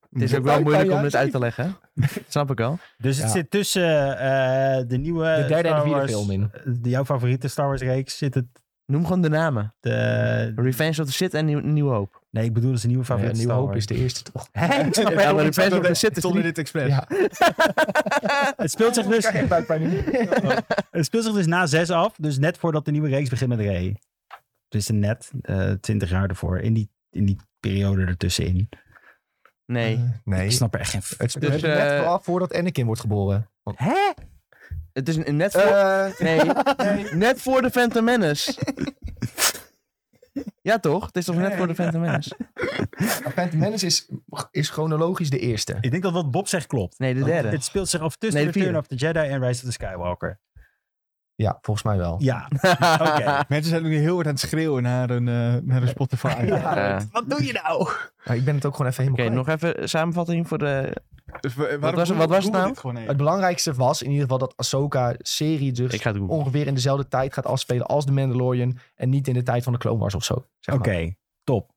S2: Het is ook wel moeilijk om dit uit te leggen. hè? Snap ik al.
S3: Dus het
S1: Ja.
S3: zit tussen eh, de nieuwe
S1: De derde en de
S3: Star
S1: vierde
S3: Wars,
S1: film in.
S3: de- jouw favoriete Star Wars reeks zit het...
S2: Noem gewoon de namen.
S3: De,
S2: Revenge of the Sith en Nieuw- Nieuwe Hoop.
S3: nee, ik bedoel dus de nieuwe
S1: Ja,
S3: favoriete
S1: Nieuwe
S3: Star
S1: Hoop
S3: Wars.
S1: is de eerste, toch?
S3: Hè? Ik snap
S2: Ja,
S3: helemaal
S2: maar
S3: niks
S2: de Phantom
S3: van de-
S2: Menace zit er
S4: Stond in
S2: niet.
S4: dit expres.
S1: Ja.
S3: dus- Het speelt zich dus...
S1: Krijg ik buikpijn nu.
S3: Het speelt zich dus na zes af, dus net voordat de nieuwe reeks begint met Ray. Dus net twintig jaar ervoor, in die, in die periode
S1: [LAUGHS]
S3: ertussenin.
S2: Nee.
S1: Nee.
S3: Ik snap er echt geen... f-
S1: Het speelt
S2: Dus,
S1: dus, net
S2: eh,
S1: vooraf voordat Anakin wordt geboren.
S3: Hè?
S2: Het is een- net voor...
S1: Eh,
S2: Nee. Net voor de Phantom Menace. Ja toch? Het is toch net voor de Phantom Menace?
S1: Phantom Menace is, is chronologisch de eerste.
S3: Ik denk dat wat Bob zegt klopt.
S2: Nee, de
S3: Want
S2: derde.
S3: Het speelt zich af tussen
S2: Nee, de
S3: Return
S2: vierde.
S3: of the Jedi en Rise of the Skywalker.
S1: Ja, volgens mij wel.
S3: [LAUGHS] Ja, [LAUGHS]
S2: [LAUGHS]
S3: oké.
S2: Eh,
S4: Mensen zijn nu heel hard aan het schreeuwen naar hun, eh, naar hun
S2: [LAUGHS]
S4: Spotify.
S2: Eh,
S4: Wat doe je nou?
S1: Maar ik ben het ook gewoon even
S2: Oké,
S1: helemaal kwijt.
S2: nog even samenvatting voor de...
S4: Dus we- waarom
S2: Wat was-
S4: doen-
S2: wat was het
S4: doen we
S2: nou?
S4: dit gewoon even?
S1: Het belangrijkste was in ieder geval dat Ahsoka-serie dus
S2: Ik ga het googlen.
S1: ongeveer in dezelfde tijd gaat afspelen als The Mandalorian. En niet in de tijd van de Clone Wars of zo. zeg
S3: Oké,
S1: maar.
S3: top.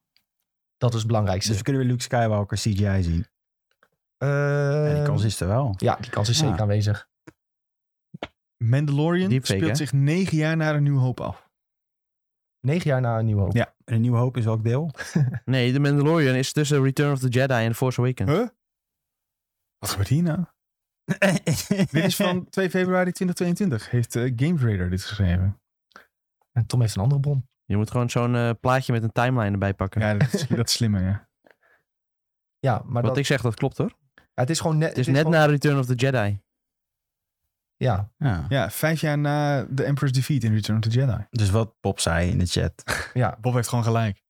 S1: Dat is het belangrijkste.
S3: Dus we kunnen weer Luke Skywalker CGI zien.
S1: Eh,
S3: En die kans is er wel.
S1: Ja, die kans is zeker
S3: Ja.
S1: aanwezig.
S4: Mandalorian
S2: Deepfake,
S4: speelt
S2: hè?
S4: zich negen jaar naar een nieuw hoop af.
S1: Negen jaar na een nieuwe hoop.
S4: Ja.
S3: En een nieuwe hoop is ook deel.
S2: Nee, de Mandalorian is tussen Return of the Jedi en The Force Awakens.
S4: Huh? Wat gebeurt hier nou? dit is [LAUGHS] van 2 februari 2022. Heeft eh, Game Raider dit geschreven?
S1: En Tom heeft een andere bron.
S2: Je moet gewoon zo'n eh, plaatje met een timeline erbij pakken.
S4: Ja, dat is, dat is slimmer, ja.
S1: Ja, maar
S2: Wat
S1: dat,
S2: ik zeg, dat klopt hoor.
S1: het is gewoon net...
S2: Het is
S1: dit
S2: Dus net
S1: gewoon-
S2: na Return of the Jedi.
S1: Ja,
S3: Ja.
S4: Ja, vijf jaar na The Emperor's Defeat in Return of the Jedi.
S3: Dus wat Bob zei in de chat.
S1: ja,
S4: Bob heeft gewoon gelijk.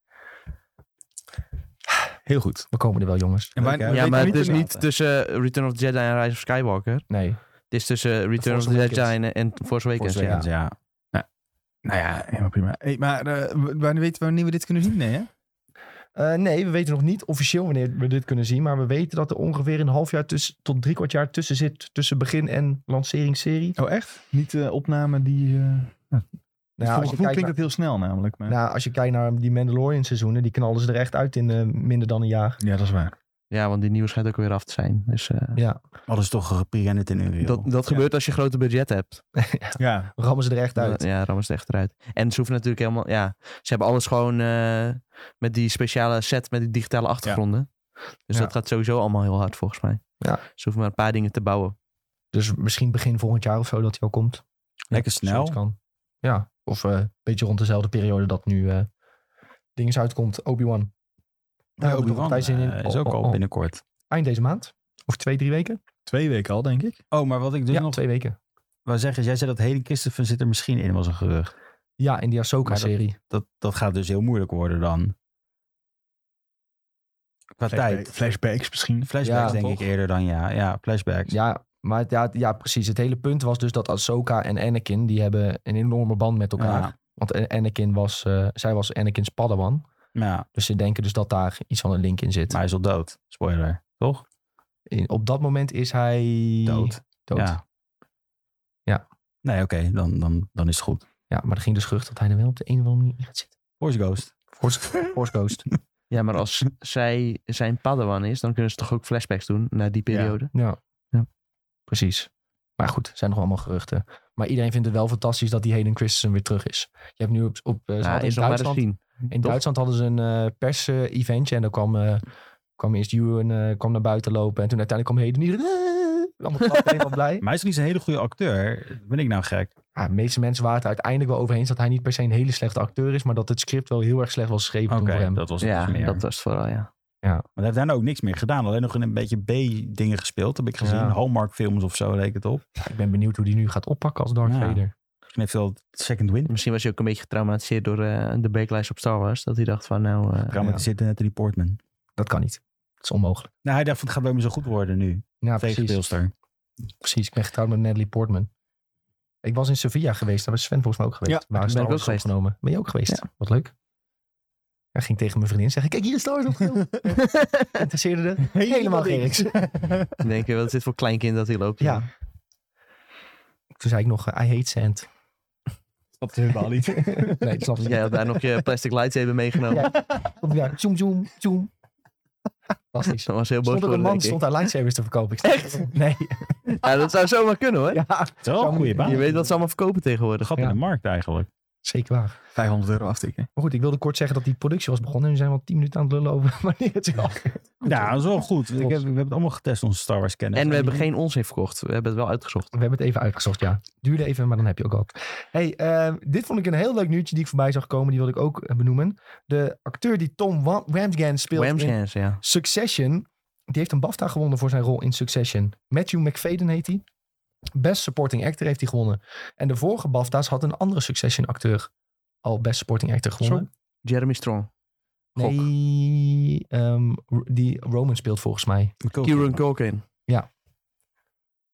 S4: Heel goed.
S1: we komen er wel, jongens.
S4: En
S3: Leuk,
S4: wij-
S3: hè?
S4: wij
S2: Ja,
S4: weten
S2: maar het
S4: niet
S2: is
S4: meer-
S2: niet tussen eh, Return of the Jedi en Rise of Skywalker.
S1: Nee.
S2: Het is tussen eh, Return of
S1: Force
S2: the
S1: Awakens.
S2: Jedi en, en Force Awakens.
S1: Force
S2: ja.
S1: Awakens.
S3: ja.
S4: Nou ja, helemaal prima. Hey, maar eh, w- wanneer weten we wanneer we dit kunnen zien? Nee, hè?
S1: Eh, nee, we weten nog niet officieel wanneer we dit kunnen zien. Maar we weten dat er ongeveer een half jaar tussen, tot drie kwart jaar tussen zit. Tussen begin en lanceringsserie.
S4: Oh, echt? Niet eh opname die... eh
S1: Nou,
S4: voor
S1: als
S4: mijn
S1: je
S4: gevoel
S1: kijkt
S4: klinkt
S1: naar-
S4: dat heel snel namelijk. Maar...
S1: Nou, als je kijkt naar die Mandalorian seizoenen, die knallen ze er echt uit in eh, minder dan een jaar.
S4: Ja, dat is waar.
S2: Ja, want die nieuwe schijnt ook weer af te zijn. Dus, eh,
S1: Ja,
S3: Alles toch geprint in Unreal.
S2: dat dat gebeurt als je grote budget hebt.
S4: Ja,
S1: rammen ze er echt uit.
S2: Ja, rammen ze het echt eruit. En ze hoeven natuurlijk helemaal... Ja, ze hebben alles gewoon eh, met die speciale set met die digitale achtergronden. Dus
S4: Ja.
S2: dat gaat sowieso allemaal heel hard volgens mij.
S1: Ja.
S2: Ze hoeven maar een paar dingen te bouwen.
S1: Dus misschien begin volgend jaar of zo dat hij al komt.
S3: Lekker snel.
S1: Zoiets kan. Ja, of eh, een beetje rond dezelfde periode dat nu eh dinges uitkomt. Obi-Wan. Daar
S3: Ja,
S1: heb ik nog
S3: Obi-Wan,
S1: partij zin in.
S3: eh, is ook
S1: Oh, oh,
S3: al
S1: oh.
S3: binnenkort.
S1: Eind deze maand. Of twee, drie weken.
S4: twee weken al, denk ik.
S3: Oh, maar wat ik dus
S1: ja,
S3: nog
S1: twee weken.
S3: wou zeggen is, jij zei dat Hayden Christensen zit er misschien in, was een gerucht.
S1: Ja, in die Ahsoka-serie.
S3: Dat, dat gaat dus heel moeilijk worden dan. Qua
S4: Flashback-
S3: tijd.
S4: Flashbacks misschien.
S3: Flashbacks
S1: Ja,
S3: denk
S1: toch?
S3: ik eerder dan ja. Ja, flashbacks.
S1: Ja, maar het- ja, ja, precies. Het hele punt was dus dat Ahsoka en Anakin, die hebben een enorme band met elkaar.
S3: Ja.
S1: Want eh, Anakin was, eh, zij was Anakin's padawan.
S3: Ja,
S1: Dus ze denken dus dat daar iets van een link in zit.
S3: maar hij is al dood. Spoiler. Toch?
S1: In- op dat moment is hij...
S3: Dood.
S1: Dood. Ja.
S3: Ja. Nee, oké. dan, dan, dan is het goed.
S1: maar er ging dus gerucht dat hij er wel op de een of andere manier in gaat zitten.
S3: Force Ghost.
S1: Force, [LAUGHS] Force Ghost.
S2: Ja, maar als zij zijn padawan is, dan kunnen ze toch ook flashbacks doen naar die periode.
S1: Ja.
S2: Ja.
S1: Precies. Maar goed, er zijn nog allemaal geruchten. Maar iedereen vindt het wel fantastisch dat die Hayden Christensen weer terug is. Je hebt nu op... op eh, ze
S2: Ja,
S1: hadden
S2: is
S1: in
S2: nog maar te
S1: Duitsland
S2: zien.
S1: In
S2: Toch?
S1: Duitsland hadden ze een eh pers-eventje en dan kwam, eh, kwam eerst Ewan eh, kwam naar buiten lopen. En toen uiteindelijk kwam Heden. Iedereen, eh, allemaal klappen, helemaal blij.
S2: [LAUGHS]
S3: Maar hij is niet zo'n hele goede acteur. Ben ik nou gek?
S1: Ja, de meeste mensen waren het er uiteindelijk wel over eens dat hij niet per se een hele slechte acteur is, maar dat het script wel heel erg slecht was geschreven
S3: Oké,
S1: toen voor hem.
S3: dat was het
S2: Ja,
S3: dus meer.
S2: dat was het vooral, ja.
S3: Maar hij heeft daarna ook niks meer gedaan. Alleen nog in een beetje B-dingen gespeeld. Heb ik gezien.
S1: Ja.
S3: Hallmark films of zo leek het op.
S1: Ik ben benieuwd hoe die nu gaat oppakken als Darth
S3: Ja.
S1: Vader.
S3: Misschien heeft hij wel second win.
S2: Misschien was hij ook een beetje getraumatiseerd door eh, de backlights op Star Wars. Dat hij dacht van
S1: [LAUGHS]
S2: nou... eh,
S3: Traumatiseerde net Natalie Portman.
S1: Dat kan niet. Dat is onmogelijk.
S3: Nou, hij dacht van het gaat bij me zo goed worden nu.
S1: Ja, precies.
S3: Tegenspeelster.
S1: Precies, ik ben getrouwd met Natalie Portman. Ik was in Sevilla geweest, daar was Sven volgens mij ook geweest.
S4: Ja,
S1: waar
S2: daar
S1: Star
S2: ben ik
S1: Wars
S2: ook geweest.
S1: opgenomen. Ben je ook geweest?
S2: Ja.
S1: Wat leuk. Hij ging tegen mijn vriendin zeggen, kijk hier is Star Wars
S2: [LAUGHS]
S4: [LAUGHS]
S1: opgenomen. Interesseerde er helemaal geen niks.
S2: Dan denk je, wat is dit voor kleinkind dat hij loopt?
S1: Ja. Toen zei ik nog, eh, I hate sand.
S4: [LAUGHS] Dat is helemaal [LAUGHS] niet.
S1: Nee, ik snap het niet.
S2: [LAUGHS] Dus Jij had daar nog
S1: [LAUGHS]
S2: je plastic lightsaber meegenomen.
S1: Ja. Ja, zoom, zoom, zoom. Fantastisch.
S2: Dus Dat was heel boos
S1: Stond er
S2: geworden,
S1: een man,
S2: denk ik.
S1: stond daar lightsabers te verkopen. Ik Echt? Nee. [LAUGHS]
S2: Ja, dat zou zomaar kunnen hoor.
S1: Ja,
S3: Dat is wel een goede baan.
S2: Je weet wat ze allemaal verkopen tegenwoordig.
S3: Gat in de markt eigenlijk.
S1: zeker waar.
S4: 500 euro aftikken.
S1: Maar goed, ik wilde kort zeggen dat die productie was begonnen. En we zijn wel tien minuten aan het lullen over [LAUGHS] wanneer het is.
S3: Ja, dat is wel goed. Ik heb, we hebben het allemaal getest, onze Star Wars kennis.
S2: En we hebben geen onzin verkocht. We hebben het wel uitgezocht.
S1: We hebben het even uitgezocht, ja. Duurde even, maar dan heb je ook wat. Hey, eh, dit vond ik een heel leuk nieuwtje die ik voorbij zag komen. Die wilde ik ook eh, benoemen. De acteur die Tom Wa- Wamsgan speelt in
S2: Whamscans, ja.
S1: Succession. Die heeft een BAFTA gewonnen voor zijn rol in Succession. Matthew McFadden heet hij. Best Supporting Actor heeft hij gewonnen. En de vorige BAFTA's had een andere Succession acteur al Best Supporting Actor gewonnen.
S2: Jeremy Strong. Gok.
S1: Nee, ehm, Ro- die Roman speelt volgens mij.
S2: Kieran Culkin.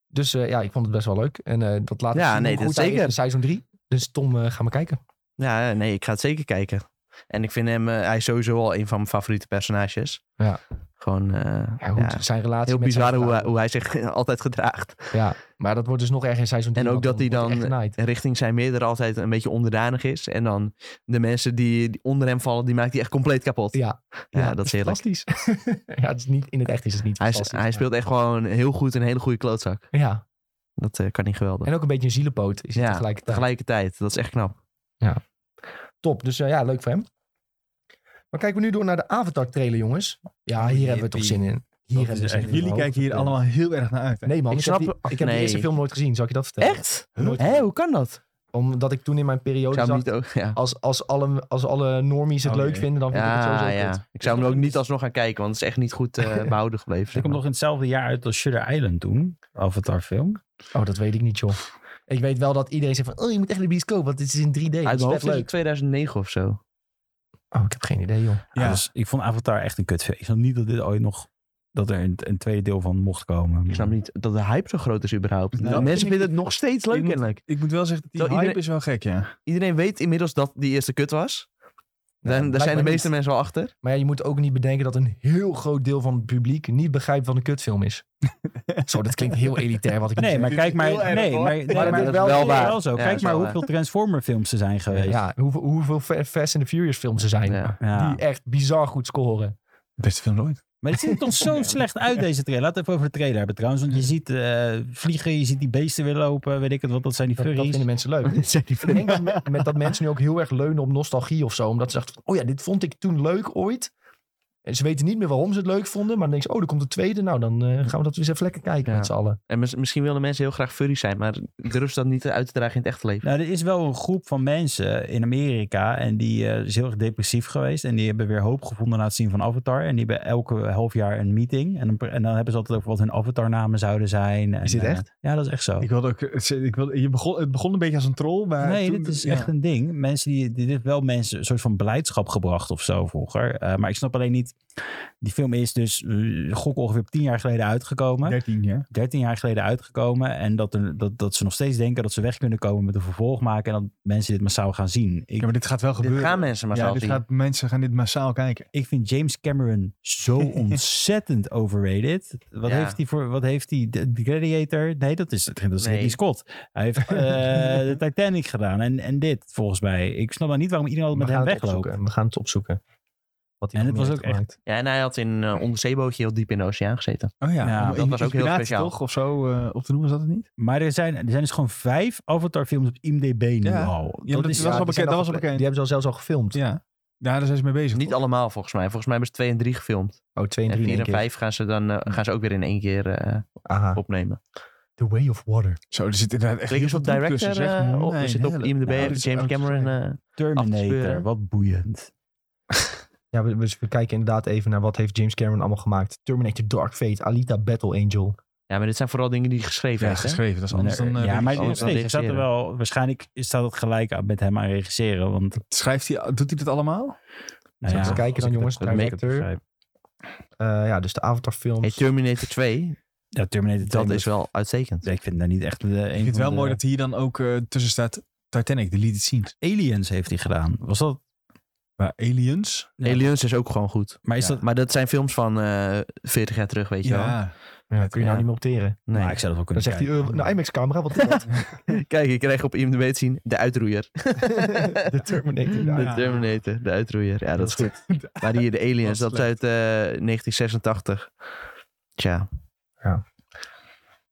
S1: Dus eh, ja, ik vond het best wel leuk. En eh, dat laat
S2: Ja,
S1: zien
S2: nee,
S1: hoe
S2: dat
S1: goed hij
S2: zeker.
S1: is in seizoen 3. Dus Tom, eh ga maar kijken.
S2: Ja, nee, ik ga het zeker kijken. En ik vind hem, eh, hij is sowieso al een van mijn favoriete personages.
S1: Ja.
S2: Gewoon, eh,
S1: Ja, goed,
S2: ja,
S1: zijn relatie
S2: heel
S1: met zijn
S2: bizar hoe, hij-
S1: vrouw.
S2: hoe hij zich [LAUGHS] altijd gedraagt.
S1: Ja, maar dat wordt dus nog erg in seizoen 3.
S2: En ook dat hij dan-
S1: Genaaid.
S2: Richting zijn meerdere altijd een beetje onderdanig is. En dan de mensen die, die onder hem vallen, die maakt hij echt compleet kapot.
S1: Ja,
S2: Ja,
S1: [LAUGHS]
S2: dat is heerlijk.
S1: Fantastisch. ja, het is niet, in het echt is het niet
S2: Hij, is-
S1: fantastisch,
S2: hij speelt echt gewoon heel goed een hele goede klootzak.
S1: maar- Ja,
S2: Dat eh, kan niet geweldig.
S1: en ook een beetje een zielenpoot is hij
S2: Ja,
S1: tegelijkertijd.
S2: Tegelijkertijd, dat is echt knap.
S1: Top, dus eh, ja, leuk voor hem. Maar kijken we nu door naar de Avatar trailer, jongens.
S2: Oh,
S1: Ja, hier hebben we toch zin in. Hier hebben we zin in.
S4: [LAUGHS] Jullie kijken hier allemaal heel erg naar uit. Hè?
S1: Nee man, ik,
S2: Ik
S1: heb,
S2: snap-
S1: die, ik heb de
S2: nee.
S1: eerste film nooit gezien, zal ik je dat vertellen?
S2: Echt?
S1: Nooit.
S2: Hé, hoe kan dat?
S1: Omdat ik toen in mijn
S2: Ik
S1: periode
S2: zou
S1: zat,
S2: hem niet ook, ja.
S1: als, als, alle, als alle normies het
S4: Oh,
S1: leuk
S4: jee.
S1: vinden, dan vind ik het
S2: Ja,
S1: sowieso goed.
S2: ja. Ik zou hem ook niet alsnog gaan kijken, want het is echt niet goed eh, behouden gebleven.
S3: Ik
S2: zeg
S3: kom nog in hetzelfde jaar uit als Shutter Island toen. Avatar film.
S1: Oh, dat weet ik niet, joh. Ik weet wel dat iedereen zegt van, oh, je moet echt naar de bioscoop, want dit is in 3D.
S2: maar. Uit
S1: Dat
S2: mijn
S1: is
S2: hoofd
S1: vet
S2: is het
S1: leuk.
S2: 2009 of zo.
S1: Oh, ik heb geen idee, joh.
S4: Ja.
S3: Ja. Dus ik vond Avatar echt een kutfilm. Ik snap niet dat dit ooit nog... Dat er een, een tweede deel van mocht komen.
S2: Ik snap niet dat de hype zo groot is überhaupt.
S4: Nou,
S2: De
S4: dat
S2: mensen
S4: vind ik-
S2: vinden het nog steeds
S4: ik
S2: leuk
S4: moet-
S2: kennelijk.
S4: Ik moet wel zeggen, die
S2: Terwijl
S4: hype
S2: iedereen-
S4: is wel gek, ja.
S2: Iedereen weet inmiddels dat die eerste kut was.
S1: Ja,
S2: Daar, daar
S1: blijkbaar
S2: zijn de meeste
S1: niet.
S2: mensen wel achter.
S1: Maar ja, je moet ook niet bedenken dat een heel groot deel van het publiek niet begrijpt wat een kutfilm
S3: [LAUGHS]
S1: is. Zo, dat klinkt heel elitair wat ik nu
S3: Nee,
S1: zeg.
S3: maar
S4: Dit
S3: kijk
S4: is
S3: maar...
S4: heel erg,
S3: Nee,
S4: hoor.
S3: maar, nee,
S1: Maar
S3: maar
S1: dat is
S3: dat
S1: wel
S3: is wel,
S2: waar.
S3: zo.
S2: Ja,
S3: kijk
S2: dat is
S3: maar
S2: wel
S3: hoeveel Transformer films er zijn geweest.
S1: Ja, hoeveel, hoeveel Fa- Fast and the Furious films er zijn.
S2: Ja.
S3: Ja.
S1: Die echt bizar goed scoren.
S4: Beste film ooit.
S3: Maar het ziet er toch zo slecht uit, deze trailer. Laten we even over de trailer hebben trouwens. Want je ziet eh, vliegen, je ziet die beesten weer lopen. Weet ik het wat, dat zijn die
S1: Dat, dat
S3: furries.
S1: vinden mensen leuk.
S3: [LAUGHS]
S1: Ik denk dat, me- met dat mensen nu ook heel erg leunen op nostalgie of zo. Omdat ze dachten, van, oh ja, dit vond ik toen leuk ooit. En ze weten niet meer waarom ze het leuk vonden. Maar dan denk je, oh, er komt een tweede. Nou, dan eh, gaan we dat weer eens even lekker kijken
S2: Ja.
S1: met z'n allen.
S2: En mis- misschien willen mensen heel graag furry zijn, maar durven ze dat niet uit te dragen in het echte leven.
S3: Nou, er is wel een groep van mensen in Amerika en die eh, is heel erg depressief geweest. En die hebben weer hoop gevonden na het zien van Avatar. En die hebben elke half jaar een meeting. En, dan pr- en dan hebben ze altijd over wat hun Avatar-namen zouden zijn. En,
S4: Is dit
S3: eh,
S4: echt?
S3: ja, dat is echt zo.
S4: Ik wilde ook, ik wilde, je begon, het begon een beetje als een troll, maar...
S3: nee,
S4: toen-
S3: dit is
S4: ja.
S3: echt een ding. Mensen die, dit heeft wel mensen een soort van beleidschap gebracht of zo vroeger. Eh, maar ik snap alleen niet, die film is dus, eh, gok ongeveer tien jaar geleden uitgekomen.
S4: 13, ja.
S3: 13 jaar geleden uitgekomen. En dat, er, dat, dat ze nog steeds denken dat ze weg kunnen komen met een vervolg maken. En dat mensen dit massaal gaan zien. Ik,
S4: Ja, maar dit gaat wel
S2: Dit
S4: gebeuren.
S2: gaan mensen maar
S4: ja,
S2: zo
S4: dit
S2: zien.
S4: gaat, mensen gaan dit massaal kijken.
S3: ik vind James Cameron zo ontzettend overrated. Wat
S2: Ja.
S3: heeft hij voor, wat heeft hij, de, de Gladiator? Nee, dat is, dat is
S2: Nee.
S3: Ridley Scott. Hij heeft eh, de Titanic gedaan en, en dit, volgens mij. Ik snap maar niet waarom iedereen altijd
S1: we
S3: met
S1: gaan
S3: hem
S1: het
S3: wegloopt.
S1: opzoeken. We gaan het opzoeken. Wat hij
S3: En
S1: nog
S3: het
S1: meer
S3: was
S1: heeft
S3: ook
S1: gemaakt.
S2: Ja, en hij had in een onderzeebootje heel diep in de oceaan gezeten.
S4: Oh ja,
S3: Ja,
S4: Om-
S2: dat
S4: in-
S2: was ook heel
S4: inspiratie
S2: speciaal.
S4: toch, of zo, eh, op te noemen, was dat het niet?
S3: Maar er zijn, er zijn dus gewoon vijf Avatar-films op IMDb nu
S4: Ja.
S3: al.
S4: Ja, maar dat
S3: is,
S4: was wel
S1: die
S4: bekend,
S1: zijn al
S4: dat was wel
S1: gepla- Die
S4: bekend.
S1: hebben ze al zelfs al gefilmd.
S4: Ja. Ja, daar zijn ze mee bezig.
S2: Niet allemaal volgens mij. Volgens mij hebben ze twee en drie gefilmd.
S1: Oh, 2 en
S2: En
S1: 3
S2: vier en vijf gaan ze, dan, eh, gaan ze ook weer in één keer eh,
S1: Aha.
S2: opnemen.
S1: The Way of Water.
S4: Zo, er zit inderdaad echt
S2: Klik eens
S4: heel
S2: op
S4: veel bloed
S2: director.
S4: tussen, zeg.
S2: eh, op,
S4: Nee,
S2: er zit op
S4: hele-
S2: IMDb
S4: Nou,
S2: even
S4: dit is
S2: James
S4: ook zo
S2: Cameron.
S4: slecht.
S2: eh,
S3: Terminator,
S2: Afspeuren.
S3: wat boeiend.
S1: Ja, we, we- we kijken inderdaad even naar wat heeft James Cameron allemaal gemaakt. Terminator Dark Fate, Alita Battle Angel,
S2: Ja, maar dit zijn vooral dingen die hij geschreven
S4: Ja,
S2: heeft. hè?
S4: geschreven. Dat is anders dan... eh,
S3: ja,
S2: anders
S3: maar nog
S2: dan
S3: steeds. het Staat er
S2: regisseren.
S3: wel, waarschijnlijk staat het gelijk aan- met hem aan regisseren. Want
S4: Schrijft hij, doet hij dat allemaal?
S3: nou ja,
S1: eens kijken
S3: als
S1: dan,
S3: ik
S1: jongens,
S3: dat
S1: naar
S3: goed
S1: make-up.
S3: begrijp.
S1: Eh, ja, dus de Avatar-films.
S2: Hey, Terminator 2,
S3: Ja, Terminator
S2: dat
S3: 2
S2: is wel uitstekend.
S3: Ik vind dat niet echt eh, een
S4: Ik vind het
S3: van
S4: wel
S3: de-
S4: mooi dat hier dan ook eh, tussen staat Titanic, deleted scenes.
S3: Aliens heeft hij gedaan. Was dat?
S4: Maar Aliens?
S3: Ja.
S2: Aliens is ook gewoon goed.
S3: Maar is dat?
S2: Maar dat zijn films van eh 40 jaar terug, weet je wel.
S4: Ja.
S1: Ja, kun je
S2: Ja.
S1: nou niet meer opteren.
S2: Nee.
S3: Nou, ik zou dat wel
S1: Dan
S3: kunnen
S1: zegt hij, eh,
S3: kijken.
S1: een IMAX-camera, wat is [LAUGHS] dat?
S2: [LAUGHS] Kijk, ik kreeg op IMDb te zien de uitroeier.
S1: de Terminator. Ja,
S2: de
S1: ja.
S2: Terminator, de uitroeier. Ja, dat is goed. Maar hier, de Aliens, dat
S4: Dat
S2: is
S4: is
S2: uit eh, 1986. Tja.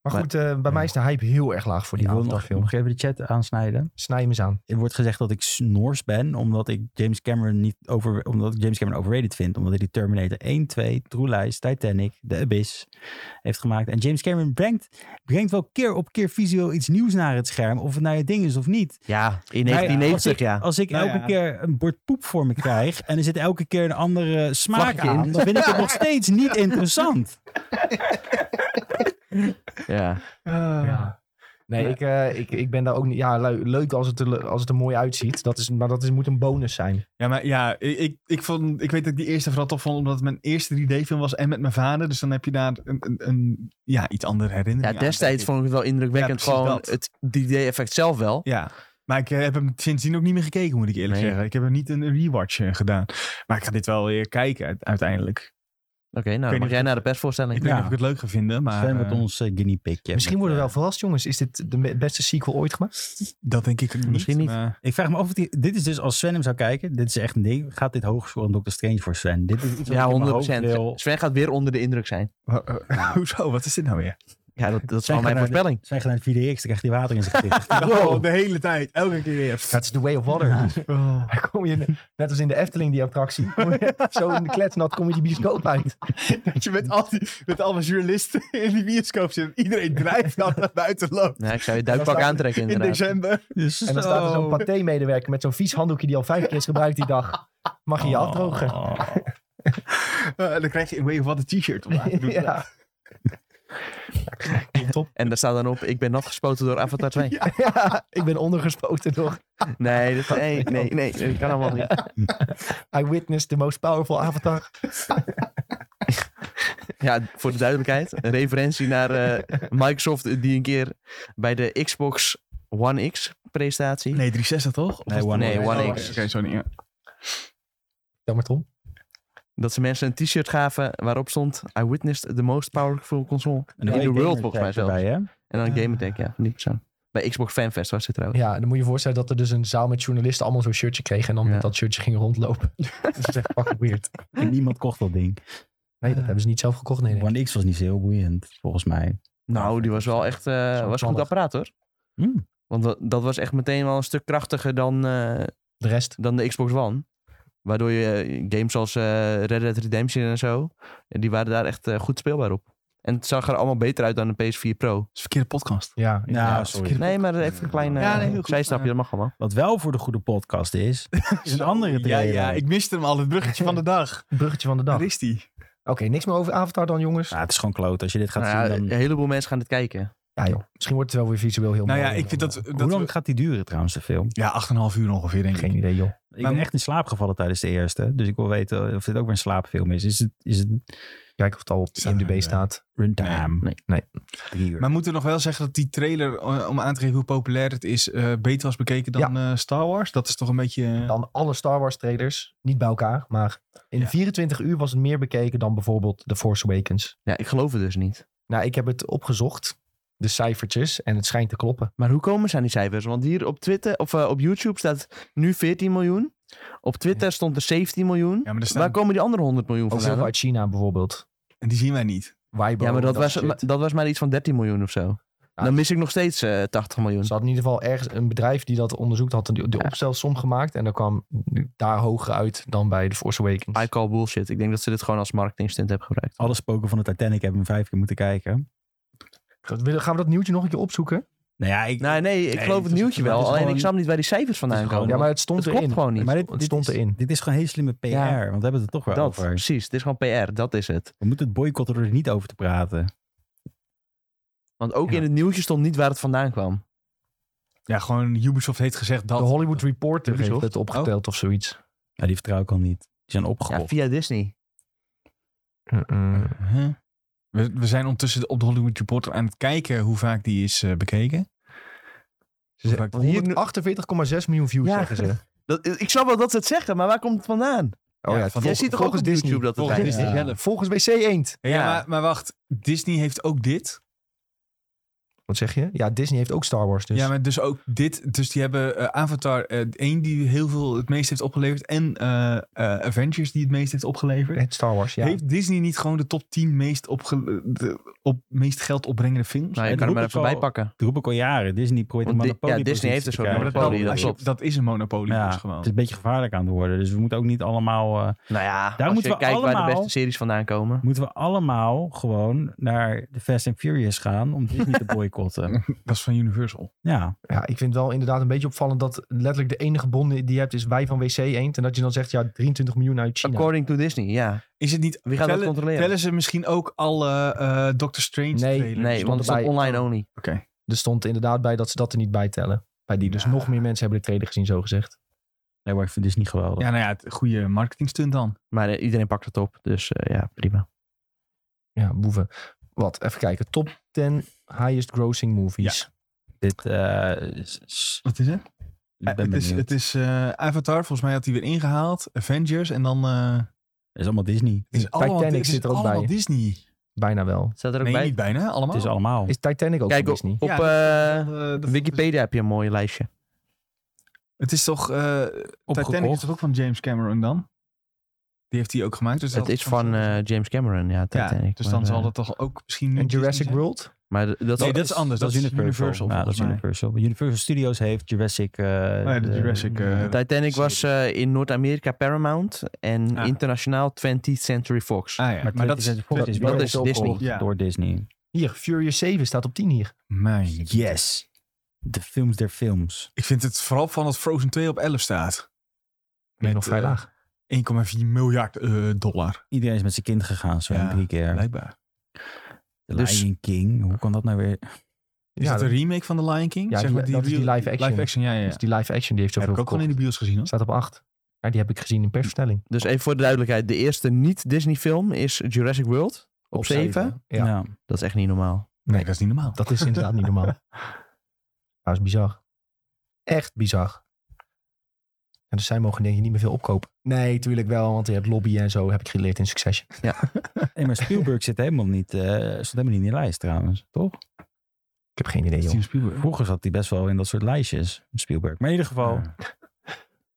S1: Maar goed, eh, bij mij is de hype heel erg laag voor die
S3: Ik wil nog,
S1: Avatar-film.
S3: nog even de chat aansnijden.
S1: Snij hem eens aan.
S3: Er wordt gezegd dat ik snors ben, omdat ik James Cameron niet over, omdat ik James Cameron overrated vind, omdat hij die Terminator 1, 2, True Lies, Titanic, The Abyss heeft gemaakt. En James Cameron brengt, brengt wel keer op keer visueel iets nieuws naar het scherm, of het naar je ding is of niet.
S2: Nou Ja, oh. in
S3: Maar ja,
S2: 1990, ja.
S3: Als ik
S4: Nou
S3: elke
S4: ja.
S3: keer een bord poep voor me krijg en er zit elke keer een andere smaak
S2: Vlaggetje
S3: aan,
S2: in.
S3: dan vind ik het nog steeds [LAUGHS] niet interessant.
S2: ja. Ah.
S1: Ja. Nee, ik, eh, ik, ik ben daar ook niet... Ja, lu- leuk als het, er, le- als het er mooi uitziet. Dat is, maar dat is, moet een bonus zijn.
S4: Ja, maar ja, ik, ik, ik, vond, ik weet dat ik die eerste vooral tof vond, omdat het mijn eerste 3D-film was en met mijn vader. Dus dan heb je daar een, een, een ja, iets andere herinnering
S2: ja,
S4: aan, denk
S2: destijds
S4: ik.
S2: vond ik het wel indrukwekkend.
S4: Ja, precies
S2: gewoon
S4: dat.
S2: het DD-effect zelf wel.
S4: Ja, maar ik eh, heb hem sindsdien ook niet meer gekeken, moet ik eerlijk
S2: Nee.
S4: zeggen. Ik heb hem niet een rewatch eh, gedaan. Maar ik ga dit wel weer kijken uit- uiteindelijk.
S2: Oké, nou,
S4: weet
S2: dan
S4: niet
S2: mag
S4: of
S2: jij
S4: ik-
S2: naar de
S4: Ik
S2: persvoorstelling.
S4: weet
S3: Ja.
S4: niet of ik het leuk ga vinden, maar
S3: Sven wordt
S4: eh,
S3: ons eh, guinea pigje. eh,
S1: Misschien worden we wel verrast, jongens. Is dit de me- beste sequel ooit gemaakt?
S4: dat denk ik niet.
S2: Misschien niet.
S4: maar-
S3: Ik vraag me af of die, dit is dus als Sven hem zou kijken, dit is echt een ding. Gaat dit hoog scoren dan Dr. Strange voor Sven? Dit is iets wat ik in
S2: Ja,
S3: mijn
S2: 100
S3: hoofd wil.
S2: Sven gaat weer onder de indruk zijn.
S4: wa- eh, [LAUGHS] hoezo, wat is dit nou weer?
S2: Ja, dat, dat is
S3: Sven
S2: al mijn
S3: gaat naar de-
S2: voorspelling.
S3: Sven gaat naar de 4DX, dan krijgt hij water in
S2: [LAUGHS]
S3: zijn gezicht.
S4: Oh, de hele tijd, elke keer weer.
S1: That's the way of water. Dus,
S4: Oh.
S1: Dan kom je, net als in de Efteling, die attractie. Kom je [LAUGHS] Zo in de kletsnat kom je die bioscoop uit.
S4: [LAUGHS] Dat je met, al die, met alle journalisten [LAUGHS] in die bioscoop zit. en Iedereen drijft dat naar buiten
S2: [LAUGHS]
S4: loopt.
S2: Ja, ik zou je duikpak
S1: staat-
S2: aantrekken
S4: In
S2: inderdaad.
S4: december.
S3: Dus
S1: En dan staat er
S2: oh.
S1: zo'n paté-medewerker met zo'n vies handdoekje die al vijf keer is gebruikt die dag. Mag je je
S2: Oh.
S1: afdrogen?
S4: Oh. [LAUGHS] Eh, dan krijg je een Way of Water t-shirt. om aan te doen.
S1: [LAUGHS] Ja. Top.
S2: En daar staat dan op, ik ben nat gespoten door Avatar [LAUGHS] 2.
S1: [LAUGHS] Ja, ik ben ondergespoten door
S2: Nee, dat, nee, nee, [LAUGHS] nee, dat kan allemaal niet.
S1: I witnessed the most powerful avatar.
S2: Ja, voor de duidelijkheid. Een referentie naar eh, Microsoft die een keer bij de Xbox One X presentatie.
S4: Nee, 360 toch?
S3: Nee,
S4: Of was het-
S3: One
S2: Nee, X. One
S4: Oh,
S2: X.
S4: Oké, sorry. Ja.
S1: Dan maar Tom.
S2: Dat ze mensen een t-shirt gaven waarop stond I witnessed the most powerful console in the world volgens mij zelfs.
S3: Bij, hè?
S2: En dan Gamertag, ja, van die persoon. Bij Xbox Fanfest was dit trouwens.
S1: Ja, dan moet je je voorstellen dat er dus een zaal met journalisten allemaal zo'n shirtje kregen. En dan
S2: Ja.
S1: met dat shirtje gingen rondlopen.
S2: [LAUGHS]
S1: dat is echt fucking weird.
S3: En niemand kocht dat ding.
S1: Nee, dat hebben ze niet zelf gekocht. Nee, nee.
S3: One X was niet zo heel boeiend, volgens mij.
S2: Nou, die was wel echt eh,
S1: Zo'n
S2: was een goed
S1: knallig.
S2: apparaat hoor.
S3: Hmm.
S2: Want dat, dat was echt meteen wel een stuk krachtiger dan, eh,
S1: De rest.
S2: dan de Xbox One. Waardoor je eh, games als eh, Red Dead Redemption en zo, eh, die waren daar echt eh, goed speelbaar op. En het zag er allemaal beter uit dan de PS4 Pro.
S4: Dat is een verkeerde podcast.
S1: Ja,
S3: Nou,
S1: ja.
S3: sorry.
S2: Nee, maar even een klein eh,
S4: Ja, nee, heel goed.
S2: zijstapje, dat mag allemaal.
S3: Wat wel voor de goede
S2: [LAUGHS]
S3: podcast is, is een andere
S4: Ja,
S3: trailer.
S4: ja, ik miste hem al. Het bruggetje van de dag.
S1: bruggetje van de dag.
S4: Daar
S1: Oké,
S4: is die.
S1: niks meer over Avatar dan, jongens.
S3: Ja, het is gewoon kloot. Als je dit gaat
S2: Nou ja,
S3: zien, dan...
S2: Een heleboel mensen gaan dit kijken.
S1: Ja, joh. Misschien wordt het wel weer visueel heel
S4: Nou
S1: mooi.
S4: ja, ik vind dat... dat
S3: Hoe lang
S4: we-
S3: gaat die duren trouwens, de film?
S4: Ja, 8,5 uur ongeveer, denk ik.
S1: eh, Geen idee, joh.
S3: Ik
S4: Maar-
S3: ben echt in slaap gevallen tijdens de eerste. Dus ik wil weten of dit ook weer een slaapfilm is. Is het, is het
S1: Kijk of het al op de
S4: Staat er
S1: IMDb
S4: een,
S1: staat.
S3: runtime?
S2: Nee.
S1: Nee.
S3: Drie uur.
S4: Maar moeten we nog wel zeggen dat die trailer, eh, om aan te geven hoe populair het is, eh, beter was bekeken dan eh, Star Wars? Dat is toch een beetje... eh,
S1: Dan alle Star Wars trailers. Niet bij elkaar, maar in
S4: Ja.
S1: 24 uur was het meer bekeken dan bijvoorbeeld The Force Awakens.
S2: Ja, ik geloof het dus niet.
S1: Nou, ik heb het opgezocht. De cijfertjes. En het schijnt te kloppen.
S2: Maar hoe komen ze aan die cijfers? Want hier op Twitter, of eh, op YouTube staat nu 14 miljoen. Op Twitter stond er 17 miljoen.
S4: Ja, maar er
S2: Waar
S4: staan,
S2: komen die andere 100 miljoen
S1: Ook
S2: vandaan?
S1: veel
S2: dan?
S1: uit China bijvoorbeeld.
S4: en die zien wij niet.
S1: Weibo,
S2: Ja, maar dat, was,
S1: soort shit.
S2: dat was maar iets van 13 miljoen of zo.
S1: Ja.
S2: Dan mis ik nog steeds eh 80 miljoen.
S1: Ze hadden in ieder geval ergens een bedrijf die dat onderzoekt had. en Die, de opstelsom gemaakt. En dat kwam daar hoger uit dan bij The Force Awakens.
S2: I call bullshit. Ik denk dat ze dit gewoon als marketingstunt hebben gebruikt.
S3: Alle spoken van de Titanic hebben we vijf keer moeten kijken.
S1: Dat willen- Gaan we dat nieuwtje nog een keer opzoeken?
S3: Nou ja, ik...
S2: Nee, nee, ik
S3: Nee,
S2: geloof
S3: het
S2: het
S3: is-
S2: nieuwtje
S3: het
S2: wel.
S3: is
S2: Alleen
S3: gewoon-
S2: ik snap niet waar die cijfers vandaan
S3: het is gewoon-
S2: komen.
S1: Ja, maar het stond
S2: het
S1: erin.
S2: klopt gewoon niet.
S3: maar dit,
S1: Het
S3: dit
S1: stond
S3: is,
S1: erin.
S3: Dit is gewoon hele slimme PR,
S2: Ja.
S3: want we hebben het er toch wel
S2: dat,
S3: over.
S2: precies. Het is gewoon PR. Dat is het.
S3: We moeten het boycotten door er niet over te praten.
S2: Want ook
S4: Ja.
S2: in het nieuwtje stond niet waar het vandaan kwam.
S4: Ja, gewoon Ubisoft heeft gezegd
S1: De
S4: dat...
S1: Hollywood Reporter heeft
S2: Ubisoft?
S1: het
S2: Oh.
S1: opgeteld of zoiets.
S3: Ja, Nou, die vertrouw ik al niet. Die zijn
S2: Ja,
S3: opgehoord.
S2: via Disney.
S1: Uh-uh.
S4: Huh? We, we zijn ondertussen op de Hollywood Reporter aan het kijken hoe vaak die is eh, bekeken.
S1: Ze zeggen-
S4: Vaak-
S2: Want hier-
S1: 148,6 miljoen views
S2: Ja. [LAUGHS]
S1: zeggen ze.
S2: Dat, ik snap wel dat ze het zeggen, maar waar komt het vandaan?
S1: Oh ja,
S4: van-
S2: Jij
S1: vol-
S2: ziet toch ook op
S1: volgens Disney.
S2: YouTube dat het
S4: Volgens
S2: lijkt?
S4: Disney
S3: Ja.
S4: zelf.
S1: Volgens WC Eend.
S4: Oh, Ja,
S2: Ja.
S4: Maar, maar wacht. Disney heeft ook dit.
S1: Wat zeg je? Ja, Disney heeft ook Star Wars dus.
S4: Ja, maar dus ook dit. Dus die hebben eh, Avatar eh, 1 die heel veel het meest heeft opgeleverd. En eh, eh, Avengers die het meest heeft opgeleverd.
S1: Het Star Wars, ja.
S4: Heeft Disney niet gewoon de top 10 meest, opge- de, op, meest geld opbrengende films?
S2: Nou, je
S3: En
S2: kan hem maar
S3: roep ik
S2: even
S3: al-
S2: bijpakken.
S3: Dat roep ik al jaren. Disney probeert een
S2: Want Di- ja,
S3: monopolie
S2: Disney heeft
S3: dus
S2: er zo'n
S4: Ja, maar dat,
S2: Monopoly, dat
S4: als je-
S2: klopt.
S4: dat is een monopolie
S3: Ja,
S4: dus gewoon.
S3: het is een beetje gevaarlijk aan het worden. Dus we moeten ook niet allemaal... eh,
S2: Nou ja,
S3: Daar
S2: als
S3: moeten
S2: je
S3: we
S2: kijkt waar de
S3: allemaal-
S2: beste series vandaan komen.
S3: moeten we allemaal gewoon naar de Fast and Furious gaan om Disney te boycotten.
S4: Dat is van Universal.
S3: Ja,
S1: Ja, ik vind het wel inderdaad een beetje opvallend dat letterlijk de enige bond die je hebt is wij van WC Eend. En dat je dan zegt, ja, 23 miljoen uit China.
S2: According to Disney, ja.
S4: Is het niet...
S2: Wie gaat dat
S4: Tellen-
S2: controleren?
S4: Tellen ze misschien ook alle eh Doctor Strange
S1: Nee,
S4: trailers?
S2: nee, want het staat
S1: erbij.
S2: online only.
S4: Oké.
S1: Er stond inderdaad bij dat ze dat er niet bij tellen. Bij die. Dus
S4: Ja.
S1: nog meer mensen hebben de trailer gezien, zo gezegd.
S3: nee, maar ik vind Disney geweldig.
S4: Ja, nou ja, het goede marketing stunt dan.
S2: Maar eh, iedereen pakt het op, dus eh, ja, prima.
S1: Ja, boeven. Wat, even kijken. Top 10 highest grossing movies.
S3: Dit, eh, is- is-
S4: Wat is het?
S3: ik ben
S4: Eh, het is,
S3: benieuwd.
S4: het is eh, Avatar, volgens mij had hij weer ingehaald. Avengers en dan... eh,
S3: Het is allemaal Disney.
S4: het is allemaal,
S1: Titanic
S4: het is
S1: zit er ook
S4: allemaal
S1: bij.
S4: Disney.
S1: Bijna wel.
S2: Staat er ook
S4: Nee,
S2: bij?
S4: niet bijna, allemaal.
S3: Het is allemaal.
S1: Is Titanic ook
S2: Kijk,
S1: van
S2: op,
S1: Disney?
S2: op,
S4: Ja,
S2: eh,
S4: Eh, dat-
S2: Wikipedia heb je een mooi lijstje.
S4: Het is toch... eh Titanic is
S3: Opgekocht.
S4: toch ook van James Cameron dan? Die heeft hij ook gemaakt. Dus
S2: Het
S4: dat-
S2: is van eh, James Cameron, ja,
S4: Ja,
S2: Titanic.
S4: dus dan
S2: maar,
S4: zal
S2: eh,
S4: dat toch ook misschien... niet
S1: En
S4: Disney
S1: Jurassic
S4: zijn?
S1: World?
S2: Maar d- dat
S4: Nee,
S2: zal-
S4: dat is anders. Dat, is Universal.
S3: Ja, dat is
S4: volgens mij. Oh
S3: Universal. Universal Studios heeft Jurassic... eh,
S4: ja, de
S3: de-
S4: Jurassic, eh,
S2: Titanic was eh, in Noord-Amerika Paramount en
S4: Ah.
S2: internationaal 20th Century Fox.
S4: Ah, ja. Maar, dat is...
S3: dat is,
S2: dat is Disney.
S4: Ja.
S3: door Disney.
S1: Hier, Furious 7 staat op 10 hier.
S4: Mijn
S3: Yes. De films der films.
S4: Ik vind het vooral van dat Frozen 2 op 11 staat.
S1: Ik nog vrij
S4: eh,
S1: laag.
S4: 1,4 miljard eh, dollar,
S3: Iedereen is met zijn kind gegaan zo
S4: Ja,
S3: drie keer.
S4: blijkbaar.
S3: The
S2: dus-
S3: Lion King. Hoe kan dat nou weer?
S4: Is
S1: Ja,
S4: dat
S1: dat-
S4: een remake van The Lion King?
S1: Ja, die- dat is die
S4: real-
S1: live action.
S4: Live action, ja, ja. ja.
S1: Dus die live action die heeft
S4: heb
S1: zoveel
S4: ik ook gewoon in de
S1: verkocht.
S4: bios gezien. Hoor.
S1: Staat op 8. Ja, die heb ik gezien in persvertelling.
S2: Dus even voor de duidelijkheid, de eerste niet-Disney-film is Jurassic World op, 7.
S1: Ja.
S3: Nou,
S2: Dat is echt niet normaal.
S4: Nee, dat is niet normaal.
S1: Dat is inderdaad niet normaal.
S4: [LAUGHS]
S1: Ja, Dat is bizar. Echt bizar. En dus zij mogen denk je niet meer veel opkopen. Nee, tuurlijk wel, want je hebt lobby en zo heb ik geleerd in Succession.
S3: hey, maar Spielberg zit helemaal niet, eh, stond helemaal niet in die lijst trouwens, toch?
S1: Ik heb geen idee, joh.
S4: Steven Spielberg.
S3: Vroeger zat hij best wel in dat soort lijstjes, Spielberg. Maar in ieder geval,
S4: Ja.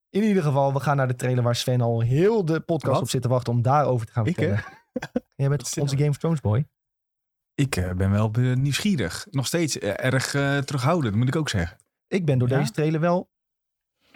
S1: In ieder geval, we gaan naar de trailer waar Sven al heel de podcast
S4: Wat?
S1: op zit te wachten om daarover te gaan
S4: Ik, hè?
S1: vertellen.
S4: [LAUGHS]
S1: Jij bent
S4: Wat
S1: toch
S4: zit
S1: onze
S4: nou?
S1: Game of Thrones boy.
S4: Ik eh, ben wel eh, nieuwsgierig. Nog steeds eh, erg eh, terughoudend, moet ik ook zeggen.
S1: Ik ben door
S3: Ja?
S1: deze trailer wel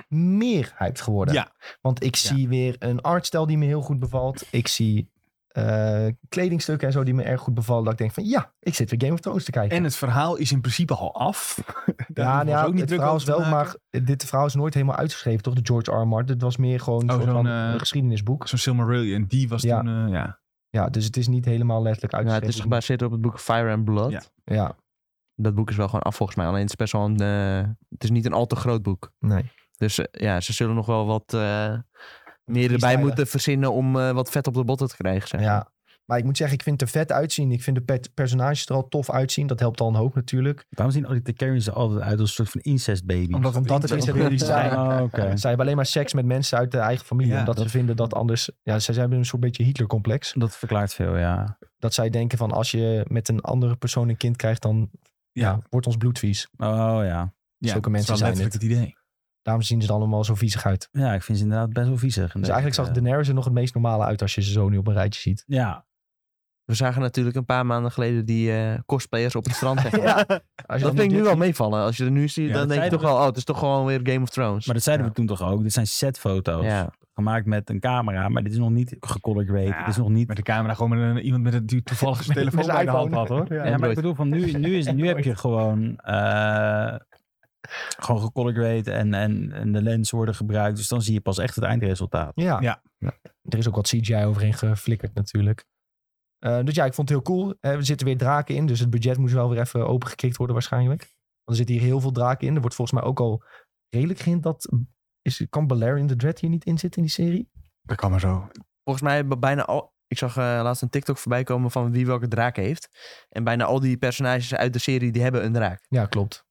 S1: meer hyped geworden.
S4: Ja.
S1: Want ik
S4: Ja.
S1: zie weer een artstijl die me heel goed bevalt. Ik zie eh, kledingstukken en zo die me erg goed bevallen. Dat ik denk van ja, ik zit weer Game of Thrones te kijken.
S4: En het verhaal is in principe al af. [LAUGHS]
S1: ja,
S4: Daar hoeven we
S1: nou ja,
S4: ons ook niet
S1: het
S4: druk
S1: verhaal is
S4: over te
S1: wel,
S4: maken.
S1: maar dit verhaal is nooit helemaal uitgeschreven toch? De George R. R. Martin. Het was meer gewoon een
S4: Oh,
S1: soort
S4: zo'n,
S1: van
S4: eh,
S1: een geschiedenisboek.
S4: Zo'n Silmarillion, die was
S1: Ja.
S4: toen... eh, ja.
S1: Ja, dus het is niet helemaal letterlijk
S2: Ja, het
S1: uitgeschreven.
S2: is gebaseerd op het boek Fire and Blood.
S4: Ja.
S1: Ja,
S2: Dat boek is wel gewoon af volgens mij. Alleen het is best wel een... eh, het is niet een al te groot boek.
S1: nee.
S2: Dus eh, ja, ze zullen nog wel wat eh, meer erbij
S1: Freestylen.
S2: moeten verzinnen om eh, wat vet op de botten te krijgen. Zeg.
S1: Ja. Maar ik moet zeggen, ik vind het er vet uitzien. Ik vind de pet- personages er al tof uitzien. Dat helpt al een hoop natuurlijk.
S3: waarom zien al die Targaryens er altijd uit als een soort van incestbaby?
S4: Omdat,
S1: Omdat het incest-
S4: zijn.
S1: Ja.
S3: Oh, oké.
S1: Zij hebben alleen maar seks met mensen uit de eigen familie.
S4: Ja,
S1: omdat ze vinden dat anders... Ja, zij hebben een soort beetje Hitler-complex.
S3: Dat verklaart veel, ja.
S1: Dat zij denken van als je met een andere persoon een kind krijgt... dan ja. wordt ons bloed vies.
S3: Oh ja.
S4: Ja,
S1: Zulke mensen
S4: dat is wel
S1: zijn
S4: letterlijk het idee.
S1: Daarom zien ze er allemaal zo viezig uit.
S3: Ja, ik vind ze inderdaad best wel viezig.
S1: Dus eigenlijk zag
S3: eh.
S1: Daenerys er nog het meest normale uit... als je ze zo nu op een rijtje ziet.
S3: Ja,
S2: We zagen natuurlijk een paar maanden geleden die eh, cosplayers op het strand. zeg maar.
S1: Als je dan
S2: Dat vind ik nu
S1: dit-
S2: wel meevallen. Als je er nu ziet,
S4: Ja,
S2: dan
S4: dat
S2: denk je
S3: zeiden
S2: toch wel... Oh, het is toch gewoon weer Game of Thrones.
S3: maar dat zeiden
S1: Ja.
S3: we toen toch ook. Dit zijn setfoto's.
S2: ja.
S3: Gemaakt met een camera, maar dit is nog niet gecolorgrade.
S4: Ja.
S3: Dit is nog niet
S4: Met de camera gewoon met een, iemand met een die toevallig
S1: [LAUGHS]
S4: zijn
S1: Met-
S4: telefoon
S1: met
S4: bij
S1: zijn
S4: de hand had
S1: iPhone.
S4: hoor.
S3: Ja, maar
S2: Android.
S3: ik bedoel, van nu, nu, is, nu heb je gewoon, eh gewoon gecolorgrade en, en, en de lens worden gebruikt. Dus dan zie je pas echt het eindresultaat.
S1: Ja.
S4: Ja.
S1: Er is ook wat CGI overheen geflikkerd natuurlijk. Eh, dus ja, ik vond het heel cool. Eh, er zitten weer draken in, dus het budget moest wel weer even opengekrikt worden waarschijnlijk. Want er zitten hier heel veel draken in. Er wordt volgens mij ook al redelijk gehind dat... Is, kan Balerion the Dread hier niet in zitten in die serie?
S4: Dat kan maar zo.
S2: Volgens mij hebben bijna al... Ik zag eh, laatst een TikTok voorbij komen van wie welke draak heeft. En bijna al die personages uit de serie, die hebben een draak.
S1: Ja, klopt. Dus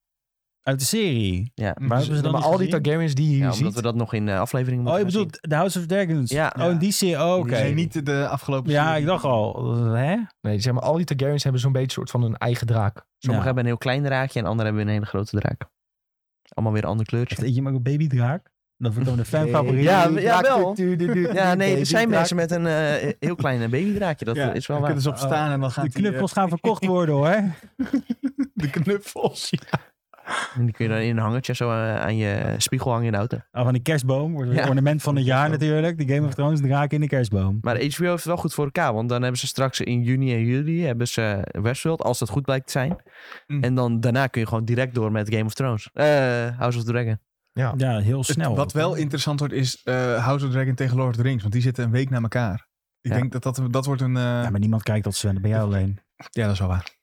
S3: Uit de serie.
S2: Ja,
S3: Maar hebben ze dan
S1: maar
S3: niet
S1: al die
S3: gezien?
S1: Targaryens die je hier
S2: ja omdat
S1: ziet...
S2: we dat nog in eh, afleveringen
S3: Oh, je
S2: moeten gaan
S3: bedoelt The House of Dragons?
S2: Ja.
S3: Oh, in die serie. Oh, oké.
S4: Nee, niet de afgelopen
S3: Ja,
S4: serie.
S3: ik dacht al. Hè?
S1: Nee, zeg maar, al die Targaryens hebben zo'n beetje soort van een eigen draak.
S2: zien. Sommigen hebben een heel klein draakje en anderen hebben een hele grote draak. Allemaal weer een ander kleurtje.
S3: Echt, Je maakt een babydraak? Dat wordt dan de fanfavoriet.
S2: Ja, ja, wel. Ja,
S1: Ja,
S2: nee, er zijn mensen met een eh, heel klein babydraakje. Dat
S4: Ja,
S2: is wel
S4: dan
S2: waar.
S4: kunnen ze op staan en dan gaat
S3: De
S4: die,
S3: knuffels gaan verkocht worden hoor.
S4: eh, de knuffels. dus-
S2: En die kun je dan in een hangertje zo eh, aan je spiegel hangen in de auto.
S3: Oh, van de kerstboom. Wordt het
S2: Ja.
S3: ornament van het jaar natuurlijk. Die Game of Thrones draak in de kerstboom.
S2: Maar HBO heeft het wel goed voor elkaar. Want dan hebben ze straks in juni en juli hebben ze eh, Westworld. Als dat goed blijkt te zijn.
S4: Mm.
S2: En dan daarna kun je gewoon direct door met Game of Thrones. Eh, House of Dragon.
S3: Ja, heel
S4: Het-
S3: snel.
S4: wat wel interessant wordt is eh, House of Dragon tegen Lord of the Rings. Want die zitten een week na elkaar. Ik
S2: Ja.
S4: denk dat dat, dat wordt een... eh,
S3: Ja,
S4: Ja,
S3: maar niemand kijkt dat Sven, dat ben jij alleen.
S4: dat is wel waar.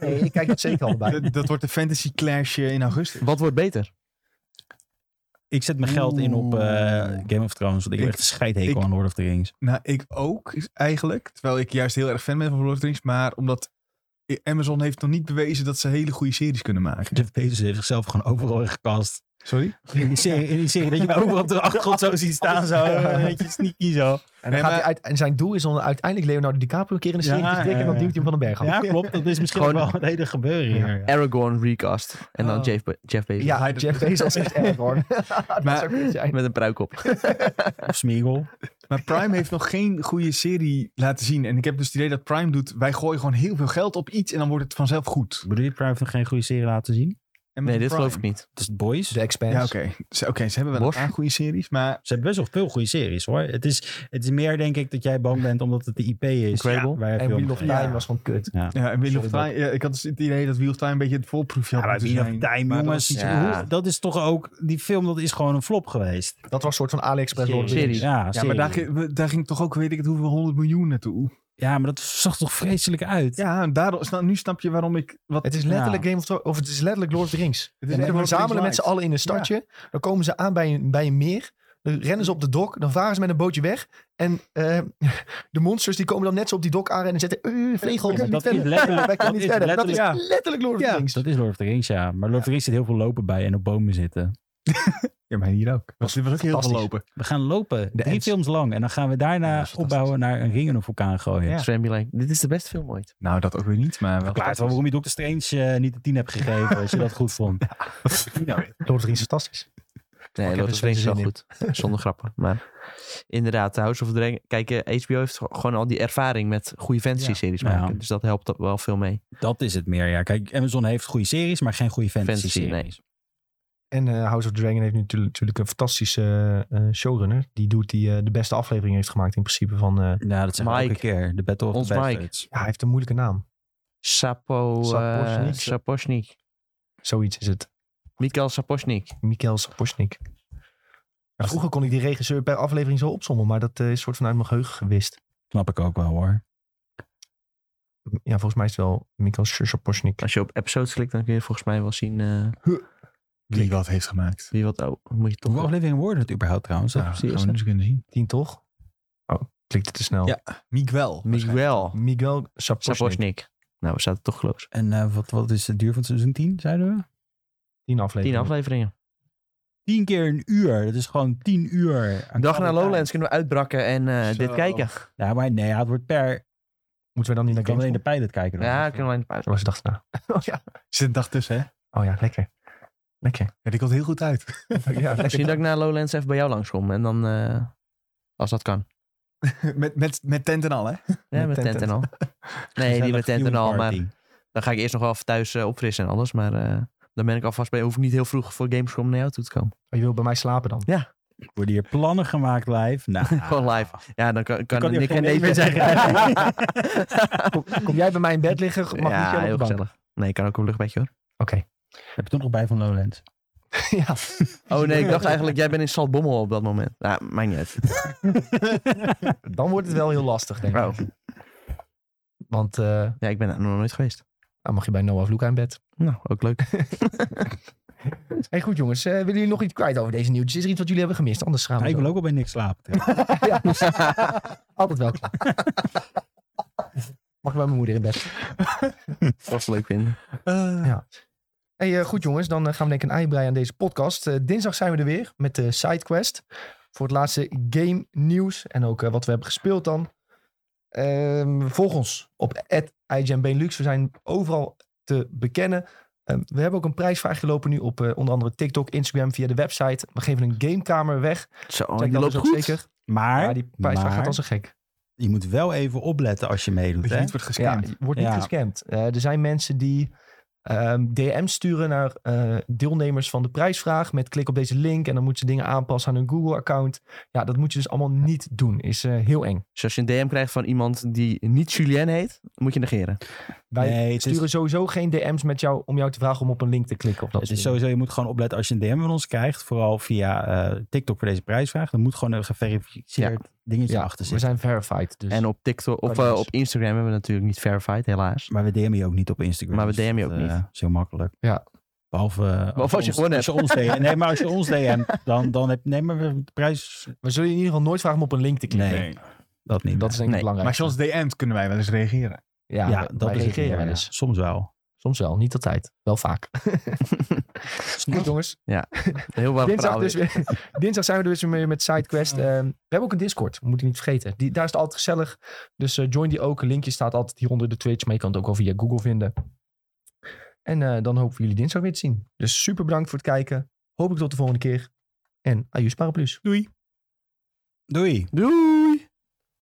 S1: ik kijk het zeker allebei.
S4: [LAUGHS] dat, dat wordt de fantasy clash eh, in augustus.
S2: Wat wordt beter?
S3: Ik zet mijn geld in op eh,
S4: Oeh.
S3: Game of Thrones, want ik heb
S4: Ik-
S3: echt een scheidhekel
S4: ik-
S3: aan Lord of the Rings.
S4: Nou, ik ook eigenlijk. Terwijl ik juist heel erg fan ben van Lord of the Rings. Maar omdat Amazon heeft nog niet bewezen dat ze hele goede series kunnen
S3: [LAUGHS]
S4: maken.
S3: Jeff Bezos heeft zichzelf gewoon overal in gekast.
S4: Sorry?
S3: In die serie, in die serie dat je me overal op [LAUGHS] de achtergrond zo ziet staan, zo eh, een beetje sneaky zo.
S1: En, dan
S4: Nee,
S1: gaat hij
S4: maar-
S1: uit, en zijn doel is om uiteindelijk Leonardo DiCaprio een keer in de
S3: Ja,
S1: serie te stikken en dan
S3: ja,
S1: duwt hij hem van de berg af.
S3: Ja, klopt. Dat is misschien
S2: Gewoon-
S3: wel het hele gebeuren hier. Ja.
S2: Aragorn recast. En dan
S4: Oh.
S2: Jeff, Be- Jeff Bezos.
S1: Ja,
S4: Hij-
S1: Jeff Bezos is Aragorn. [LAUGHS] dat
S4: Maar-
S1: zou kunnen zijn.
S2: Met een pruik op.
S3: Of Smeagol.
S4: Maar Prime heeft nog geen goede serie laten zien. En ik heb dus het idee dat Prime doet... wij gooien gewoon heel veel geld op iets en dan wordt het vanzelf goed.
S3: Bedoel je, Prime heeft nog geen goede serie laten zien?
S4: En met
S2: Nee, dit
S4: Prime-
S2: geloof ik niet.
S3: Dat is The Boys.
S1: De Expanse.
S4: Ja, oké. Ze, oké, ze hebben wel
S2: Bosch.
S4: een paar goede series, maar...
S3: Ze hebben best wel veel goede series hoor. Het is, het is meer denk ik dat jij bang bent omdat het de IP is.
S2: Incredible.
S3: Waar
S1: En
S3: veel-
S1: Wheel of Time
S3: Ja.
S1: was gewoon kut.
S4: Ja, en Wheel of
S1: Sorry,
S4: Time, ja, ik had dus het idee dat Wheel of Time een beetje het voorproefje
S3: Ja,
S4: had
S3: maar
S4: moeten
S3: Wheel of
S4: zijn.
S3: Time,
S4: Maar dat
S3: jongens.
S4: was niet-
S2: Ja.
S3: hoe- dat is toch ook... Die film, dat is gewoon een flop geweest.
S1: Dat was een soort van AliExpress
S2: Serie.
S1: Lord of the Rings.
S3: Ja,
S4: Ja, maar daar,
S3: serie.
S4: ging- we- daar ging toch ook, weet ik het, hoeveel honderd miljoen naartoe.
S3: ja, maar dat zag toch vreselijk uit?
S4: Ja, en daardoor, sna- nu snap je waarom ik... Wat,
S1: Het is letterlijk Game of Thrones, of het is letterlijk Lord of the Rings.
S4: Het is
S1: En
S4: echt
S1: we
S4: Lord of the
S1: verzamelen met
S4: Rings
S1: z'n allen in een stadje. Dan komen ze aan bij een, bij een meer. Dan rennen ze op de dok. Dan varen ze met een bootje weg. En eh, [LAUGHS] de monsters die komen dan net zo op die dok aan en zetten... Uh, vlegel,
S3: Ja,
S1: we kunnen
S3: maar dat
S1: niet
S3: is
S1: verder.
S3: letterlijk-
S1: Wij kunnen
S3: dat
S1: niet
S3: is
S1: verder. [LAUGHS] Dat is
S4: letterlijk-
S1: letterlijk Lord of the
S4: Ja.
S1: Rings.
S3: Dat is Lord of the Rings, ja. Maar Lord of the Rings zit heel veel lopen bij en op bomen zitten.
S4: Ja, maar hier ook. Was, was ook heel veel
S1: fantastisch.
S4: lopen.
S3: We gaan lopen, drie
S1: Ents.
S3: films lang. En dan gaan we daarna
S4: Ja, dat is fantastisch.
S3: opbouwen naar een ring in een vulkaan gooien.
S4: Ja.
S2: Sven Bielank, dit is de beste film ooit.
S4: Nou, dat ook weer niet, maar wel.
S3: Klaar, waarom je Doctor Strange eh, niet de 10 hebt gegeven, als je dat goed vond.
S1: Lord of the Rings is fantastisch.
S2: Nee,
S1: heb
S2: Lord
S1: er
S2: of the Rings is wel
S1: steeds
S2: goed. [LAUGHS] Zonder grappen. Maar inderdaad, House of Dragon. Kijk, eh, HBO heeft ge- gewoon al die ervaring met goede fantasy-series
S3: Ja.
S2: maken. Dus dat helpt ook wel veel mee.
S3: Dat is het meer, ja. Kijk, Amazon heeft goede series, maar geen goede fantasy,
S2: Fantasy, nee.
S3: series.
S1: En eh, House of Dragon heeft nu natuurlijk- natuurlijk een fantastische eh, eh, showrunner. Die doet die eh, de beste aflevering heeft gemaakt in principe van... eh,
S3: Nou, dat zijn we elke
S2: Mike.
S3: keer. De Battle of
S2: Ons
S3: the
S2: Mike.
S3: Bastards.
S1: ja, hij heeft een moeilijke naam.
S2: Sapo, eh,
S1: Sapochnik.
S2: Sapochnik.
S1: Zoiets is het.
S2: Mikael Sapochnik.
S1: Mikhail Sapochnik. Maar vroeger kon ik die regisseur per aflevering zo opzommen. Maar dat eh, is soort van uit mijn geheugen gewist.
S3: Snap ik ook wel, hoor.
S1: Ja, volgens mij is het wel Mikhail Sapochnik.
S2: Als je op episodes klikt, dan kun je volgens mij wel zien eh,
S4: Die wat heeft gemaakt.
S2: wie wat... Oh, moet je
S3: Hoeveel
S2: toch...
S3: afleveringen worden het überhaupt trouwens?
S4: Nou,
S2: precies,
S4: gaan we nu eens kunnen zien.
S1: Tien toch? Oh, klikte te snel.
S4: Ja. Miguel.
S2: Miguel
S1: Miguel Sapochnik.
S2: Sapochnik. Nou, we zaten toch close.
S3: En eh, wat, wat is de duur van seizoen 10, zeiden we?
S1: Tien
S2: Tien
S1: afleveringen.
S2: afleveringen.
S3: 10 keer een uur. Dat is gewoon 10 uur. aan
S2: Dag naar
S3: kwaliteit.
S2: Lowlands kunnen we uitbrakken en eh,
S4: Zo.
S2: dit kijken.
S3: Ja, maar nee, ja, het wordt per...
S1: Moeten we dan niet
S3: Je
S1: naar
S3: kan alleen de
S1: Gamescom?
S3: pilot kijken. dan.
S2: Ja, kunnen we in de pauze.
S1: Dat was de dag erna. Oh ja.
S4: Zit een dag tussen, hè?
S1: Oh ja, lekker. Lekker.
S4: Ja, die komt heel goed [LAUGHS] uit.
S1: Ja, lekker.
S3: [LAUGHS]
S2: Misschien dat ik naar Lowlands even bij jou langskom. En dan, eh, als dat kan.
S4: met, met, met tent en al, hè?
S2: Ja, met,
S1: Met
S2: tent
S1: tent
S2: en al. Nee,
S3: Gezellig
S2: niet met tent en al.
S3: viewing
S2: Maar
S3: party.
S2: dan ga ik eerst nog wel even thuis eh, opfrissen en alles. Maar eh, dan ben ik alvast bij. Hoef ik niet heel vroeg voor Gamescom naar jou toe te komen.
S1: Oh, je wil bij mij slapen dan?
S3: Worden hier plannen gemaakt live? Nou,
S2: [LAUGHS] Gewoon live. Ja, dan kan, kan,
S3: kan hier
S2: Nick
S3: geen
S2: en nee
S3: nee
S2: meer
S3: meer
S2: zeggen.
S1: Kom, kom jij bij mij in bed liggen? Mag niet
S2: ja,
S1: jij
S2: heel
S1: op de bank?
S2: gezellig. [LAUGHS] Nee, ik kan ook op een luchtbedje hoor.
S1: Oké.
S3: [LAUGHS]
S1: [LAUGHS]
S3: Heb je toch nog bij van Lowlands?
S1: ja.
S2: Oh nee, ik dacht eigenlijk, jij bent in Saltbommel op dat moment. Nou, maakt niet uit.
S1: Dan wordt het wel heel lastig, denk ik.
S2: Oh.
S1: Want eh,
S2: Ja, ik ben daar nog nooit geweest.
S1: dan mag je bij Noah Vloek aan bed.
S2: Nou, ook leuk.
S1: Hey, goed jongens, eh, willen jullie nog iets kwijt over deze nieuwtjes? Is er iets wat jullie hebben gemist? Anders gaan we
S3: ik
S1: zo.
S3: wil ook al bij niks slapen. trouwens.
S1: Ja, dus- altijd wel klaar. [LAUGHS] Mag ik bij mijn moeder in bed.
S2: Wat leuk vinden.
S4: Eh,
S1: Hey, eh, goed jongens, dan eh, gaan we denk ik een ei breien aan deze podcast. Eh, dinsdag zijn we er weer met de SideQuest. Voor het laatste game nieuws en ook eh, wat we hebben gespeeld dan. Ehm volg ons op @IGNBenelux. We zijn overal te bekennen. Ehm, we hebben ook een prijsvraag gelopen nu op eh, onder andere TikTok, Instagram, via de website. We geven een gamekamer weg.
S2: Zo,
S1: Check
S2: Oh, die
S1: dat
S2: loopt
S1: dus ook
S2: goed.
S1: zeker.
S3: Maar,
S1: Ja, die prijsvraag
S3: maar
S1: gaat als een gek.
S3: je moet wel even opletten als je meedoet.
S4: dat je
S3: Hè?
S4: niet wordt
S1: Ja,
S4: gescamd.
S1: je wordt niet
S3: Ja.
S1: gescamd. Eh, er zijn mensen die ehm, DM sturen naar eh, deelnemers van de prijsvraag met klik op deze link en dan moeten ze dingen aanpassen aan hun Google-account. Ja, dat moet je dus allemaal niet doen. Is eh, heel eng.
S2: Dus als je een DM krijgt van iemand die niet Julien heet, moet je negeren.
S1: Wij
S3: Nee, het is-
S1: sturen sowieso geen DM's met jou om jou te vragen om op een link te klikken. Of dat
S3: Het is
S1: soort
S3: sowieso, je moet gewoon opletten als je een DM van ons krijgt. Vooral via eh, TikTok voor deze prijsvraag. Dan moet gewoon een geverifieerd dingetje
S1: dingen. Ja,
S3: achter
S1: we zijn
S3: zitten.
S1: verified. Dus.
S2: En op TikTok of
S1: Oh,
S2: eh,
S1: dus.
S2: op Instagram hebben we natuurlijk niet verified, helaas.
S3: [LAUGHS] Maar we DM je ook niet op Instagram.
S2: Maar we
S3: dus
S2: DM je
S3: dat,
S2: ook
S3: eh,
S2: niet.
S3: is heel makkelijk.
S1: Ja.
S3: Behalve, eh,
S2: als je
S3: ons-
S2: gewonnen
S3: als je ons DM, Nee, maar als je ons DM, dan, dan heb Nee, maar we- de prijs...
S1: We zullen je in ieder geval nooit vragen om op een link te klikken.
S3: Nee, dat niet.
S1: Dat is denk ik
S2: Nee.
S1: belangrijk.
S4: Maar als je ons DM't, kunnen wij wel eens reageren.
S1: ja,
S3: ja,
S1: wij-
S3: dat
S1: wij
S3: is het
S1: reageren
S3: meer,
S1: wel
S3: ja.
S1: eens.
S3: Soms wel.
S1: Soms wel, niet altijd. Wel
S3: [LAUGHS]
S1: vaak. Goed jongens,
S2: Heel warm
S1: Dinsdag,
S2: verhaal
S1: dus
S2: weer.
S1: weer- [LAUGHS] dinsdag zijn we er dus weer met SideQuest. Ehm, we hebben ook een Discord, moet je niet vergeten. Die, daar is het altijd gezellig. Dus eh, join die ook. Een linkje staat altijd hieronder de Twitch. Maar je kan het ook al via Google vinden. En eh, dan hopen we jullie dinsdag weer te zien. Dus super bedankt voor het kijken. Hopelijk tot de volgende keer. En adieu, Paraplus.
S4: Doei.
S3: Doei.
S2: Doei!